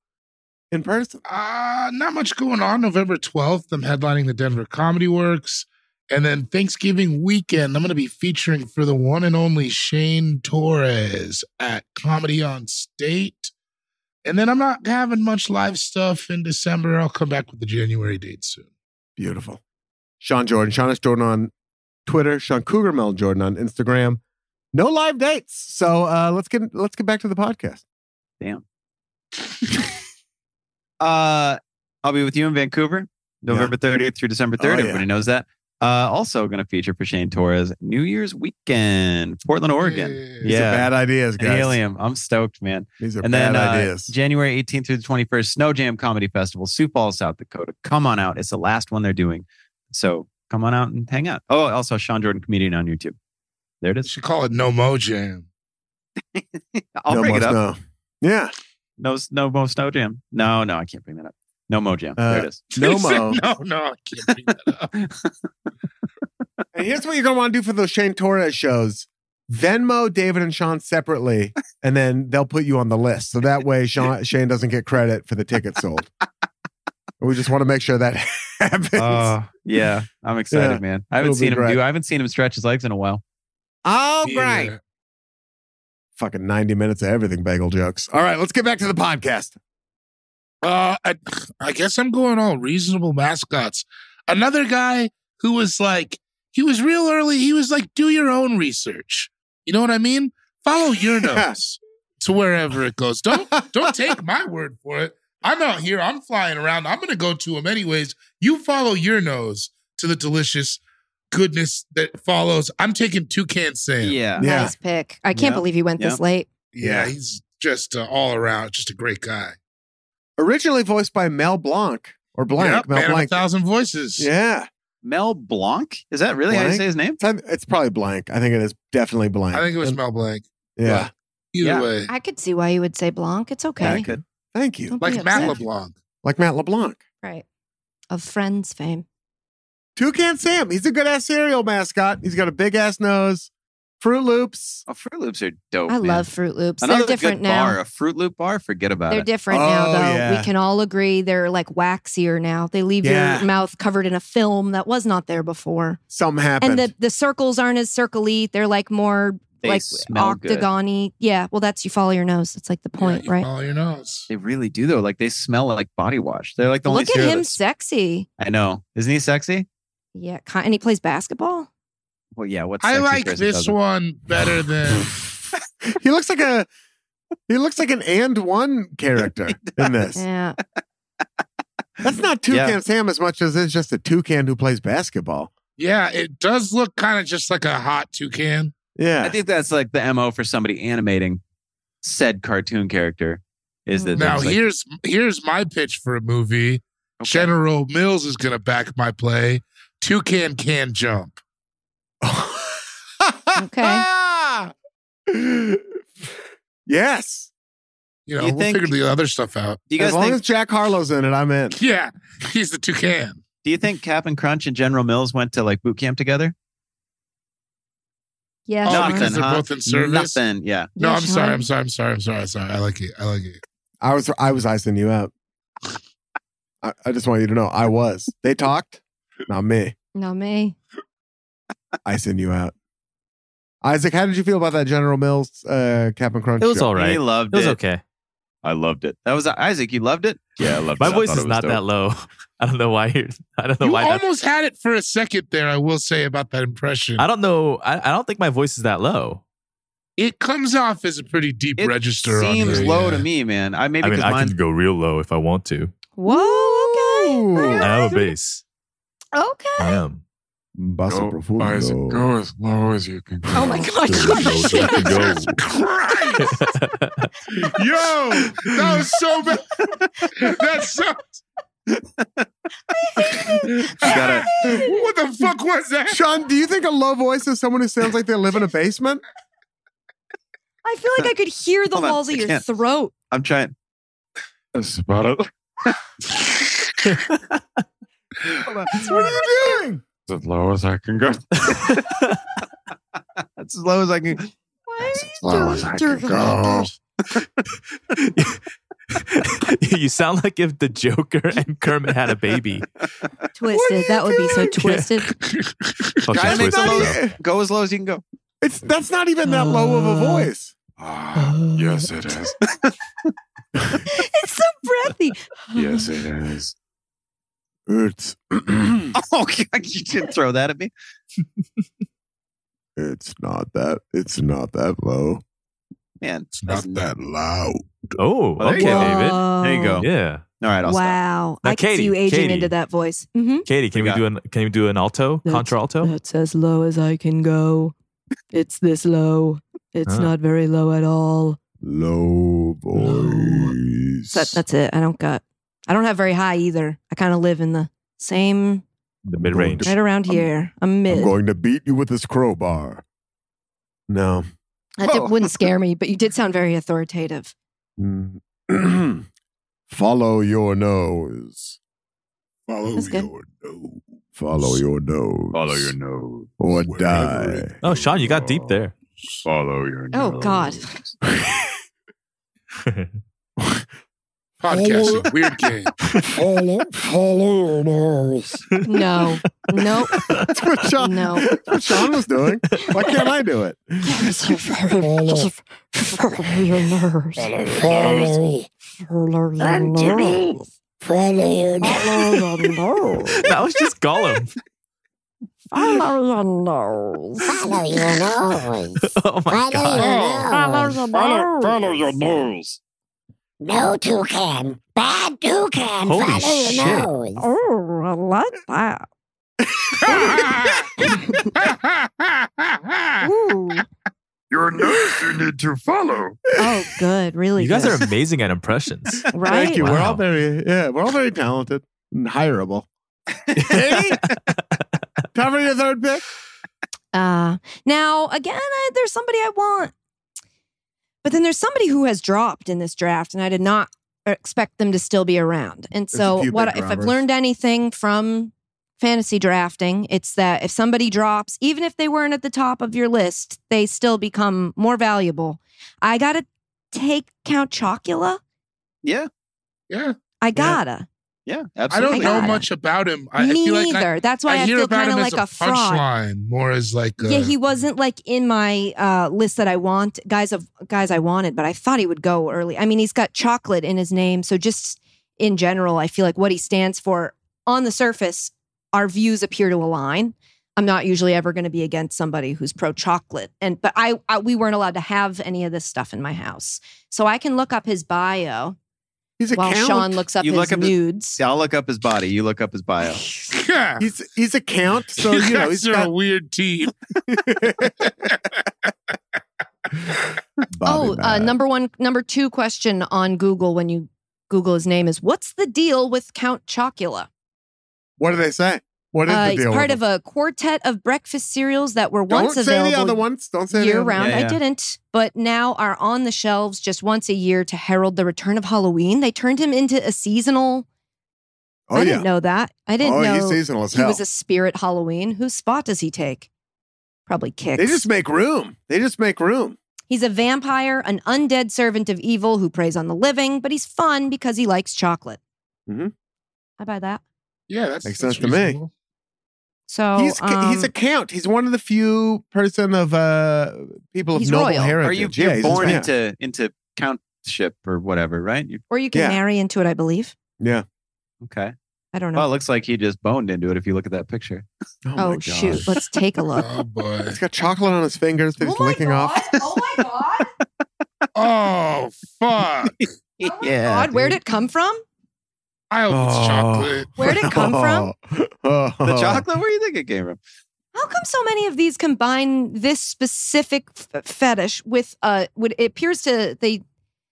S2: in person?
S5: Uh, not much going on. November 12th, I'm headlining the Denver Comedy Works. And then Thanksgiving weekend, I'm going to be featuring for the one and only Shane Torres at Comedy on State. And then I'm not having much live stuff in December. I'll come back with the January date soon.
S2: Beautiful. Sean Jordan, Sean S. Jordan on Twitter, Sean Cougar Mel Jordan on Instagram. No live dates. So uh, let's get let's get back to the podcast.
S10: Uh, I'll be with you in Vancouver
S3: November 30th through December 3rd.
S2: Oh, yeah.
S3: Everybody knows that. Uh, also going to feature for Shane Torres New Year's weekend, Portland, Oregon.
S2: These
S3: Yeah.
S2: are bad ideas, guys.
S3: Helium. I'm stoked, man.
S2: These are
S3: And
S2: bad
S3: then uh,
S2: ideas.
S3: January 18th through the 21st, Snow Jam Comedy Festival, Sioux Falls, South Dakota. Come on out. It's the last one they're doing. So come on out and hang out. Oh, also Sean Jordan Comedian on YouTube. There it
S5: You
S3: is.
S5: should call it No Mo Jam.
S3: I'll
S2: No
S3: bring
S2: must
S3: it up.
S2: know. Yeah.
S3: No, s- no more Snow Jam. No, no, I can't bring that up. No Mo Jam. there it is.
S2: No
S5: He said,
S2: Mo.
S5: No, no, I can't bring that up.
S2: And here's what you're going to want to do for those Shane Torres shows Venmo David and Sean separately, and then they'll put you on the list. So that way Sean, Shane doesn't get credit for the tickets sold. we just want to make sure that happens.
S5: Uh.
S4: Ah.
S3: Oh, yeah. I'm excited,
S2: Yeah,
S3: man. I haven't
S2: it'll be
S3: seen him
S2: great.
S3: do, I haven't seen him stretch his legs in a while.
S2: oh,
S5: Yeah.
S2: Fucking 90 minutes of everything bagel jokes. All right, let's get back to the podcast.
S5: Uh, I, I guess I'm going all reasonable mascots. Another guy who was like, he was real early. He was like, do your own research. You know what I mean? Follow your nose to wherever it goes. Don't don't take my word for it. I'm out here. I'm flying around. I'm going to go to him anyways. You follow your nose to the delicious goodness that follows. I'm taking Toucan Sam.
S3: Yeah.
S2: Yeah.
S4: Nice pick. I can't
S3: Yeah.
S4: believe you went
S3: Yeah.
S4: this late.
S5: Yeah, he's just uh, all around, just a great guy.
S2: Originally voiced by Mel Blanc or Blanc.
S5: Yep,
S2: Mel
S5: man of a
S2: Blanc.
S5: thousand voices.
S2: Yeah.
S3: Mel Blanc? Is that really how you
S2: Blanc?
S3: say his name?
S2: It's- It's probably Blanc. I think it is definitely Blanc.
S5: I think uh, it was
S2: And-
S5: Mel Blanc.
S2: Yeah.
S5: Blanc. Either
S3: Yeah.
S5: way,
S4: I could see why you would say Blanc. It's okay.
S2: Yeah, I could. Thank you.
S4: Don't be
S5: like Matt
S4: upset.
S5: LeBlanc.
S2: Like Matt LeBlanc.
S4: Right. Of Friends fame.
S2: Toucan Sam. He's a good ass cereal mascot. He's got a big ass nose. Fruit Loops.
S3: Oh, Fruit Loops are dope.
S4: I
S3: man.
S4: love Fruit Loops.
S3: Another
S4: they're different
S3: good
S4: now.
S3: bar, a Fruit Loop bar. Forget about
S4: They're
S3: it.
S4: different now,
S2: Oh,
S4: though.
S2: yeah.
S4: We can all agree they're like waxier now. They leave
S2: Yeah.
S4: your mouth covered in a film that was not there before.
S2: Something happened.
S4: And the, the circles aren't as circly. They're like more
S3: They
S4: like
S3: smell good.
S4: octagon-y. Yeah. Well, that's you follow your nose. That's like the point,
S5: you
S4: right?
S5: Follow your nose.
S3: They really do though. Like they smell like body wash. They're like the only
S4: Look at
S3: cereal
S4: him,
S3: that's-
S4: sexy.
S3: I know. Isn't he sexy?
S4: Yeah, ki- and he plays basketball.
S3: Well, yeah. What's
S5: I
S3: sexy
S5: like
S3: person
S5: this
S3: doesn't?
S5: one better than
S2: he looks like a he looks like an and one character in this.
S4: Yeah,
S2: That's not Toucan
S3: Yeah.
S2: Sam as much as it's just a toucan who plays basketball.
S5: yeah. It does look kind of just like a hot toucan.
S3: I
S2: Yeah.
S3: think that's like the mo for somebody animating said cartoon character. Is
S4: Mm-hmm.
S3: that
S5: Now
S3: there's, like,
S5: here's here's my pitch for a movie.
S3: okay.
S5: General Mills is gonna back my play. Toucan can jump.
S4: Okay.
S2: yes.
S5: You know,
S3: You
S5: we'll
S3: think-
S5: figure the other stuff out.
S3: Do you guys
S2: as long
S3: think?
S2: as Jack Harlow's in it, I'm in.
S5: Yeah, he's the toucan.
S3: do you think Cap and Crunch and General Mills went to like boot camp together?
S4: yeah.
S5: Oh,
S4: Sean.
S5: because they're both in service?
S3: Nothing. Yeah.
S5: No,
S4: Yeah,
S5: I'm sorry,
S4: Sean.
S5: I'm sorry, I'm sorry, I'm sorry, I'm sorry. I like it. I like it.
S2: I was I was icing you up. I, I just want you to know I was. They talked, not me.
S4: No, me.
S2: Icing you out. Isaac, how did you feel about that General Mills uh, Captain Crunch?
S8: It was
S2: show?
S8: all right.
S3: He
S8: It
S3: loved it.
S8: was okay.
S3: I loved it. That was Isaac. You loved it. Yeah, I loved
S8: My voice is not that low. I don't know why. You're, I don't know
S5: you
S8: why. That,
S5: almost had it for a second there, I will say about that impression.
S8: I don't know. I, I don't think my voice is that low.
S5: It comes off as a pretty deep
S3: It
S5: register. on
S3: seems
S5: here,
S3: low
S5: yeah.
S3: to me, man. I maybe
S8: I mean,
S3: because
S8: I
S3: mine.
S8: can go real low if I want to.
S4: Whoa.
S2: Ooh.
S4: Okay.
S8: I have a bass. I
S4: Okay.
S8: am.
S2: Basta profundo.
S9: as low as you can go.
S4: Oh my God.
S9: Oh,
S5: Jesus Christ! Yo, that was so bad. That's so.
S3: gotta-
S5: what the fuck was that?
S2: Sean, do you think a low voice is someone who sounds like they live in a basement?
S4: I feel like I could hear the
S3: Hold on,
S4: walls
S3: I
S4: of your
S3: can't.
S4: throat.
S3: I'm trying.
S9: That's about it.
S2: What are you doing?
S9: As low as I can go.
S3: That's as low as I can.
S9: As low as I can go.
S8: you sound like if the Joker and Kermit had a baby.
S4: Twisted. That would be so twisted.
S8: Fuck,
S3: Try
S8: that's
S3: to make the
S8: wasted,
S3: low-
S8: bro.
S3: Go as low as you can go.
S2: It's that's not even that low of a voice.
S9: Ah, yes, it is.
S4: it's so breathy.
S9: Yes, it is.
S2: It's
S3: Oh, God, you didn't throw that at me.
S2: it's not that it's not that low.
S3: man.
S5: It's not
S3: that's-
S5: that loud.
S8: Oh,
S3: Well,
S8: okay,
S3: there you go.
S8: David.
S3: There you go.
S8: Yeah,
S3: All right, I'll stop.
S4: Wow.
S8: Now,
S4: I can
S8: Katie,
S4: see you aging
S8: Katie.
S4: into that voice. Mm-hmm.
S8: Katie, can
S3: We
S8: we,
S3: got-
S8: do an can we do an alto
S11: That's-
S8: contralto?
S11: That's Oh, as low as I can go. It's this low. It's
S8: Huh.
S11: not very low at all.
S9: Low voice.
S4: So that's it. I don't got, I don't have very high either. I kind of live in the same,
S8: The mid range.
S4: right around
S2: I'm-
S4: here. I'm mid.
S2: I'm going to beat you with this crowbar.
S6: No.
S4: That
S2: Oh.
S4: did, wouldn't scare me, but you did sound very authoritative.
S2: Mm. Follow your nose.
S5: Follow
S4: That's good.
S5: your nose.
S2: Follow your nose.
S9: Follow your nose.
S2: Or
S5: Wherever
S2: die.
S5: it
S8: Oh, Sean, you got
S9: goes.
S8: deep there.
S9: Follow your
S4: Oh,
S9: nose.
S4: God.
S5: Podcasting, weird game.
S9: follow, follow your nose.
S4: No, no,
S2: That's what Sean,
S4: No.
S2: that's what Sean was doing. Why can't I do it?
S8: that was just Gollum. Oh my god.
S9: Follow, follow your nose.
S8: Holy shit.
S9: Your nose you need to follow.
S4: Oh, good. Really
S8: You guys
S4: good.
S8: are amazing at impressions.
S4: right?
S2: Thank you. We're
S8: Wow.
S2: all very yeah, we're all very talented and hireable. Katie? Time for your third pick.
S4: Uh, now, again, I, there's somebody I want. But then there's somebody who has dropped in this draft, and I did not expect them to still be around. And
S2: a
S4: so,
S2: few
S4: what
S2: big
S4: if I've
S2: droppers.
S4: learned anything from fantasy drafting, it's that if somebody drops, even if they weren't at the top of your list, they still become more valuable. I gotta take Count Chocula.
S3: Yeah,
S5: Yeah.
S4: I gotta.
S3: yeah,
S5: I don't
S3: absolutely.
S5: know
S4: God.
S5: much about him. I, I
S4: Me
S5: feel like
S4: neither. That's why
S5: I,
S4: I,
S5: I hear
S4: feel
S5: about
S4: kind
S5: him
S4: of
S5: as
S4: like a, fraud.
S5: punchline, more as like a,
S4: Yeah, he wasn't like in my uh, list that I want guys of guys I wanted, but I thought he would go early. I mean, he's got chocolate in his name, so just in general, I feel like what he stands for on the surface, our views appear to align. I'm not usually ever going to be against somebody who's pro chocolate, and but I, I we weren't allowed to have any of this stuff in my house, so I can look up his bio
S2: He's a
S4: while
S2: count.
S4: Sean looks up
S3: You
S4: his
S3: look up his-
S4: nudes.
S3: See, I'll look up his body. You look up his bio.
S5: Yeah.
S2: He's he's a count, so you know he's
S5: are
S2: got
S5: a weird team.
S2: Bobby
S4: oh, uh,
S2: Mack.
S4: number one, number two question on Google when you Google his name is what's the deal with Count Chocula?
S2: What do they say? What is
S4: Uh,
S2: the
S4: he's
S2: deal?
S4: part
S2: with
S4: of a quartet of breakfast cereals that were
S2: Don't
S4: once
S2: say
S4: available
S2: the other ones. Don't say the
S4: year
S2: other
S4: round.
S2: ones.
S3: Yeah,
S4: I
S3: yeah.
S4: didn't, but now are on the shelves just once a year to herald the return of Halloween. They turned him into a seasonal.
S2: Oh
S4: I
S2: yeah.
S4: didn't know that. I didn't
S2: oh,
S4: know
S2: he's seasonal as
S4: he
S2: hell.
S4: was a spirit Halloween. Whose spot does he take? Probably kicks.
S2: They just make room. They just make room.
S4: He's a vampire, an undead servant of evil who preys on the living, but he's fun because he likes chocolate.
S2: Mhm.
S4: I buy that.
S5: Yeah, that's
S2: Makes sense
S5: that's
S2: to me.
S5: reasonable.
S4: So
S2: he's ca- he's a
S4: um,
S2: count. He's one of the few person of uh people of
S4: He's
S2: noble
S4: royal. Are you-
S3: Or
S2: heritage.
S3: you,
S2: Yeah,
S3: you're
S2: he's-
S3: born
S2: yeah.
S3: into into countship or whatever, right? You're,
S4: or you can
S2: yeah.
S4: marry into it, I believe.
S3: okay.
S4: I don't know.
S3: Well, it looks like he just boned into it. If you look at that picture,
S2: my
S4: oh
S2: God.
S4: shoot, let's take a look.
S5: Oh boy.
S2: He's got chocolate on his fingers that he's licking off.
S4: Oh my Oh god!
S5: Oh fuck.
S4: god, where did it come from?
S5: I hope
S2: Oh.
S5: it's chocolate.
S4: Where did it come from?
S2: Oh.
S3: the chocolate. Where do you think it came from?
S4: How come so many of these combine this specific f- fetish with uh would it appears to they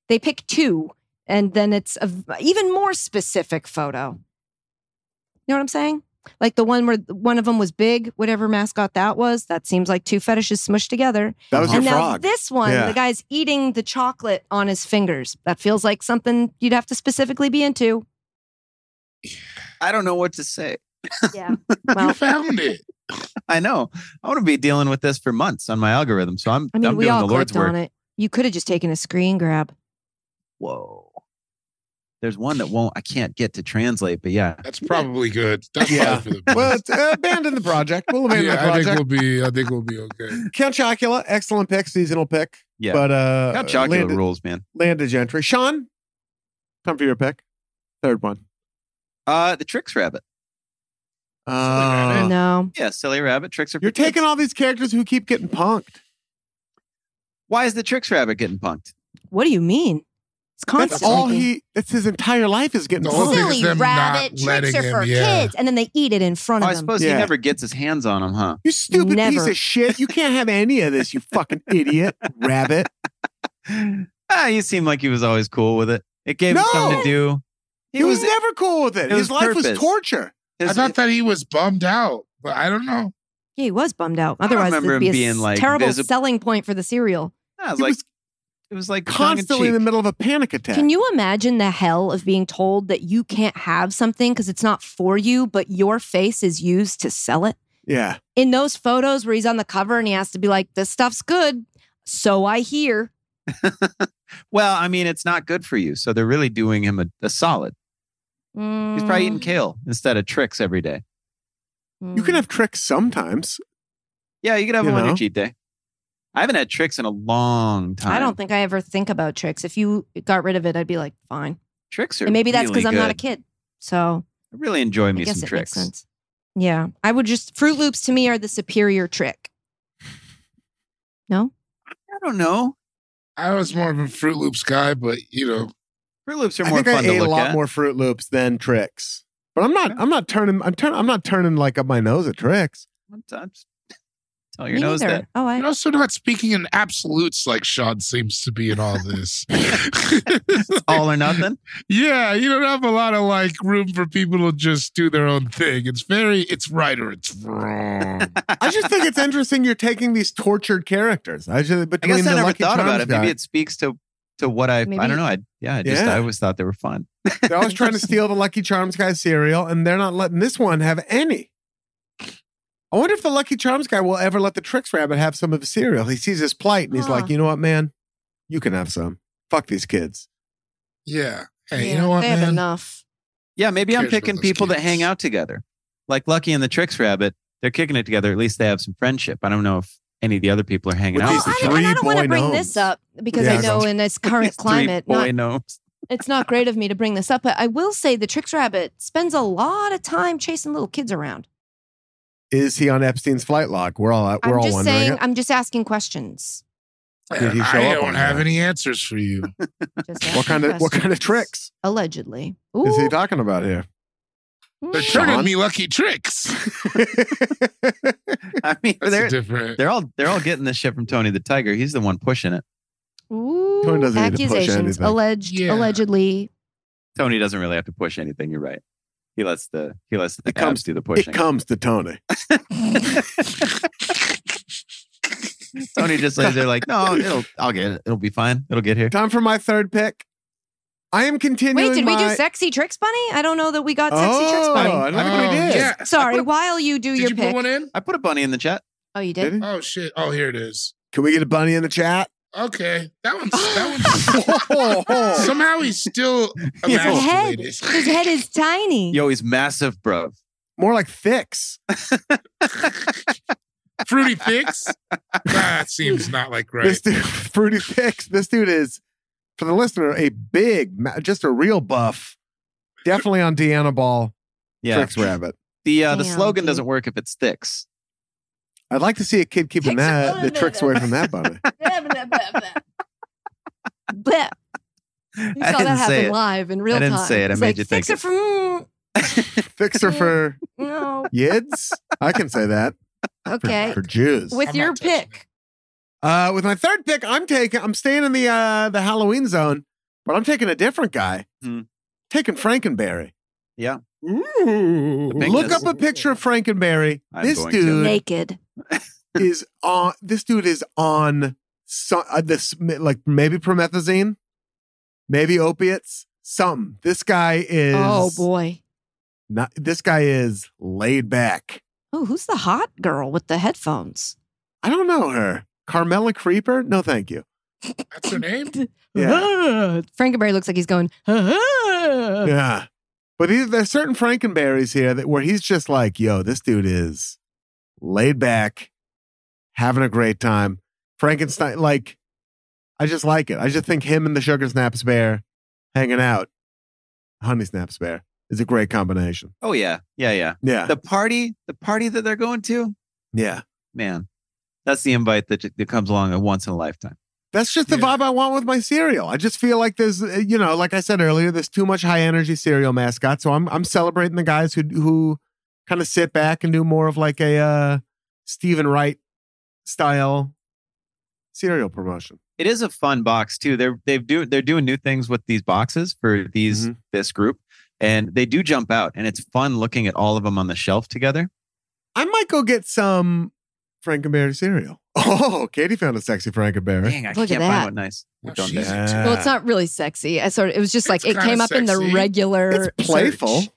S4: they pick two and then it's a v- even more specific photo. You know what I'm saying? Like the one where one of them was big, whatever mascot that was. That seems like two fetishes smushed together.
S2: That was
S4: and
S2: the
S4: now
S2: frog.
S4: this one,
S2: Yeah.
S4: the guy's eating the chocolate on his fingers. That feels like something you'd have to specifically be into.
S3: I don't know what to say.
S4: Yeah.
S5: You
S4: Well,
S5: found it.
S3: I know. I want to be dealing with this for months on my algorithm. So I'm.
S4: I mean,
S3: am
S4: we
S3: doing
S4: all
S3: the Lord's
S4: clicked
S3: work.
S4: on it. You could have just taken a screen grab.
S3: Whoa. There's one that won't. I can't get to translate, but yeah.
S5: That's probably good. That's
S2: Yeah.
S5: probably for the best.
S2: well, it's, uh, abandon the project. We'll abandon
S5: yeah,
S2: the
S5: I think
S2: project.
S5: we'll be I think we'll be okay.
S2: Count Chocula, excellent pick, seasonal pick.
S3: Yeah.
S2: But uh
S3: Got chocolate
S2: landed-
S3: rules, man.
S2: Landed Gentry. Sean, time for your pick. Third one.
S3: Uh, the tricks rabbit.
S2: Uh,
S4: no.
S3: Uh. Yeah, silly rabbit. Tricks are. for
S2: you're
S3: kids.
S2: taking all these characters who keep getting punked.
S3: Why is the Tricks Rabbit getting punked?
S4: What do you mean? It's
S2: That's
S4: constantly.
S2: all he. That's his entire life is getting.
S5: The whole thing
S2: bullied.
S5: is
S4: Silly
S5: them
S4: rabbit
S5: not
S4: tricks
S5: letting
S4: are
S5: him,
S4: for
S5: yeah.
S4: kids, and then they eat it in front
S3: Oh,
S4: of
S3: I
S4: them.
S3: suppose
S2: Yeah.
S3: he never gets his hands on him, huh?
S2: You stupid piece
S4: Never.
S2: of shit! You can't have any of this, you fucking idiot, rabbit.
S3: Ah, you seem like he was always cool with it. It gave him something
S2: No!
S3: to do.
S2: He was never cool with it.
S3: it
S2: His
S3: was
S2: life was
S3: purpose.
S2: torture.
S5: I
S3: his-
S5: thought that he was bummed out, but I don't know.
S4: yeah, he was bummed out.
S3: I don't
S4: Otherwise,
S3: remember
S4: it'd be a
S3: him being,
S4: s-
S3: like,
S4: terrible
S3: visib-
S4: selling point for the cereal.
S3: Yeah, it was
S2: He
S3: like
S2: was
S3: it was like
S2: constantly in the middle of a panic attack.
S4: Can you imagine the hell of being told that you can't have something because it's not for you, but your face is used to sell it?
S2: yeah,
S4: In those photos where he's on the cover and he has to be like, this stuff's good, so I hear.
S3: Well, I mean, it's not good for you, so they're really doing him a, a solid. He's probably
S2: Mm.
S3: eating kale instead of tricks every day.
S4: Mm,
S2: you can
S4: mm.
S2: have tricks sometimes.
S3: Yeah, you could have
S2: You
S3: him on
S2: know?
S3: your cheat day. I haven't had tricks in a long time.
S4: I don't think I ever think about tricks. If you got rid of it, I'd be like, fine.
S3: tricks are.
S4: And maybe that's because
S3: because
S4: I'm not a kid. So
S3: I really enjoy
S4: I
S3: me
S4: guess
S3: some
S4: it
S3: tricks.
S4: makes sense. Yeah. I would just, Fruit Loops to me are the superior trick. No?
S3: I don't know.
S5: I was more of a Fruit Loops guy, but you know,
S3: Fruit Loops are
S2: I
S3: more
S2: think
S3: fun
S2: I
S3: to
S2: ate a
S3: look
S2: lot
S3: at.
S2: more Fruit Loops than tricks. But I'm not. I'm not turning. I'm turn, I'm not turning like up my nose at tricks.
S3: Sometimes. Tell your
S4: me
S3: nose
S4: neither.
S3: that.
S4: Oh,
S5: you're
S4: I,
S5: also not speaking in absolutes like Sean seems to be in all this.
S3: All or nothing.
S5: yeah, you don't have a lot of like room for people to just do their own thing. It's very, it's right or it's wrong.
S2: I just think it's interesting you're taking these tortured characters. I just
S3: I
S2: between
S3: guess
S2: the
S3: I never
S2: Lucky
S3: thought about
S2: Charms
S3: it.
S2: guy-
S3: Maybe it speaks to to what I. I
S4: Maybe-
S3: don't know. I yeah. I just
S2: Yeah.
S3: I always thought they were fun.
S2: They're always trying to steal the Lucky Charms guy cereal, and they're not letting this one have any. I wonder if the Lucky Charms guy will ever let the Tricks Rabbit have some of his cereal. He sees his plight and he's
S4: Huh.
S2: like, you know what, man? You can have some. Fuck these kids.
S5: yeah. Hey, you
S4: yeah,
S5: know what,
S4: they have
S5: man?
S4: enough.
S3: Yeah, maybe I'm
S5: cares about
S3: picking
S5: those
S3: people that
S5: kids?
S3: hang out together, like Lucky and the Tricks Rabbit. They're kicking it together. At least they have some friendship. I don't know if any of the other people are hanging
S2: With
S3: out.
S4: Well,
S2: these
S4: I don't, and I
S2: three
S4: don't want
S2: boy
S4: to bring
S2: gnomes.
S4: this up because
S2: Yeah.
S4: I know in this
S3: These
S4: current
S3: three
S4: climate,
S3: boy
S4: not,
S3: gnomes.
S4: it's not great of me to bring this up. But I will say the Tricks Rabbit spends a lot of time chasing little kids around.
S2: Is he on Epstein's flight log? We're all we're
S4: I'm
S2: all
S4: just
S2: wondering.
S4: saying,
S2: it.
S4: I'm just asking questions.
S2: Did he show
S5: I
S2: up on
S5: don't have
S2: that?
S5: any answers for you.
S4: Just asking
S2: what kind of what kind of
S4: questions.
S2: tricks
S4: Allegedly.
S2: is he
S4: Ooh.
S2: talking about here?
S5: They're
S4: Mm.
S5: turning
S2: Sean?
S5: me lucky tricks.
S3: I mean,
S5: That's a
S3: they're
S5: different.
S3: they're all they're all getting this shit from Tony the Tiger. He's the one pushing it.
S4: Ooh,
S2: Tony doesn't need to push
S4: accusations,
S2: anything.
S4: alleged,
S5: Yeah.
S4: allegedly.
S3: Tony doesn't really have to push anything. You're right. He lets the he lets the
S2: It comes-
S3: abs do the
S2: it
S3: pushing.
S2: comes to Tony.
S3: Tony just lays there like, no, it'll I'll get it. It'll be fine. It'll get here.
S2: Time for my third pick. I am continuing.
S4: Wait, did we do
S2: my-
S4: sexy tricks, Bunny? I don't know that we got sexy tricks,
S2: Oh,
S4: Bunny.
S2: I don't think we
S5: Oh,
S2: did.
S5: yeah.
S4: Sorry,
S5: I put a-
S4: while you do
S5: Did
S4: your
S5: you
S4: pick.
S5: put one in?
S3: I put a bunny in the chat.
S4: oh, you
S2: Did
S4: did?
S2: he?
S5: Oh shit! Oh, here it is.
S2: Can we get a bunny in the chat?
S5: Okay, that one's that
S2: Whoa.
S5: one's
S4: Oh.
S5: somehow he's still
S3: His
S4: head.
S5: emasculated.
S4: His head is tiny.
S3: Yo, he's massive, bro.
S2: More like thicks.
S5: Fruity Thicks? Nah, that seems not like right.
S2: This dude, Fruity Picks. This dude is, for the listener, a big, ma- just a real buff. Definitely on Deanna Ball,
S3: Yeah.
S2: Tricks Rabbit.
S3: The uh, the
S4: Damn,
S3: slogan
S4: dude.
S3: doesn't work if it sticks.
S2: I'd like to see a kid keeping
S4: Takes a
S2: that
S4: bunny
S2: the tricks away
S4: rabbit.
S2: from that bunny.
S4: blah, blah, blah, blah. Blah. You
S3: I
S4: saw that
S3: didn't say
S4: happen
S3: it.
S4: live in real
S3: I
S4: time.
S3: didn't say it. I
S4: It's
S3: made
S4: like,
S3: you think
S4: fix it
S3: it."
S4: from
S2: Fixer for
S4: no.
S2: yids. I can say that for,
S4: Okay,
S2: for Jews.
S4: with
S5: I'm
S4: your
S5: not touching
S4: pick.
S2: Uh, with my third pick, I'm taking. I'm staying in the uh, the Halloween zone, but I'm taking a different guy.
S3: Hmm.
S2: Taking Frankenberry.
S3: Yeah.
S2: Ooh.
S3: The
S2: Look
S3: bigness.
S2: up a picture of Frankenberry.
S3: I'm
S2: this
S3: going to.
S2: dude
S4: Naked.
S2: is on. This dude is on. So, uh, this like maybe promethazine, maybe opiates. Something. This guy is.
S4: Oh boy.
S2: Not, this guy is laid back.
S4: Oh, who's the hot girl with the headphones?
S2: I don't know her. Carmela Creeper? No, thank you.
S5: That's her name?
S2: Yeah.
S4: Frankenberry looks like he's going. "Ah."
S2: Yeah. But he, there's certain Frankenberries here that where he's just like, yo, this dude is laid back, having a great time. Frankenstein, like, I just like it. I just think him and the Sugar Snaps Bear hanging out, Honey Snaps Bear, is a great combination.
S3: Oh yeah, yeah, yeah.
S2: Yeah.
S3: The party, the party that they're going to,
S2: yeah.
S3: man, that's the invite that, that comes along a once in a lifetime.
S2: That's just the
S5: Yeah.
S2: vibe I want with my cereal. I just feel like there's, uh, you know, like I said earlier, there's too much high energy cereal mascot. So I'm I'm celebrating the guys who who kind of sit back and do more of like a uh, Stephen Wright style cereal promotion.
S3: it is a fun box too. They're they've do they're doing new things with these boxes for
S8: Mm-hmm.
S3: these this group, and they do jump out, and it's fun looking at all of them on the shelf together.
S2: I might go get some Frankenberry cereal. Oh, Katie found a sexy Frankenberry.
S3: Dang, I
S4: Look at
S3: can't
S4: that.
S3: find what nice.
S5: Oh,
S3: We're done
S2: she's
S3: there.
S2: into
S4: Well, it's not really sexy. I sort of, it was just like it came up in the
S5: sexy.
S4: regular.
S2: It's playful.
S4: search.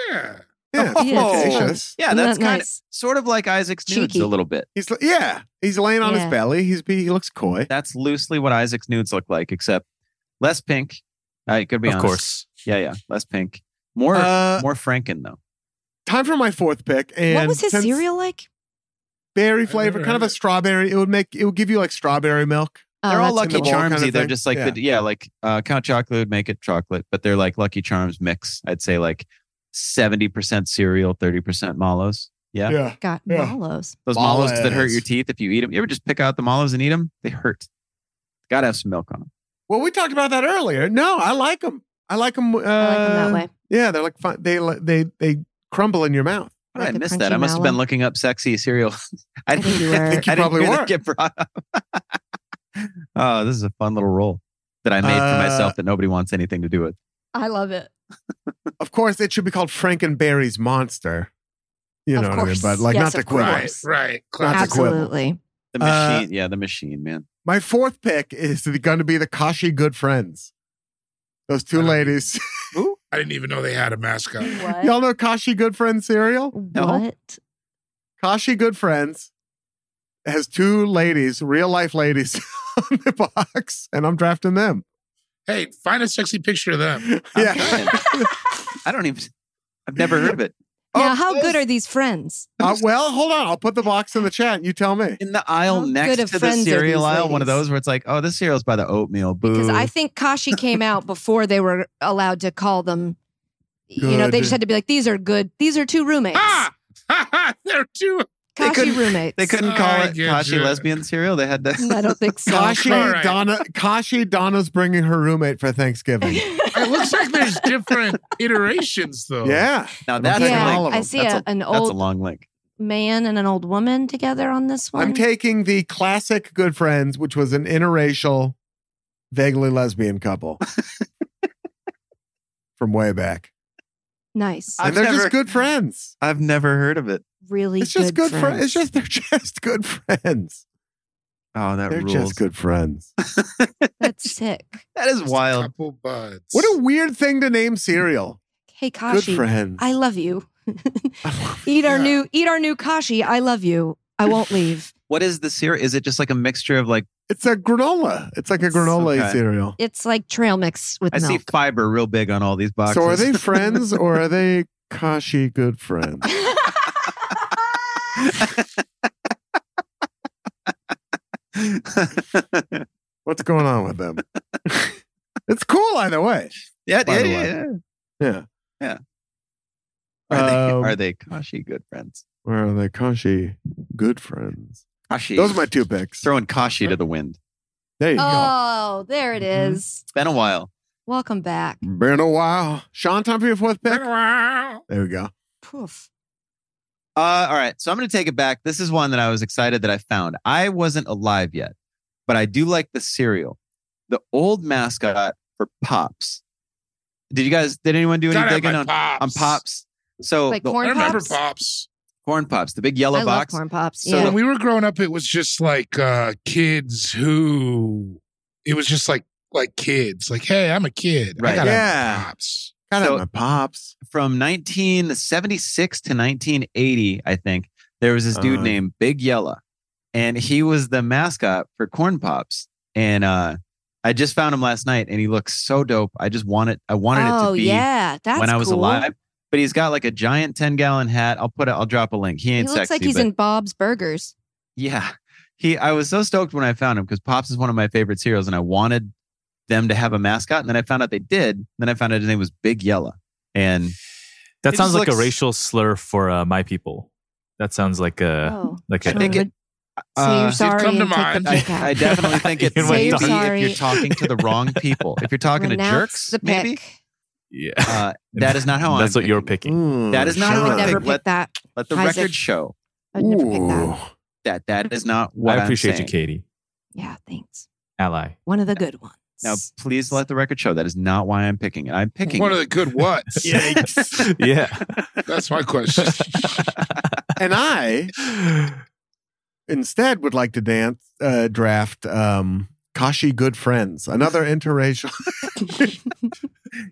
S4: Oh,
S5: Yeah.
S2: Yeah, it's
S4: Yeah, it's
S2: flirtatious.
S3: Yeah,
S4: Isn't
S3: that's
S4: that
S3: kind
S4: nice?
S3: of sort of like Isaac's nudes
S4: Cheeky.
S3: a little bit.
S2: He's yeah, he's laying on
S4: Yeah.
S2: his belly. He's he looks coy.
S3: That's loosely what Isaac's nudes look like, except less pink. I could be
S8: of
S3: honest.
S8: course.
S3: Yeah, yeah, less pink. More
S2: Uh,
S3: more Franken though.
S2: Time for my fourth pick. And
S4: What was his
S2: since-
S4: cereal like?
S2: berry
S5: I've
S2: flavor,
S5: never
S2: kind of
S5: had
S2: a
S5: it.
S2: strawberry. It would make it would give you like strawberry milk.
S4: Oh,
S3: they're all
S4: that's
S3: Lucky
S2: in the bowl
S4: cool.
S2: kind
S3: Charmsy.
S2: of
S3: they're
S2: thing?
S3: just like the yeah, like uh, Count Chocolate would make it chocolate, but they're like Lucky Charms mix. I'd say like seventy percent cereal, thirty percent Mallows. Yeah,
S4: Got
S2: Yeah.
S4: mallows.
S3: those Mallows that hurt
S2: Mallows.
S3: your teeth if you eat them. You ever just pick out the Mallows and eat them? They hurt. Got to have some milk on them.
S2: Well, we talked about that earlier. No, I like them. I like them. Uh,
S4: I like them that way.
S2: Yeah, they're like fun. They li- they they crumble in your mouth.
S3: How did
S4: Like
S3: I
S4: a
S3: miss that?
S4: crunchy
S3: I must have been
S4: mallow.
S3: looking up sexy cereal. I
S4: I think you were. I think
S2: you
S3: I didn't
S2: probably
S3: hear that
S2: were.
S3: get brought up. oh, this is a fun little roll that I made
S2: Uh,
S3: for myself that nobody wants anything to do with.
S4: I love it.
S2: Of course, it should be called Frankenberry's Monster. You
S4: Of
S2: know what I mean?
S4: course.
S2: But like
S4: Yes,
S2: not to
S4: of
S2: quit.
S5: Right.
S4: course.
S5: Right.
S2: Not
S5: Classic.
S2: to quibble.
S4: Absolutely.
S3: The
S2: Uh,
S3: machine, yeah, the machine, man.
S2: My fourth pick is going to be the Kashi Good Friends. Those two
S5: I don't-
S2: ladies.
S5: I didn't even know they had a mascot.
S4: What?
S2: Y'all know Kashi Good Friends cereal?
S4: What?
S2: Kashi Good Friends has two ladies, real life ladies, on the box, and I'm drafting them.
S5: Hey, find a sexy picture of them.
S3: I'm
S2: yeah.
S3: trying. I don't even. I've never heard of it. Oh,
S4: Now, how good are these friends?
S2: Uh, well, hold on. I'll put the box in the chat. You tell me.
S3: in the aisle
S4: How
S3: next
S4: good of
S3: to the
S4: friends are
S3: cereal
S4: these
S3: aisle, one of
S4: ladies?
S3: those where it's like, oh, this cereal's by the oatmeal. Boo.
S4: Because I think Kashi came out before they were allowed to call them. You know,
S2: Good.
S4: they just had to be like, these are good. These are two roommates.
S5: Ah! Ha ha! They're two.
S3: They
S4: Kashi
S3: couldn't-
S4: roommates.
S3: they couldn't call
S5: I
S3: it
S5: get
S3: Kashi
S5: you.
S3: lesbian cereal. They had
S4: I
S3: to.
S4: don't think so.
S2: Kashi
S5: All right.
S2: Donna Kashi Donna's bringing her roommate for Thanksgiving.
S5: It looks like there's different iterations, though.
S2: yeah.
S3: now that's
S2: taking
S3: a
S4: yeah,
S2: all
S3: link.
S2: of
S4: I
S2: them.
S4: see
S3: That's
S4: a, an
S3: That's a
S4: old
S3: long link.
S4: man and an old woman together on this one.
S2: I'm taking the classic Good Friends, which was an interracial, vaguely lesbian couple from way back.
S4: nice.
S2: And
S3: I've
S2: they're
S3: never-
S2: just good friends.
S3: I've never heard of it.
S4: really
S2: It's just good,
S4: good,
S2: friends. It's just they're just good friends.
S3: Oh, that
S2: They're
S3: rules.
S2: just good friends.
S4: That's sick.
S3: That is
S5: Just a
S3: wild.
S5: Couple buds.
S2: What a weird thing to name cereal.
S4: Hey
S2: Good
S4: Kashi,
S2: friends.
S4: I love you. eat our
S5: Yeah.
S4: new eat our new Kashi. I love you. I won't leave.
S3: What is the cereal? Is it just like a mixture of like
S2: it's a granola. It's like a granola
S3: Okay.
S2: cereal.
S4: It's like trail mix with
S3: I see
S4: milk.
S3: fiber real big on all these boxes?
S2: So are they friends or are they Kashi good friends? What's going on with them? it's cool either way.
S3: yeah,
S2: By
S3: yeah,
S2: the
S3: yeah,
S2: way.
S3: yeah.
S2: Yeah.
S3: Yeah. Are, they,
S2: Um,
S3: are they Kashi good friends?
S2: or are they Kashi good friends?
S3: Kashi.
S2: Those are my two picks.
S3: throwing Kashi to the wind.
S2: There you go.
S4: oh, there it
S2: Mhm.
S3: Mm-hmm.
S4: is.
S3: Been a while.
S4: Welcome back.
S2: Been a while. Sean, time for your fourth pick.
S5: Wow.
S2: There we go.
S4: Poof.
S3: Uh, all right. So I'm going to take it back. This is one that I was excited that I found. I wasn't alive yet, but I do like the cereal. The old mascot for Pops. Did you guys, did anyone do any
S5: Gotta have
S3: digging
S5: my
S3: on,
S5: pops.
S3: on Pops? So
S4: Like
S3: the
S5: I
S4: corn
S5: remember
S4: pops.
S5: pops.
S3: corn Pops, the big yellow
S4: I
S3: box.
S4: love corn pops.
S3: So
S4: yeah.
S5: When we were growing up, it was just like uh, kids who. It was just like like kids. Like, hey, I'm a kid.
S3: Right.
S5: I gotta have
S2: Yeah.
S5: my pops.
S2: Got
S3: So-
S2: my pops.
S3: From 1976 to 1980, I think, there was this dude
S2: Uh.
S3: named Big Yellow, and he was the mascot for corn Pops. And uh, I just found him last night, and he looks so dope. I just wanted, I wanted it
S4: oh
S3: to be.
S4: yeah, that's
S3: when I was
S4: cool.
S3: alive. But he's got like a giant 10 gallon hat. I'll put it, I'll drop a link. He
S4: He
S3: ain't
S4: looks
S3: sexy.
S4: like he's
S3: but
S4: in Bob's Burgers.
S3: yeah. He I was so stoked when I found him because Pops is one of my favorite cereals and I wanted them to have a mascot. And then I found out they did. Then I found out his name was Big Yellow. And
S8: That
S3: It
S8: sounds
S3: just
S8: like a
S3: looks-
S8: racial slur for uh, my people. That sounds like a
S4: oh,
S8: like
S3: I
S8: a
S3: think it
S4: Say you're
S3: Uh,
S4: sorry.
S5: come to
S4: and take
S5: mind.
S4: the pick out.
S3: I definitely think it's
S4: Say
S3: maybe
S4: you're sorry.
S3: if you're talking to the wrong people. If you're talking
S4: Renounce
S3: to jerks,
S4: the pick.
S3: maybe
S8: Yeah.
S3: uh, that is not how
S8: That's
S3: I'm.
S8: what you're picking.
S3: That is not
S4: I
S3: how
S4: would
S3: I
S4: never
S3: think.
S4: pick
S3: Let,
S4: that.
S3: let the
S4: Isaac.
S3: record show
S4: I would never pick that.
S3: that that is not what
S8: I appreciate
S3: am
S8: you, Katie.
S4: Yeah, thanks.
S8: Ally.
S4: One of the good ones.
S3: Now, please let the record show that is not why I'm picking it. I'm picking
S5: One
S3: it.
S5: of the good whats.
S8: Yikes. yeah.
S5: That's my question.
S2: and I instead would like to dance uh, draft um, Kashi Good Friends, another interracial.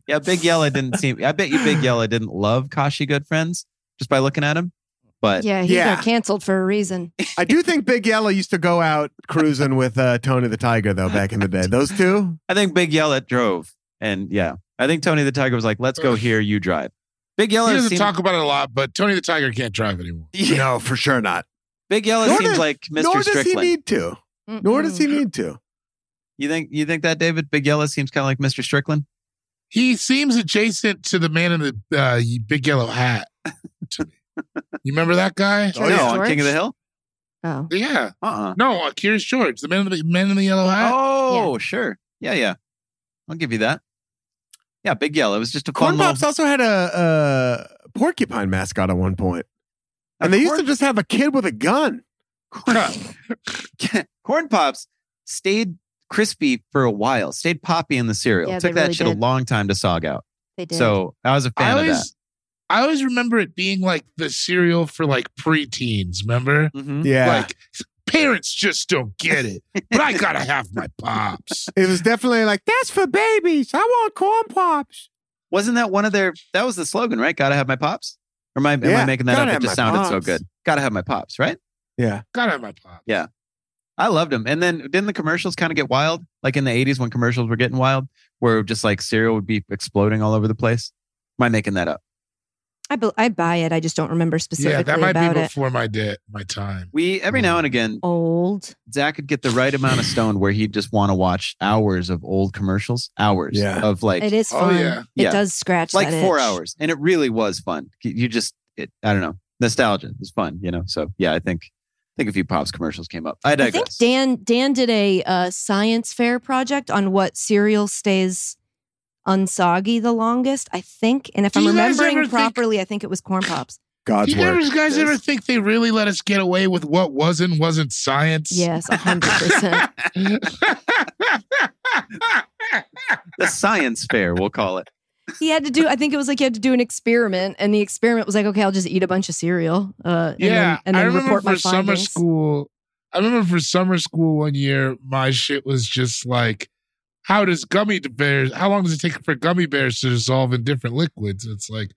S3: yeah, Big Yellow didn't seem. I bet you Big Yellow didn't love Kashi Good Friends just by looking at him. But
S4: yeah, he
S2: Yeah.
S4: got canceled for a reason.
S2: I do think Big Yellow used to go out cruising with uh, Tony the Tiger though back in the day. Those two,
S3: I think Big Yellow drove, and yeah, I think Tony the Tiger was like, "Let's go here, you drive." Big Yellow
S5: he doesn't
S3: seemed,
S5: talk about it a lot, but Tony the Tiger can't drive anymore.
S3: Yeah.
S2: no, for sure not.
S3: Big Yellow
S2: Nor
S3: seems
S2: does-
S3: like Mr.
S2: Nor does
S3: Strickland. Mm.
S2: he need to. Nor does he
S4: Mm-mm.
S2: need to.
S3: you think you think that David Big Yellow seems kind of like Mr. Strickland?
S5: He seems adjacent to the man in the uh, big yellow hat. to me. You remember that guy?
S4: Oh,
S3: no,
S4: yeah.
S3: on King of the Hill.
S4: Oh,
S5: Yeah.
S3: Uh uh
S5: No, uh, Curious George, the man in the man in the yellow hat.
S3: Oh, sure. Yeah, yeah. I'll give you that. Yeah, Big Yellow. It was just a
S2: Corn
S3: fun little.
S2: Pops also had a, a porcupine mascot at one point, and
S3: A
S2: they used to
S3: corn-
S2: just have a kid with a gun. Oh,
S3: corn pops stayed crispy for a while, stayed poppy in the cereal.
S4: Yeah,
S3: Took
S4: they
S3: that
S4: really
S3: shit a
S4: did.
S3: long time to sog out.
S4: they did.
S3: So I was a
S5: I
S3: fan of that.
S5: always, I always remember it being like the cereal for like preteens. Remember,
S3: Mhm.
S2: Yeah,
S5: like parents just don't get it. but I gotta have my pops.
S2: it was definitely like that's for babies. I want corn pops.
S3: Wasn't that one of their? That was the slogan, right? Gotta have my pops. Or am I, am
S2: Yeah,
S3: I making that
S2: gotta
S3: up? It
S2: have
S3: just
S2: my
S3: sounded so
S2: pops.
S3: good. Gotta have my pops, right?
S2: Yeah,
S5: Gotta have my pops.
S3: I loved them. And then didn't the commercials kind of get wild? Like in the 80s when commercials were getting wild, where just like cereal would be exploding all over the place. Am I making that up?
S4: I, bu- I buy it. I just don't remember specifically
S5: Yeah, that might
S4: about
S5: be
S4: it.
S5: before my day, my time.
S3: We every
S2: Hmm.
S3: now and again
S4: Old.
S3: Zach could get the right amount of stone where he'd just want to watch hours of old commercials, hours
S2: Yeah.
S3: of like
S4: it is
S5: Oh,
S4: fun.
S5: yeah.
S4: It
S3: Yeah.
S4: does scratch
S3: like
S4: that
S3: four
S4: itch.
S3: hours, and it really was fun. You- You just, it, I don't know, nostalgia is fun, you know. So yeah, I think I think a few pops commercials came up. I
S4: I think
S3: digress.
S4: Dan Dan did a uh, science fair project on what cereal stays unsoggy the longest. I think, and if
S5: Do
S4: I'm
S5: you guys ever
S4: remembering
S5: think-
S4: properly, I think it was corn pops.
S2: God's
S5: Do you
S2: word.
S5: guys, guys ever
S3: Yes.
S5: think they really let us get away with what was and wasn't science?
S4: Yes, a hundred percent.
S5: Ah,
S3: the science fair, we'll call it.
S4: He had to do. I think it was like he had to do an experiment, and the experiment was like, okay, I'll just eat a bunch of cereal. Uh, and
S5: yeah,
S4: then, and
S5: I
S4: then
S5: remember
S4: report
S5: for
S4: my
S5: summer
S4: findings.
S5: school. I remember for summer school one year, my shit was just like, how does gummy bears? How long does it take for gummy bears to dissolve in different liquids? It's like,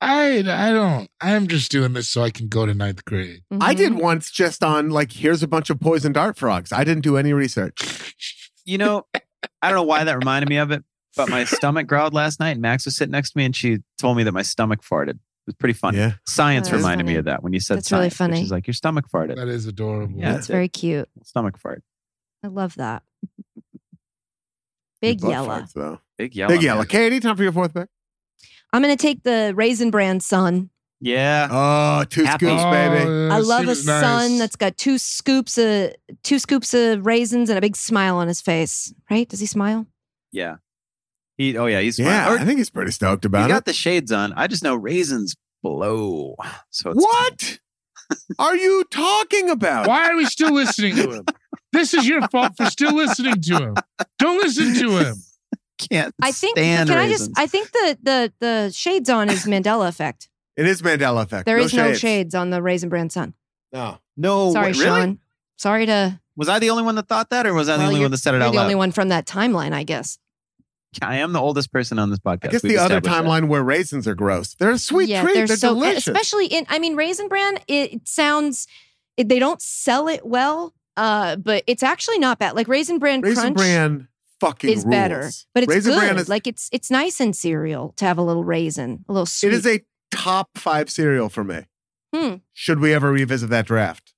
S5: I I don't. I'm just doing this so I can go to ninth grade.
S2: I did
S4: Mhm.
S2: once just on like here's a bunch of poison dart frogs. I didn't do any research.
S3: You know, I don't know why that reminded me of it, but my stomach growled last night. and Max was sitting next to me, and she told me that my stomach farted. It was pretty funny.
S2: Yeah.
S3: Science
S4: Oh, that's
S3: reminded me
S4: funny.
S3: of that when you said
S4: That's really
S3: science, which
S4: funny.
S3: is like your stomach farted.
S5: That is adorable.
S3: Yeah.
S4: That's very cute.
S3: Stomach fart.
S4: I love that. Big
S2: Love
S4: yellow.
S2: frogs, though.
S3: Big yellow.
S2: Big yellow.
S3: man.
S2: Katie, time for your fourth pick.
S4: I'm gonna take the raisin bran sun.
S3: Yeah.
S2: Oh, two
S3: Uh, Happy.
S2: scoops, baby.
S5: Oh,
S4: I love a
S5: seems nice.
S4: son that's got two scoops of two scoops of raisins and a big smile on his face. Right? Does he smile?
S3: Yeah. He. Oh yeah. He's fine.
S2: Yeah,
S3: Or
S2: I think he's pretty stoked
S3: you
S2: about
S3: got
S2: it.
S3: the shades on. I just know raisins blow. So it's
S2: What are you talking about?
S5: Why are we still listening to him? This is your fault for still listening to him. Don't listen to him.
S3: Can't
S4: I think.
S3: Stand
S4: can
S3: raisins.
S4: I just? I think the the the shades on is Mandela effect.
S2: It is Mandela effect.
S4: There is no
S2: shades.
S4: shades on the raisin bran sun.
S2: No.
S3: no.
S4: Sorry,
S3: what, Oh, really?
S4: Sean. Sorry to.
S3: Was I the only one that thought that, or was I the
S4: well,
S3: only
S4: you're-
S3: one that said it
S4: you're
S3: out
S4: the
S3: loud?
S4: only one from that timeline, I guess.
S3: I am the oldest person on this podcast.
S2: I guess
S3: We've
S2: the other
S3: established that.
S2: timeline where raisins are gross. They're a sweet
S4: yeah,
S2: treat.
S4: they're,
S2: They're,
S4: so good,
S2: delicious.
S4: especially in. I mean, raisin bran. It, it sounds. It, they don't sell it well, uh, but it's actually not bad. Like raisin bran
S2: Raisin
S4: crunch
S2: bran fucking
S4: is better,
S2: rules.
S4: but it's
S2: Raisin
S4: good.
S2: Bran is-
S4: like it's it's nice in cereal to have a little raisin, a little sweet.
S2: It is a top five cereal for me.
S4: Hmm.
S2: Should we ever revisit that draft?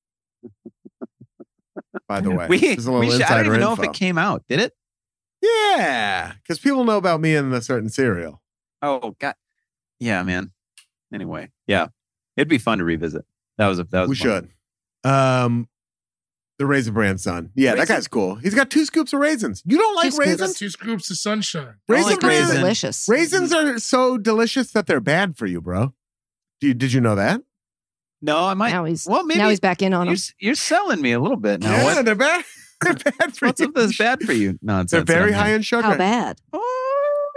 S2: By the way,
S3: We,
S2: there's a little
S3: we should, I
S2: insider
S3: don't even know
S2: info.
S3: if it came out. Did it?
S2: Yeah, because people know about me and a certain cereal.
S3: Oh God. Yeah, man. Anyway, yeah, it'd be fun to revisit. That was a that was
S2: we
S3: fun.
S2: should. Um, The Raisin Brand son. Yeah, that
S5: Raisin-
S2: guy's cool. He's got two scoops of raisins. You don't like raisins?
S5: Two scoops of sunshine.
S2: Raisin
S5: like
S2: Brand-
S5: raisins.
S4: Delicious.
S2: Raisins are so delicious that they're bad for you, bro. Do you, did you know that?
S3: No, I might.
S4: Now he's
S3: well, maybe
S4: now he's back in on
S3: you're,
S4: them.
S3: s- you're selling me a little bit now.
S2: yeah,
S3: What,
S2: they're bad. They're bad for
S3: what's
S2: you.
S3: up with this bad for you nonsense?
S2: They're
S3: that I'm
S2: very
S3: hearing?
S2: high in sugar.
S4: How bad?
S3: All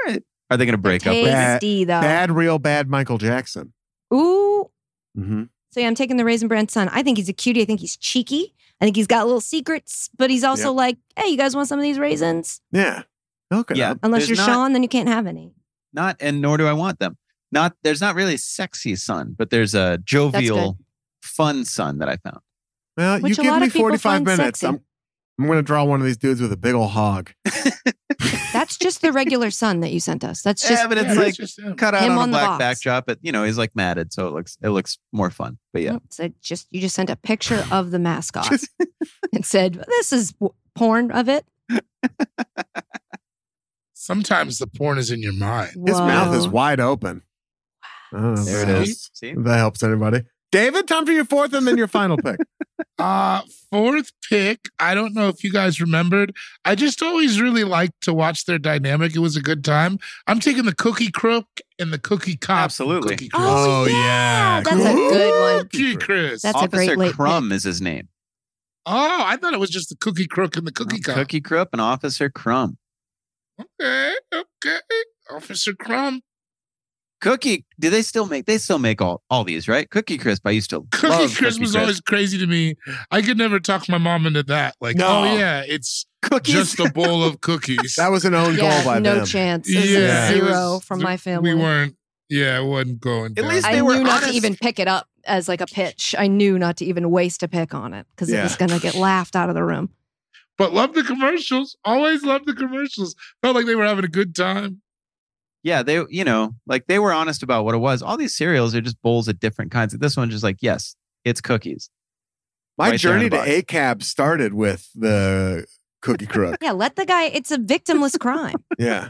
S3: right. Are they going to break up? with-
S4: Tasty though.
S2: Bad, real bad Michael Jackson.
S4: Ooh.
S2: Mm-hmm.
S4: So yeah, I'm taking the raisin brand son. I think he's a cutie. I think he's cheeky. I think he's got little secrets, but he's also
S2: Yep.
S4: like, hey, you guys want some of these raisins?
S2: Yeah. Okay.
S3: Yeah.
S4: Unless
S3: There's
S4: you're
S3: not-
S4: Sean, then you can't have any.
S3: Not, and nor do I want them. Not there's not really a sexy son, but there's a jovial, fun son that I found.
S2: Well,
S4: Which a
S2: you give
S4: lot
S2: me
S4: of people
S2: 45
S4: find
S2: minutes.
S4: sexy.
S2: I'm, I'm going to draw one of these dudes with a big old hog.
S4: That's just the regular son that you sent us. That's just
S3: yeah, but it's
S5: Yeah,
S3: like
S5: just him.
S3: cut out
S4: him
S3: on,
S4: on
S3: a
S4: the
S3: black
S4: box.
S3: backdrop, but you know he's like matted, so it looks it looks more fun. But yeah,
S4: It said just you just sent a picture of the mascot
S2: Just-
S4: and said this is w- porn of it.
S5: Sometimes the porn is in your mind.
S2: His mouth is
S4: Whoa.
S2: wide open. Oh,
S3: there it
S2: that-
S3: is. See,
S2: That helps anybody. David, time for your fourth and then your final pick.
S5: Uh fourth pick. I don't know if you guys remembered. I just always really liked to watch their dynamic. It was a good time. I'm taking the cookie crook and the cookie cop. from
S3: Absolutely.
S5: Cookie Crisp.
S4: Oh,
S2: Oh,
S4: yeah.
S2: yeah.
S4: That's a good one.
S5: Cookie Crisp.
S4: That's a great
S3: Officer
S4: late
S3: Crumb is his name.
S5: oh, I thought it was just the cookie crook and the cookie cop.
S3: Cookie Crupp and Officer Crumb.
S5: Okay, okay. Officer Crumb.
S3: Cookie, do they still make? They still make all all these, right? Cookie Crisp. I used to
S5: Cookie
S3: love
S5: Crisp was always crazy to me. I could never talk my mom into that. Like,
S2: No.
S5: oh yeah, it's
S3: cookies.
S5: just a bowl of cookies.
S2: That was an own
S4: Yeah,
S2: goal by
S4: no
S2: them.
S4: chance. This is
S5: Yeah, it
S4: zero
S5: was-
S4: from my family.
S5: We weren't. Yeah, it wasn't going.
S3: At
S5: down.
S3: least
S4: I
S3: they
S4: knew
S3: were
S4: not to
S3: honest.
S4: even pick it up as like a pitch. I knew not to even waste a pick on it because
S2: Yeah.
S4: it was going to get laughed out of the room.
S5: but love the commercials. Always love the commercials. Felt like they were having a good time.
S3: yeah, they you know like they were honest about what it was. All these cereals are just bowls of different kinds. This one's just like yes, it's cookies.
S2: My
S3: Right there in
S2: journey
S3: the
S2: to
S3: box.
S2: ACAB started with the cookie crook.
S4: Yeah, let the guy. It's a victimless crime.
S2: yeah.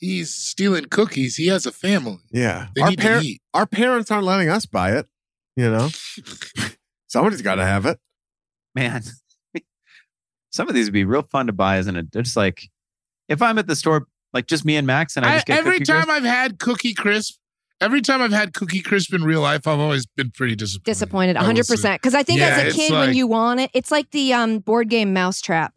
S5: He's stealing cookies. He has a family.
S2: Yeah.
S5: They
S2: Our,
S5: need
S2: par-
S5: to eat.
S2: our parents aren't letting us buy it, you know? Somebody's got to have it.
S3: man, some of these would be real fun to buy, isn't it? They're just like, if I'm at the store, like just me and Max, and I,
S5: I,
S3: just get
S5: every
S3: Cookie
S5: time
S3: Crisp,
S5: I've had Cookie Crisp, every time I've had Cookie Crisp in real life, I've always been pretty disappointed.
S4: Disappointed,
S5: I will
S4: hundred
S5: say.
S4: percent. Because I think
S5: Yeah,
S4: as a
S5: it's
S4: kid,
S5: like-
S4: when you want it, it's like the um, board game Mousetrap.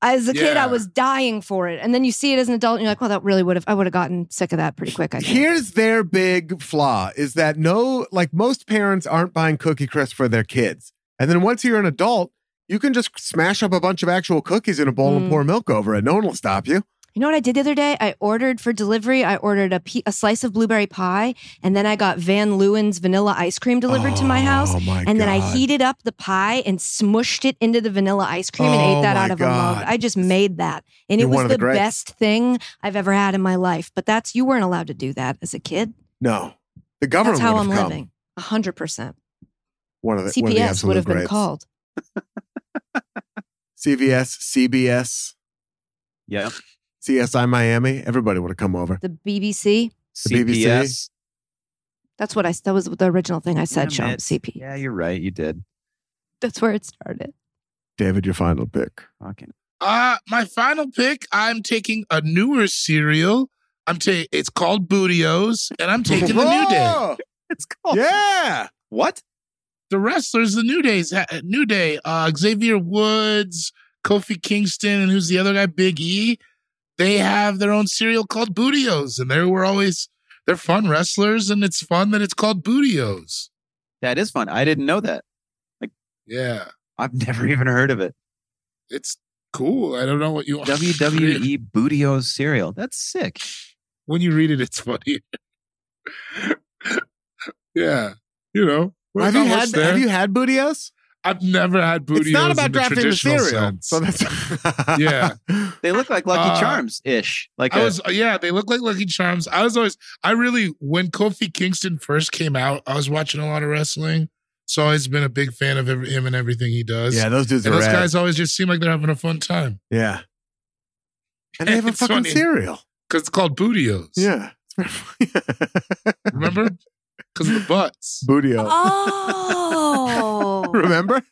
S4: As a kid,
S5: Yeah.
S4: I was dying for it, and then you see it as an adult, and you're like, "Well, that really would have. I would have gotten sick of that pretty quick." I think.
S2: Here's their big flaw is that no, like most parents aren't buying Cookie Crisp for their kids. And then once you're an adult, you can just smash up a bunch of actual cookies in a bowl and
S4: Mm.
S2: pour milk over it. No one will stop you.
S4: You know what I did the other day? I ordered for delivery. I ordered a, pe- a slice of blueberry pie, and then I got Van Leeuwen's vanilla ice cream delivered to my house.
S2: Oh, my
S4: And then I
S2: God.
S4: heated up the pie and smushed it into the vanilla ice cream and
S2: Oh
S4: ate that
S2: my
S4: out of a
S2: God.
S4: mug. I just made that. And
S2: You're
S4: it
S2: one
S4: was
S2: of the
S4: the,
S2: greats.
S4: best thing I've ever had in my life. But that's, you weren't allowed to do that as a kid.
S2: No, the
S4: That's
S2: government
S4: how
S2: would
S4: I'm
S2: have come.
S4: living. 100%.
S2: One of the one of the
S4: CPS
S2: absolute
S4: would have been
S2: greats.
S4: called.
S2: CVS, CBS,
S3: yeah,
S2: CSI Miami. Everybody would have come over.
S4: The BBC.
S2: The BBC.
S3: CPS.
S4: That's what I, that was the original thing I said,
S3: Damn
S4: Sean.
S3: it.
S4: CP.
S3: Yeah, you're right. You did.
S4: That's where it started.
S2: David, your final pick.
S3: Fucking
S5: Uh, my final pick. I'm taking a newer cereal. I'm ta- It's called Bootios, and I'm taking the New Day.
S2: Whoa!
S3: It's called
S2: Yeah.
S3: what?
S5: The wrestlers, the New Days, ha- New Day, uh, Xavier Woods, Kofi Kingston, and who's the other guy? Big E. They have their own cereal called Bootios, and they were always they're fun wrestlers, and it's fun that it's called Bootios.
S3: That is fun. I didn't know that.
S5: Yeah,
S3: I've never even heard of it.
S5: it's cool. I don't know what you
S2: E
S3: WWE E Bootios cereal. That's sick.
S5: when you read it, it's funny. yeah, you know.
S2: Have you,
S5: not much
S2: had,
S5: there.
S2: have you had Bootios?
S5: I've never had bootios.
S2: It's not about
S5: in the
S2: drafting the
S5: traditional
S2: cereal.
S5: sense.
S2: So that's
S5: Yeah.
S3: They look like Lucky
S5: Uh,
S3: Charms ish. Like
S5: I
S3: a,
S5: was uh, yeah, they look like Lucky Charms. I was always I really when Kofi Kingston first came out, I was watching a lot of wrestling. So I've always been a big fan of every, him and everything he does.
S2: yeah, those dudes
S5: and
S2: are
S5: those
S2: rad.
S5: guys always just seem like they're having a fun time
S2: Yeah. And they have a
S5: It's
S2: fucking
S5: funny.
S2: cereal.
S5: because it's called bootios.
S2: Yeah.
S5: remember? Because of
S2: Oh.
S5: the butts.
S2: Bootio.
S4: Oh.
S2: Remember?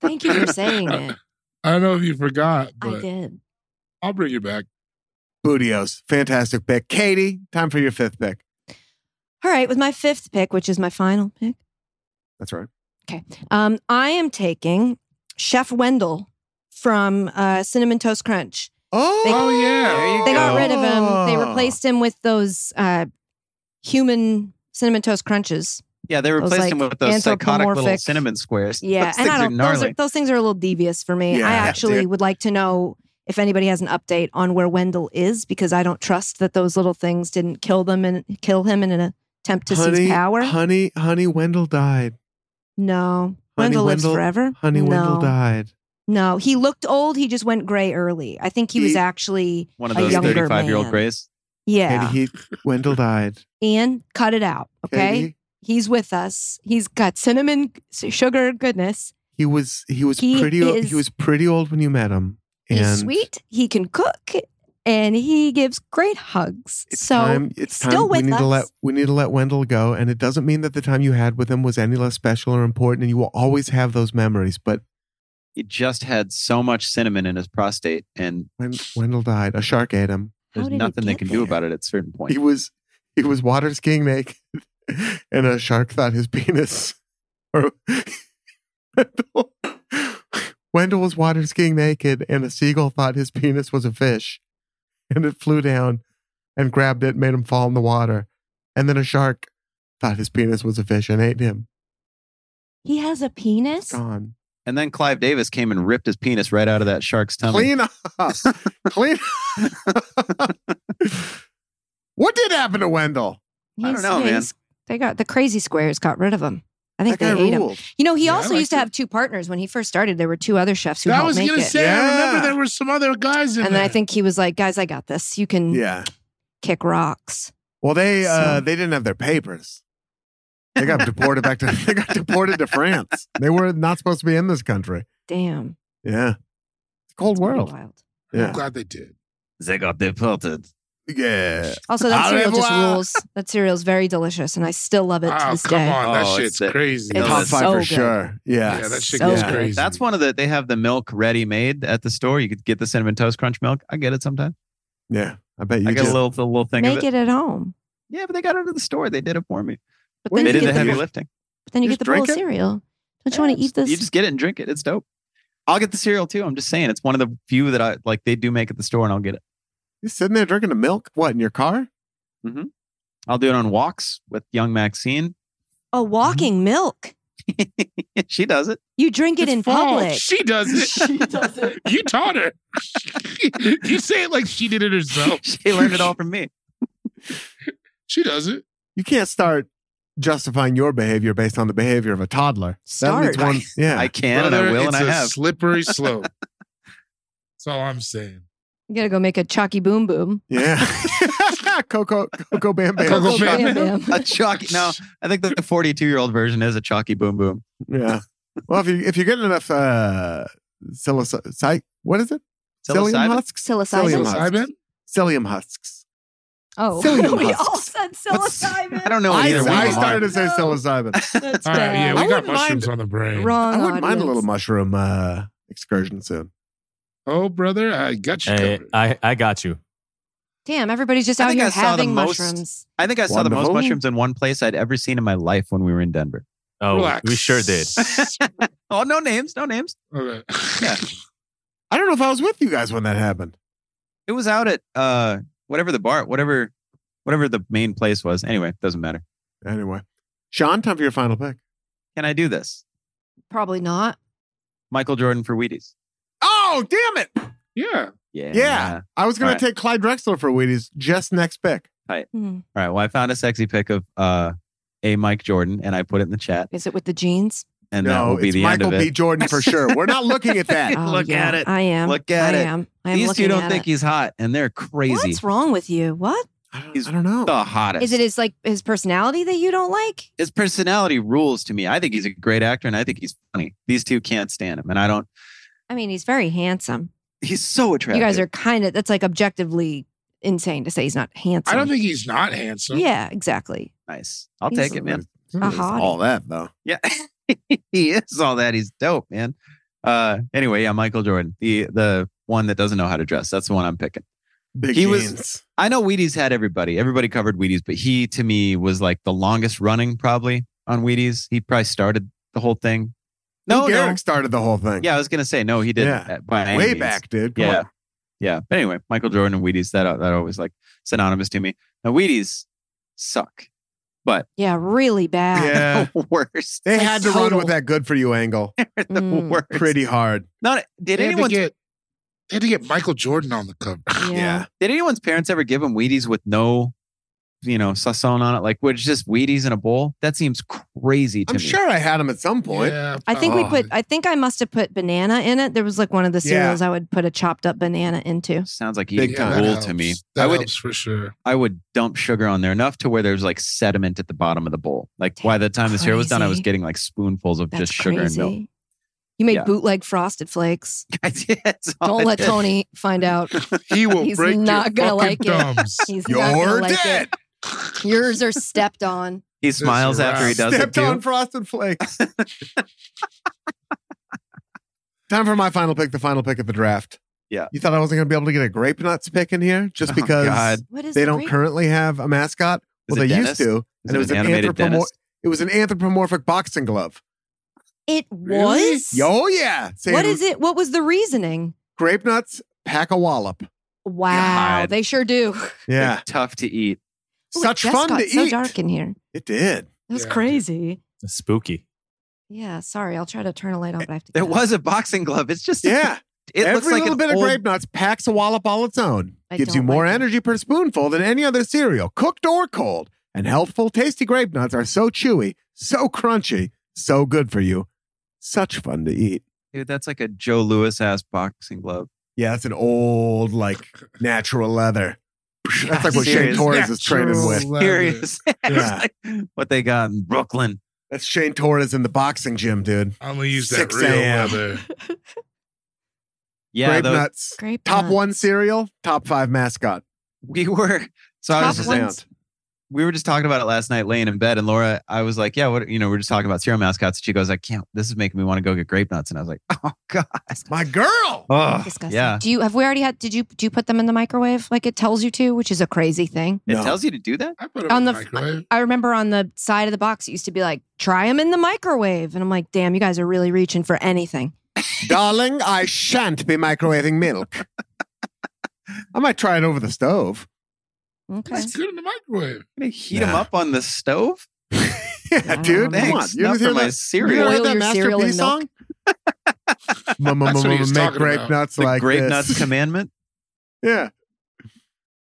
S4: Thank you for saying it.
S5: I don't know if you forgot,
S4: I
S5: but
S4: did.
S5: I'll bring you back.
S2: Budios, fantastic pick. Katie, time for your fifth pick.
S4: All right, with my fifth pick, which is my final pick,
S2: That's right.
S4: um, I am taking Chef Wendell from uh, Cinnamon Toast Crunch.
S2: Oh,
S4: They-
S5: oh yeah.
S4: They got
S2: go.
S4: rid of him. They
S2: Oh.
S4: replaced him with those uh, human cinnamon toast crunches.
S3: Yeah, they
S4: Those,
S3: replaced him
S4: like,
S3: with those psychotic little
S4: anthropomorphic-
S3: cinnamon squares. those
S4: Yeah, and
S3: things
S4: I
S3: are
S4: don't. Those,
S3: gnarly.
S4: are, those things are a little devious for me.
S2: Yeah,
S4: I actually
S2: dude.
S4: would like to know if anybody has an update on where Wendell is because I don't trust that those little things didn't kill them and kill him in an attempt to
S2: honey,
S4: seize power.
S2: Honey, honey, Wendell died.
S4: no,
S2: Honey
S4: Wendell, lives
S2: Wendell-
S4: forever.
S2: Honey,
S4: no.
S2: Wendell died.
S4: No, he looked old. He just went gray early. I think he was
S2: He-
S4: actually
S3: One of
S4: a
S3: those
S4: younger
S3: 35 year old
S4: man.
S3: grays.
S4: Yeah,
S2: Katie, he, Wendell died.
S4: Ian, cut it out. Okay,
S2: Katie,
S4: he's with us. He's got cinnamon c- sugar goodness.
S2: he was he was
S4: He
S2: pretty o-
S4: is-
S2: he was pretty old when you met him. And
S4: he's sweet. He can cook, and he gives great hugs.
S2: It's
S4: so
S2: time, it's time
S4: still
S2: we
S4: with
S2: need
S4: us.
S2: to let we need to let Wendell go. And it doesn't mean that the time you had with him was any less special or important, and you will always have those memories. But
S3: He just had so much cinnamon in his prostate, and
S2: when Wendell died, a shark ate him.
S4: How
S3: there's
S4: did it
S3: nothing they
S4: get
S3: can
S4: there?
S3: do about it at a certain point.
S2: He was he was water skiing naked, and a shark thought his penis. Or Wendell, Wendell was water skiing naked, and a seagull thought his penis was a fish, and it flew down and grabbed it, made him fall in the water, and then a shark thought his penis was a fish and ate him.
S4: He has a penis.
S2: Gone.
S3: and then Clive Davis came and ripped his penis right out of that shark's tummy.
S2: Clean up, clean up. what did happen to Wendell?
S3: I don't
S4: He's-
S3: know,
S4: yeah,
S3: man.
S4: he's- They got the crazy squares got rid of him. I think
S2: That guy
S4: they ate him.
S2: ruled.
S4: You know, he
S5: Yeah, I
S4: also
S5: liked
S4: used to
S5: it.
S4: have two partners when he first started. There were two other chefs who
S5: That
S4: helped
S5: was
S4: make
S5: gonna
S4: it.
S5: say. I
S2: Yeah.
S5: remember there were some other guys in
S4: and
S5: there.
S4: then I think he was like, "Guys, I got this. You can
S2: Yeah.
S4: kick rocks."
S2: Well, they uh,
S4: So-
S2: they didn't have their papers. They got deported back to they got deported to France. They were not supposed to be in this country.
S4: Damn,
S2: Yeah, it's a cold
S4: It's pretty
S2: world.
S4: wild.
S5: I'm
S2: Yeah,
S5: glad they did.
S3: They got deported.
S2: yeah.
S4: Also, that
S2: Au
S4: cereal just
S2: revoir.
S4: rules. That cereal is very delicious, and I still love it to
S5: Oh
S4: this
S5: come
S4: day.
S5: on, that
S3: Oh,
S5: shit's
S3: it's-
S5: crazy.
S4: It's
S2: Top five
S4: so
S2: for
S4: good.
S2: sure. Yeah,
S5: Yeah, that shit
S4: so
S2: goes
S4: good.
S5: crazy.
S3: That's one of the. They have the milk ready made at the store. You could get the cinnamon toast crunch milk. I get it sometimes.
S2: yeah. I bet you
S3: I
S2: do.
S3: get a little, a little thing
S4: Make
S3: of it.
S4: it. at home,
S3: Yeah, but they got it at the store. They did it for me.
S4: but
S2: Well,
S4: then
S3: They
S4: you,
S3: did
S4: get
S3: the
S4: the,
S3: heavy
S4: bowl-
S3: lifting.
S4: but then you
S2: Just
S4: get the bowl of
S2: drink it?
S4: cereal. Don't you
S3: Yeah,
S4: want to eat this?
S3: You just get it and drink it. It's dope. I'll get the cereal too. I'm just saying, it's one of the few that I like. They do make at the store, and I'll get it.
S2: You sitting there drinking the milk? What in your car?
S3: I'll do it on walks with young Maxine.
S4: a walking milk.
S3: she does it.
S4: You drink it
S5: It's
S4: in
S5: false.
S4: public.
S5: She does it.
S12: She does it.
S5: You taught her. you say it like she did it herself.
S3: She learned it all from me.
S5: She does it.
S2: You can't start justifying your behavior based on the behavior of a toddler. That
S4: Start.
S2: means one. Yeah,
S3: I can and I
S5: Brother,
S3: will and
S5: it's
S3: I
S5: a
S3: have.
S5: slippery slope. That's all I'm saying.
S4: You gotta go make a chalky boom boom.
S2: yeah. Coco, Coco, Bam, Bam.
S5: Coco
S4: Coco Bam
S5: Bam Bam.
S4: Bam.
S3: a chalky. No, I think the 42 year old version is a chalky boom boom.
S2: Yeah. Well, if you if you're getting enough uh, psilocy, what is it? Psyllium
S3: Psilocybin?
S2: husks.
S4: Psilocybin.
S2: Psyllium husks.
S5: Psilocybin?
S2: Psyllium husks.
S4: Oh,
S2: Psyllium
S4: we
S2: husks.
S4: all said
S2: What's-
S4: psilocybin.
S3: I don't know
S2: I,
S3: either. one
S2: I
S3: of them
S2: started to
S3: Oh, are.
S2: say
S4: No.
S2: psilocybin.
S4: That's
S5: All right,
S4: bad.
S5: yeah, we
S2: I
S5: got
S2: wouldn't
S5: mushrooms on the brain.
S4: Wrong.
S2: I wouldn't mind a
S4: audience.
S2: little mushroom uh, excursion soon.
S5: Oh, brother, I got you
S8: Hey,
S5: covered.
S8: I, I got you.
S4: Damn, everybody's just
S3: I
S4: out
S3: think
S4: here
S3: I saw the
S4: having
S3: most-
S4: mushrooms.
S3: I think I saw the
S2: Wonderful.
S3: most mushrooms in one place I'd ever seen in my life when we were in Denver.
S8: Oh,
S5: Relax.
S8: we sure did.
S3: Oh, no names, no names.
S5: okay.
S3: Yeah.
S2: I don't know if I was with you guys when that happened.
S3: It was out at uh whatever the bar, whatever, whatever the main place was. Anyway, doesn't matter.
S2: Anyway, Sean, time for your final pick.
S3: Can I do this?
S4: Probably not.
S3: Michael Jordan for Wheaties.
S2: Oh, damn it.
S5: Yeah.
S3: Yeah.
S2: Yeah. I was going
S3: All right.
S2: to take Clyde Drexler for Wheaties just next pick.
S4: Hmm.
S3: All right. Well, I found a sexy pic of uh a Mike Jordan, and I put it in the chat,
S4: Is it with the jeans?
S3: and that
S2: no,
S3: will be
S2: it's
S3: the
S2: Michael
S3: end of
S2: B.
S3: it.
S2: Jordan for sure. We're not looking at that.
S4: Oh,
S3: Look
S4: yeah,
S3: at it.
S4: I am.
S3: Look at
S4: I
S3: it.
S4: am. I am
S3: These two
S4: looking
S3: don't
S4: at
S3: think
S4: it.
S3: he's hot, and they're crazy.
S4: What's wrong with you? What
S2: I don't-
S3: He's
S2: I don't know.
S3: The hottest.
S4: is it? His like his personality that you don't like?
S3: his personality rules to me. I think he's a great actor and I think he's funny. These two can't stand him. And I don't,
S4: I mean, he's very handsome.
S3: he's so attractive.
S4: You guys are kind of. That's like objectively insane to say he's not handsome.
S5: I don't think he's not handsome.
S4: Yeah, exactly.
S3: nice. I'll
S4: He's
S3: take
S4: a
S3: it, man.
S2: It's
S4: hottie.
S2: All that, though.
S3: Yeah. he is all that. He's dope, man. Uh, anyway, yeah, Michael Jordan, the the one that doesn't know how to dress. That's the one I'm picking.
S2: Big
S3: he
S2: jeans.
S3: was. I know Wheaties had everybody. Everybody covered Wheaties, but he to me was like the longest running probably on Wheaties. He probably started the whole thing. No,
S2: Lou Gehrig
S3: no.
S2: started the whole thing.
S3: Yeah, I was gonna say no. He did
S2: Yeah.
S3: yeah. by any
S2: way
S3: means.
S2: back, dude. Come
S3: Yeah,
S2: on.
S3: yeah. But anyway, Michael Jordan and Wheaties that that always like synonymous to me. Now Wheaties suck, but
S4: Yeah, really bad.
S2: Yeah.
S3: worse.
S2: They
S4: Like
S2: had to run
S4: total.
S2: with that good for you angle
S3: the
S4: Mm.
S3: worst.
S2: pretty hard.
S3: Not did
S5: They had, to
S3: anyone
S5: get, they had to get Michael Jordan on the cover.
S4: yeah.
S3: did anyone's parents ever give them Wheaties with no, you know, sasson on it? Like, which just Wheaties in a bowl? That seems crazy to
S2: I'm
S3: me.
S2: sure I had him at some point.
S5: Yeah,
S4: I think we
S5: probably.
S4: put. I think I must have put banana in it. There was like one of the
S2: Uh-huh. Yeah.
S4: cereals I would put a chopped up banana into.
S3: Sounds like
S2: Big
S3: eating
S2: time.
S5: that
S3: gruel to me.
S5: helps. That
S3: I would
S5: helps for sure.
S3: I would dump sugar on there enough to where there's like sediment at the bottom of the bowl. Like by the time the cereal was done, I was
S4: Crazy.
S3: getting like spoonfuls of
S4: That's
S3: just sugar
S4: crazy.
S3: and milk.
S4: You made
S3: Yeah.
S4: bootleg frosted flakes.
S3: I did. That's all
S4: Don't
S3: I
S4: let
S3: did.
S4: Tony find out.
S5: He will
S4: He's
S5: break
S4: not
S5: your
S4: gonna like
S5: fucking
S4: it.
S5: thumbs.
S4: He's not gonna
S2: You're
S4: like
S2: dead.
S4: It. Yours are stepped on.
S3: He smiles
S5: a
S3: after he
S5: wrap.
S3: does it
S2: Stepped
S3: too.
S2: on frosted flakes. Time for my final pick, the final pick of the draft.
S3: Yeah.
S2: You thought I wasn't going to be able to get a grape nuts pick in here just
S3: Oh,
S2: because
S3: God.
S4: What is
S2: they
S4: the
S2: don't
S4: grape?
S2: currently have a mascot?
S3: Is
S2: Well,
S3: it
S2: they
S3: Dennis?
S2: used to.
S3: Is it an animated
S2: anthropomor-
S3: dentist?
S2: it was an anthropomorphic boxing glove.
S4: It was.
S2: Oh, yeah. Saying
S4: What is it? What was the reasoning?
S2: Grape nuts pack a wallop.
S4: Wow,
S3: God.
S4: they sure do.
S2: Yeah.
S3: Tough to eat.
S4: Ooh, it
S2: Such
S4: just
S2: fun
S4: got
S2: to
S4: so
S2: eat.
S4: dark in here.
S2: It did.
S4: It was
S5: Yeah.
S4: crazy.
S8: Spooky.
S4: Yeah, sorry. I'll try to turn a light on, but I have to.
S3: There
S4: get up.
S3: was a boxing glove. It's just
S2: Yeah.
S3: It
S2: Every
S3: looks like
S2: little
S3: an
S2: bit of
S3: old-
S2: grape nuts packs a wallop all its own.
S4: I
S2: Gives you
S4: don't
S2: more
S4: like it.
S2: energy per spoonful than any other cereal, cooked or cold. And healthful, tasty grape nuts are so chewy, so crunchy, so good for you. Such fun to eat.
S3: Dude, that's like a Joe Lewis ass boxing glove.
S2: Yeah, that's an old, like, natural leather. That's like what Shane
S3: Serious.
S2: Torres is traded
S5: Natural
S2: with.
S5: leather.
S3: Curious.
S2: Yeah.
S3: what they got in Brooklyn.
S2: That's Shane Torres in the boxing gym, dude.
S5: I'm gonna use that
S2: 6
S5: real
S2: a.m..
S5: leather.
S3: Yeah,
S2: grape
S3: those,
S2: nuts.
S4: grape.
S2: Top
S4: nut.
S2: one cereal, top five mascot.
S3: we were. So I
S4: Top
S3: was just
S4: one.
S2: Sound.
S3: we were just talking about it last night laying in bed and Laura, I was like, yeah, what, you know, we are just talking about cereal mascots. She goes, I can't, this is making me want to go get grape nuts. And I was like, oh God.
S2: My girl.
S3: Oh,
S4: Disgusting.
S3: yeah.
S4: Do you have we already had? Did you do you put them in the microwave like it tells you to, which is a crazy thing.
S3: It
S2: No.
S3: tells you to do that?
S5: I put it
S4: On
S5: in the
S4: the-
S5: microwave.
S4: I remember on the side of the box it used to be like try them in the microwave, and I'm like, damn, you guys are really reaching for anything.
S2: Darling, I shan't be microwaving milk. I might try it over the stove.
S4: Okay.
S5: It's good in the microwave.
S3: I'm gonna heat them
S2: Nah.
S3: up on the stove?
S2: Yeah,
S4: Wow.
S2: dude. Come on.
S3: Thanks.
S2: You ever
S3: Not for
S2: hear
S3: my
S2: that? You
S3: cereal.
S2: ever
S4: Boil
S2: heard that
S4: your
S2: Master
S4: cereal
S2: P
S4: in
S2: song? Mama,
S5: That's what he was
S2: make
S5: talking
S2: grape
S5: about.
S2: nuts
S3: The
S2: like
S3: grape
S2: this.
S3: nuts commandment.
S2: Yeah.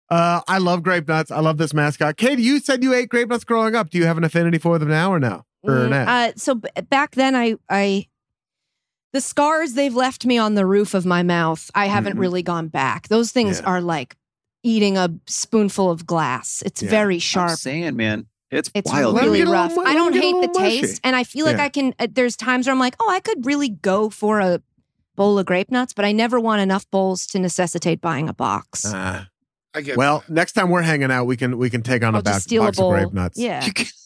S2: Uh, I love grape nuts. I love this mascot. Kate, you said you ate grape nuts growing up. Do you have an affinity for them now or no? Or
S4: Mm,
S2: now?
S4: uh, so b- back then, I, I, the scars they've left me on the roof of my mouth, I haven't
S2: Mhm.
S4: really gone back. Those things
S2: Yeah.
S4: are like eating a spoonful of glass. It's
S2: Yeah.
S4: very
S3: I'm
S4: sharp.
S3: saying, man, it's,
S4: It's
S3: wild.
S2: Let 'em
S4: really
S2: get a little
S4: rough.
S2: mu- let
S4: I
S2: 'em
S4: don't
S2: get a
S4: hate the
S2: little mushy.
S4: taste, and I feel like
S2: Yeah.
S4: I can. Uh, there's times where I'm like, oh, I could really go for a bowl of grape nuts, but I never want enough bowls to necessitate buying a box.
S2: Ah.
S5: I get
S2: well, next time we're hanging out, we can we can take on
S4: I'll
S2: a ba-
S4: just steal a
S2: box
S4: bowl.
S2: of grape nuts.
S4: Yeah,
S3: You can just-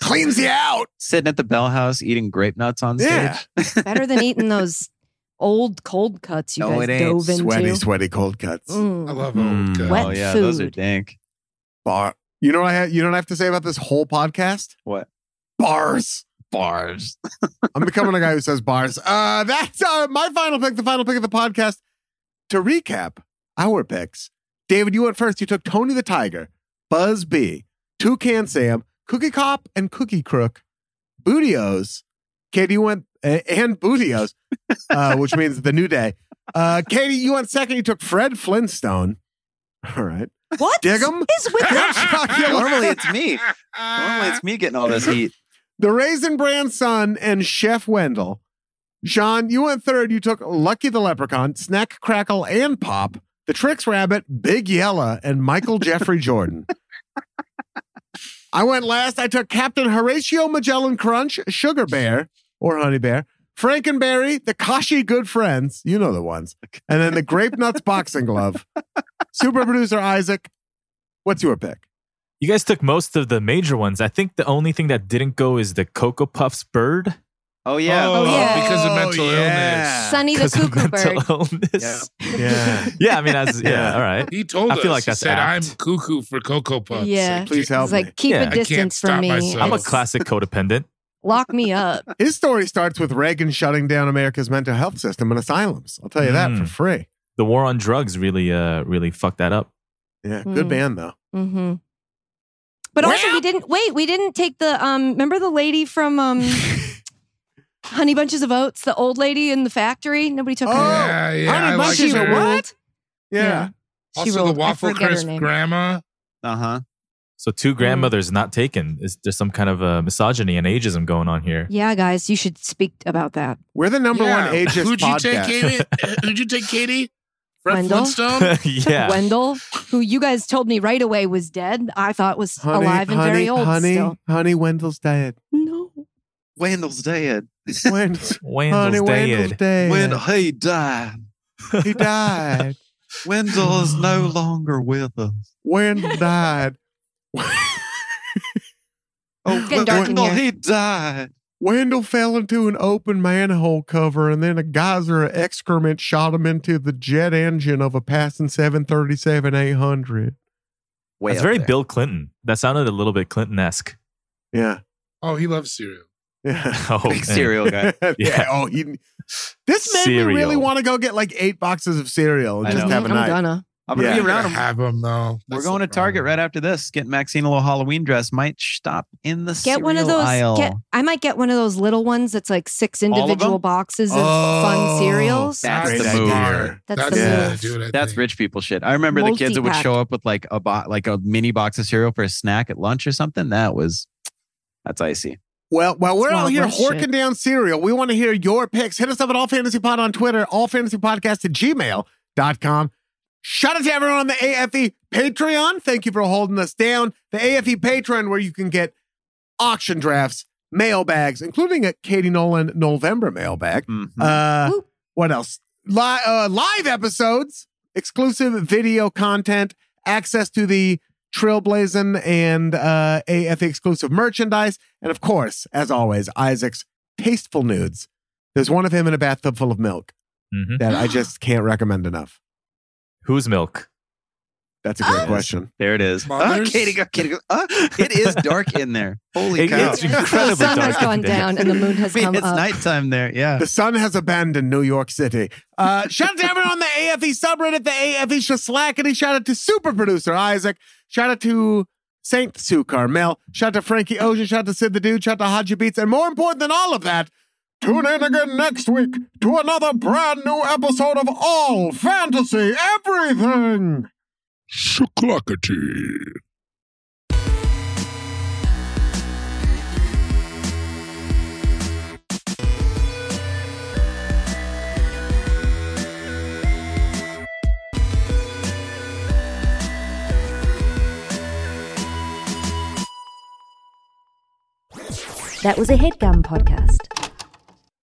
S2: Cleans you out.
S3: Sitting at the Bell House eating grape nuts on stage.
S2: Yeah.
S4: better than eating those old cold cuts you
S3: No,
S4: guys
S3: it ain't.
S4: dove into.
S2: Sweaty, sweaty cold cuts.
S4: Mm.
S5: I love
S6: Mm.
S2: hmm.
S5: old guy.
S4: Wet
S3: Oh yeah, those are
S4: food.
S3: dank.
S2: Bar. You know what I have, you know what I have to say about this whole podcast?
S3: What?
S2: Bars.
S3: Bars.
S2: I'm becoming a guy who says bars. Uh, that's uh, my final pick, the final pick of the podcast. To recap our picks, David, you went first. You took Tony the Tiger, Buzz B, Toucan Sam, Cookie Cop, and Cookie Crook, Bootios. Katie, you went, uh, and Bootios, uh, which means the new day. Uh, Katie, you went second. You took Fred Flintstone. All right.
S4: What
S2: Dig 'em?
S4: is with that?
S3: Normally it's me. Normally it's me getting all this heat.
S2: The Raisin Brand Son and Chef Wendell. Sean, you went third. You took Lucky the Leprechaun, Snack Crackle and Pop, The Tricks Rabbit, Big Yella, and Michael Jeffrey Jordan. I went last. I took Captain Horatio Magellan Crunch, Sugar Bear or Honey Bear, Frankenberry, the Kashi Good Friends, you know the ones, and then the Grape Nuts Boxing Glove. Super producer Isaac, what's your pick?
S8: You guys took most of the major ones. I think the only thing that didn't go is the Cocoa Puffs bird.
S3: Oh yeah.
S5: Oh, yeah. because of mental illness.
S4: Sonny the Cuckoo Bird.
S8: illness. Yeah. yeah, I mean, as, yeah, all right.
S5: He told
S8: I
S5: us.
S8: feel like
S5: he
S8: that's
S5: said,
S8: apt.
S5: "I'm cuckoo for cocoa puffs."
S4: Yeah.
S2: Please help
S4: It's
S2: me.
S4: like keep
S8: Yeah. I
S4: a
S8: can't
S4: distance
S5: stop
S4: from me.
S5: myself.
S8: I'm a
S4: It's-
S8: classic codependent.
S4: Lock me up.
S2: His story starts with Reagan shutting down America's mental health system and asylums. I'll tell you that for
S8: Mm.
S2: free.
S8: The war on drugs really, uh, really fucked that up.
S2: Yeah, good
S4: Mm.
S2: band though.
S4: hmm But also, we didn't wait. We didn't take the um. Remember the lady from um, Honey Bunches of Oats, the old lady in the factory. Nobody took her.
S5: yeah, yeah.
S2: Honey
S5: I
S2: Oh, Bunches
S5: liked
S2: of
S5: her.
S2: Oats? What? Yeah.
S4: She
S5: Also, the
S4: rolled. I
S5: waffle
S4: forget her
S5: crisp
S4: name.
S5: grandma.
S3: Uh huh.
S8: So two
S4: Mm.
S8: grandmothers not taken. Is there some kind of uh, misogyny and ageism going on here?
S4: Yeah, guys, you should speak about that.
S2: We're the number
S5: Yeah.
S2: one ageist
S5: Who'd you take,
S2: podcast.
S5: Katie? Who'd you take, Katie? Fred
S4: Wendell?
S5: Flintstone.
S8: yeah.
S4: Wendell, who you guys told me right away was dead, I thought was
S2: honey,
S4: alive and
S2: honey,
S4: very old
S2: honey,
S4: still.
S2: honey, Wendell's dead.
S11: No.
S3: Wendell's dead.
S2: Wendell's, honey,
S8: Wendell's
S2: Wendell's
S8: dead.
S2: dead.
S3: When he died,
S2: he died.
S3: Wendell is no longer with us.
S2: Wendell died.
S3: Oh,
S4: getting dark in
S3: Wendell,
S4: here.
S3: he died.
S2: Wendell fell into an open manhole cover, and then a geyser of excrement shot him into the jet engine of a passing 737 800.
S3: Way
S8: That's
S3: up
S8: very
S3: there.
S8: Bill Clinton. That sounded a little bit Clinton esque.
S2: Yeah.
S5: Oh, he loves cereal.
S2: Yeah.
S8: Oh,
S3: Big
S8: man.
S3: cereal guy.
S2: yeah.
S8: Yeah.
S2: Oh, he, this made me really
S8: Cereal.
S2: want to go get like eight boxes of cereal and
S3: I
S2: just
S3: know.
S2: have a
S4: I'm
S2: night.
S4: gonna.
S3: I'm gonna
S2: Yeah.
S3: be
S5: We're
S3: around
S5: gonna
S3: him.
S5: have him though.
S3: We're
S5: That's
S3: going
S5: the
S3: to Target right
S5: problem.
S3: after this. Get Maxine a little Halloween dress. Might stop in the
S4: Get one of
S3: cereal
S4: those.
S3: aisle.
S4: Get, I might get one of those little ones that's like six
S3: of
S4: individual
S3: them?
S4: boxes of
S2: Oh,
S4: fun cereals.
S3: That's
S2: Great
S3: the
S2: idea.
S3: move.
S4: That's
S5: That's
S4: the
S5: the
S2: move.
S5: way to do it, I
S3: That's
S5: think.
S3: rich people shit. I remember the kids that would
S4: Multi-pack.
S3: show up with like a bo- like a mini box of cereal for a snack at lunch or something. That was that's icy.
S2: Well, while we're
S4: It's
S2: out
S4: Wild
S2: here
S4: West shit.
S2: horking down cereal, we want to hear your picks. Hit us up at All Fantasy Pod on Twitter, All Fantasy Podcast at gmail.com. Shout out to everyone on the AFE Patreon. Thank you for holding us down. The AFE Patreon, where you can get auction drafts, mailbags, including a Katie Nolan November mailbag.
S3: Mhm.
S2: Uh,
S4: Woo.
S2: what else? Li- uh, live episodes, exclusive video content, access to the Trailblazing and uh, AF exclusive merchandise, and of course, as always, Isaac's tasteful nudes. There's one of him in a bathtub full of milk
S8: Mhm.
S2: that I just can't recommend enough.
S8: Whose milk?
S2: That's a great
S4: Oh.
S2: question.
S3: There it is. Ah,
S5: Mothers?
S3: Katie, go, Katie, go. Ah, it is dark in there. Holy
S8: It-
S3: cow!
S8: it's
S3: I
S4: The
S8: incredibly
S4: sun has
S8: dark.
S4: gone
S8: in there.
S4: down and the moon has
S3: mean,
S4: come
S3: it's
S4: up.
S3: nighttime there. Yeah.
S2: The sun has abandoned New York City. Uh, shout out to everyone on the AFE subreddit, the E AFE Slackity. Shout out to super producer Isaac. Shout out to Saint Sue Carmel. Shout out to Frankie Ocean. Shout out to Sid the Dude. Shout out to Haji Beats. And more important than all of that, tune in again next week to another brand new episode of All Fantasy Everything.
S5: Shaklackety.
S13: That was a headgum podcast.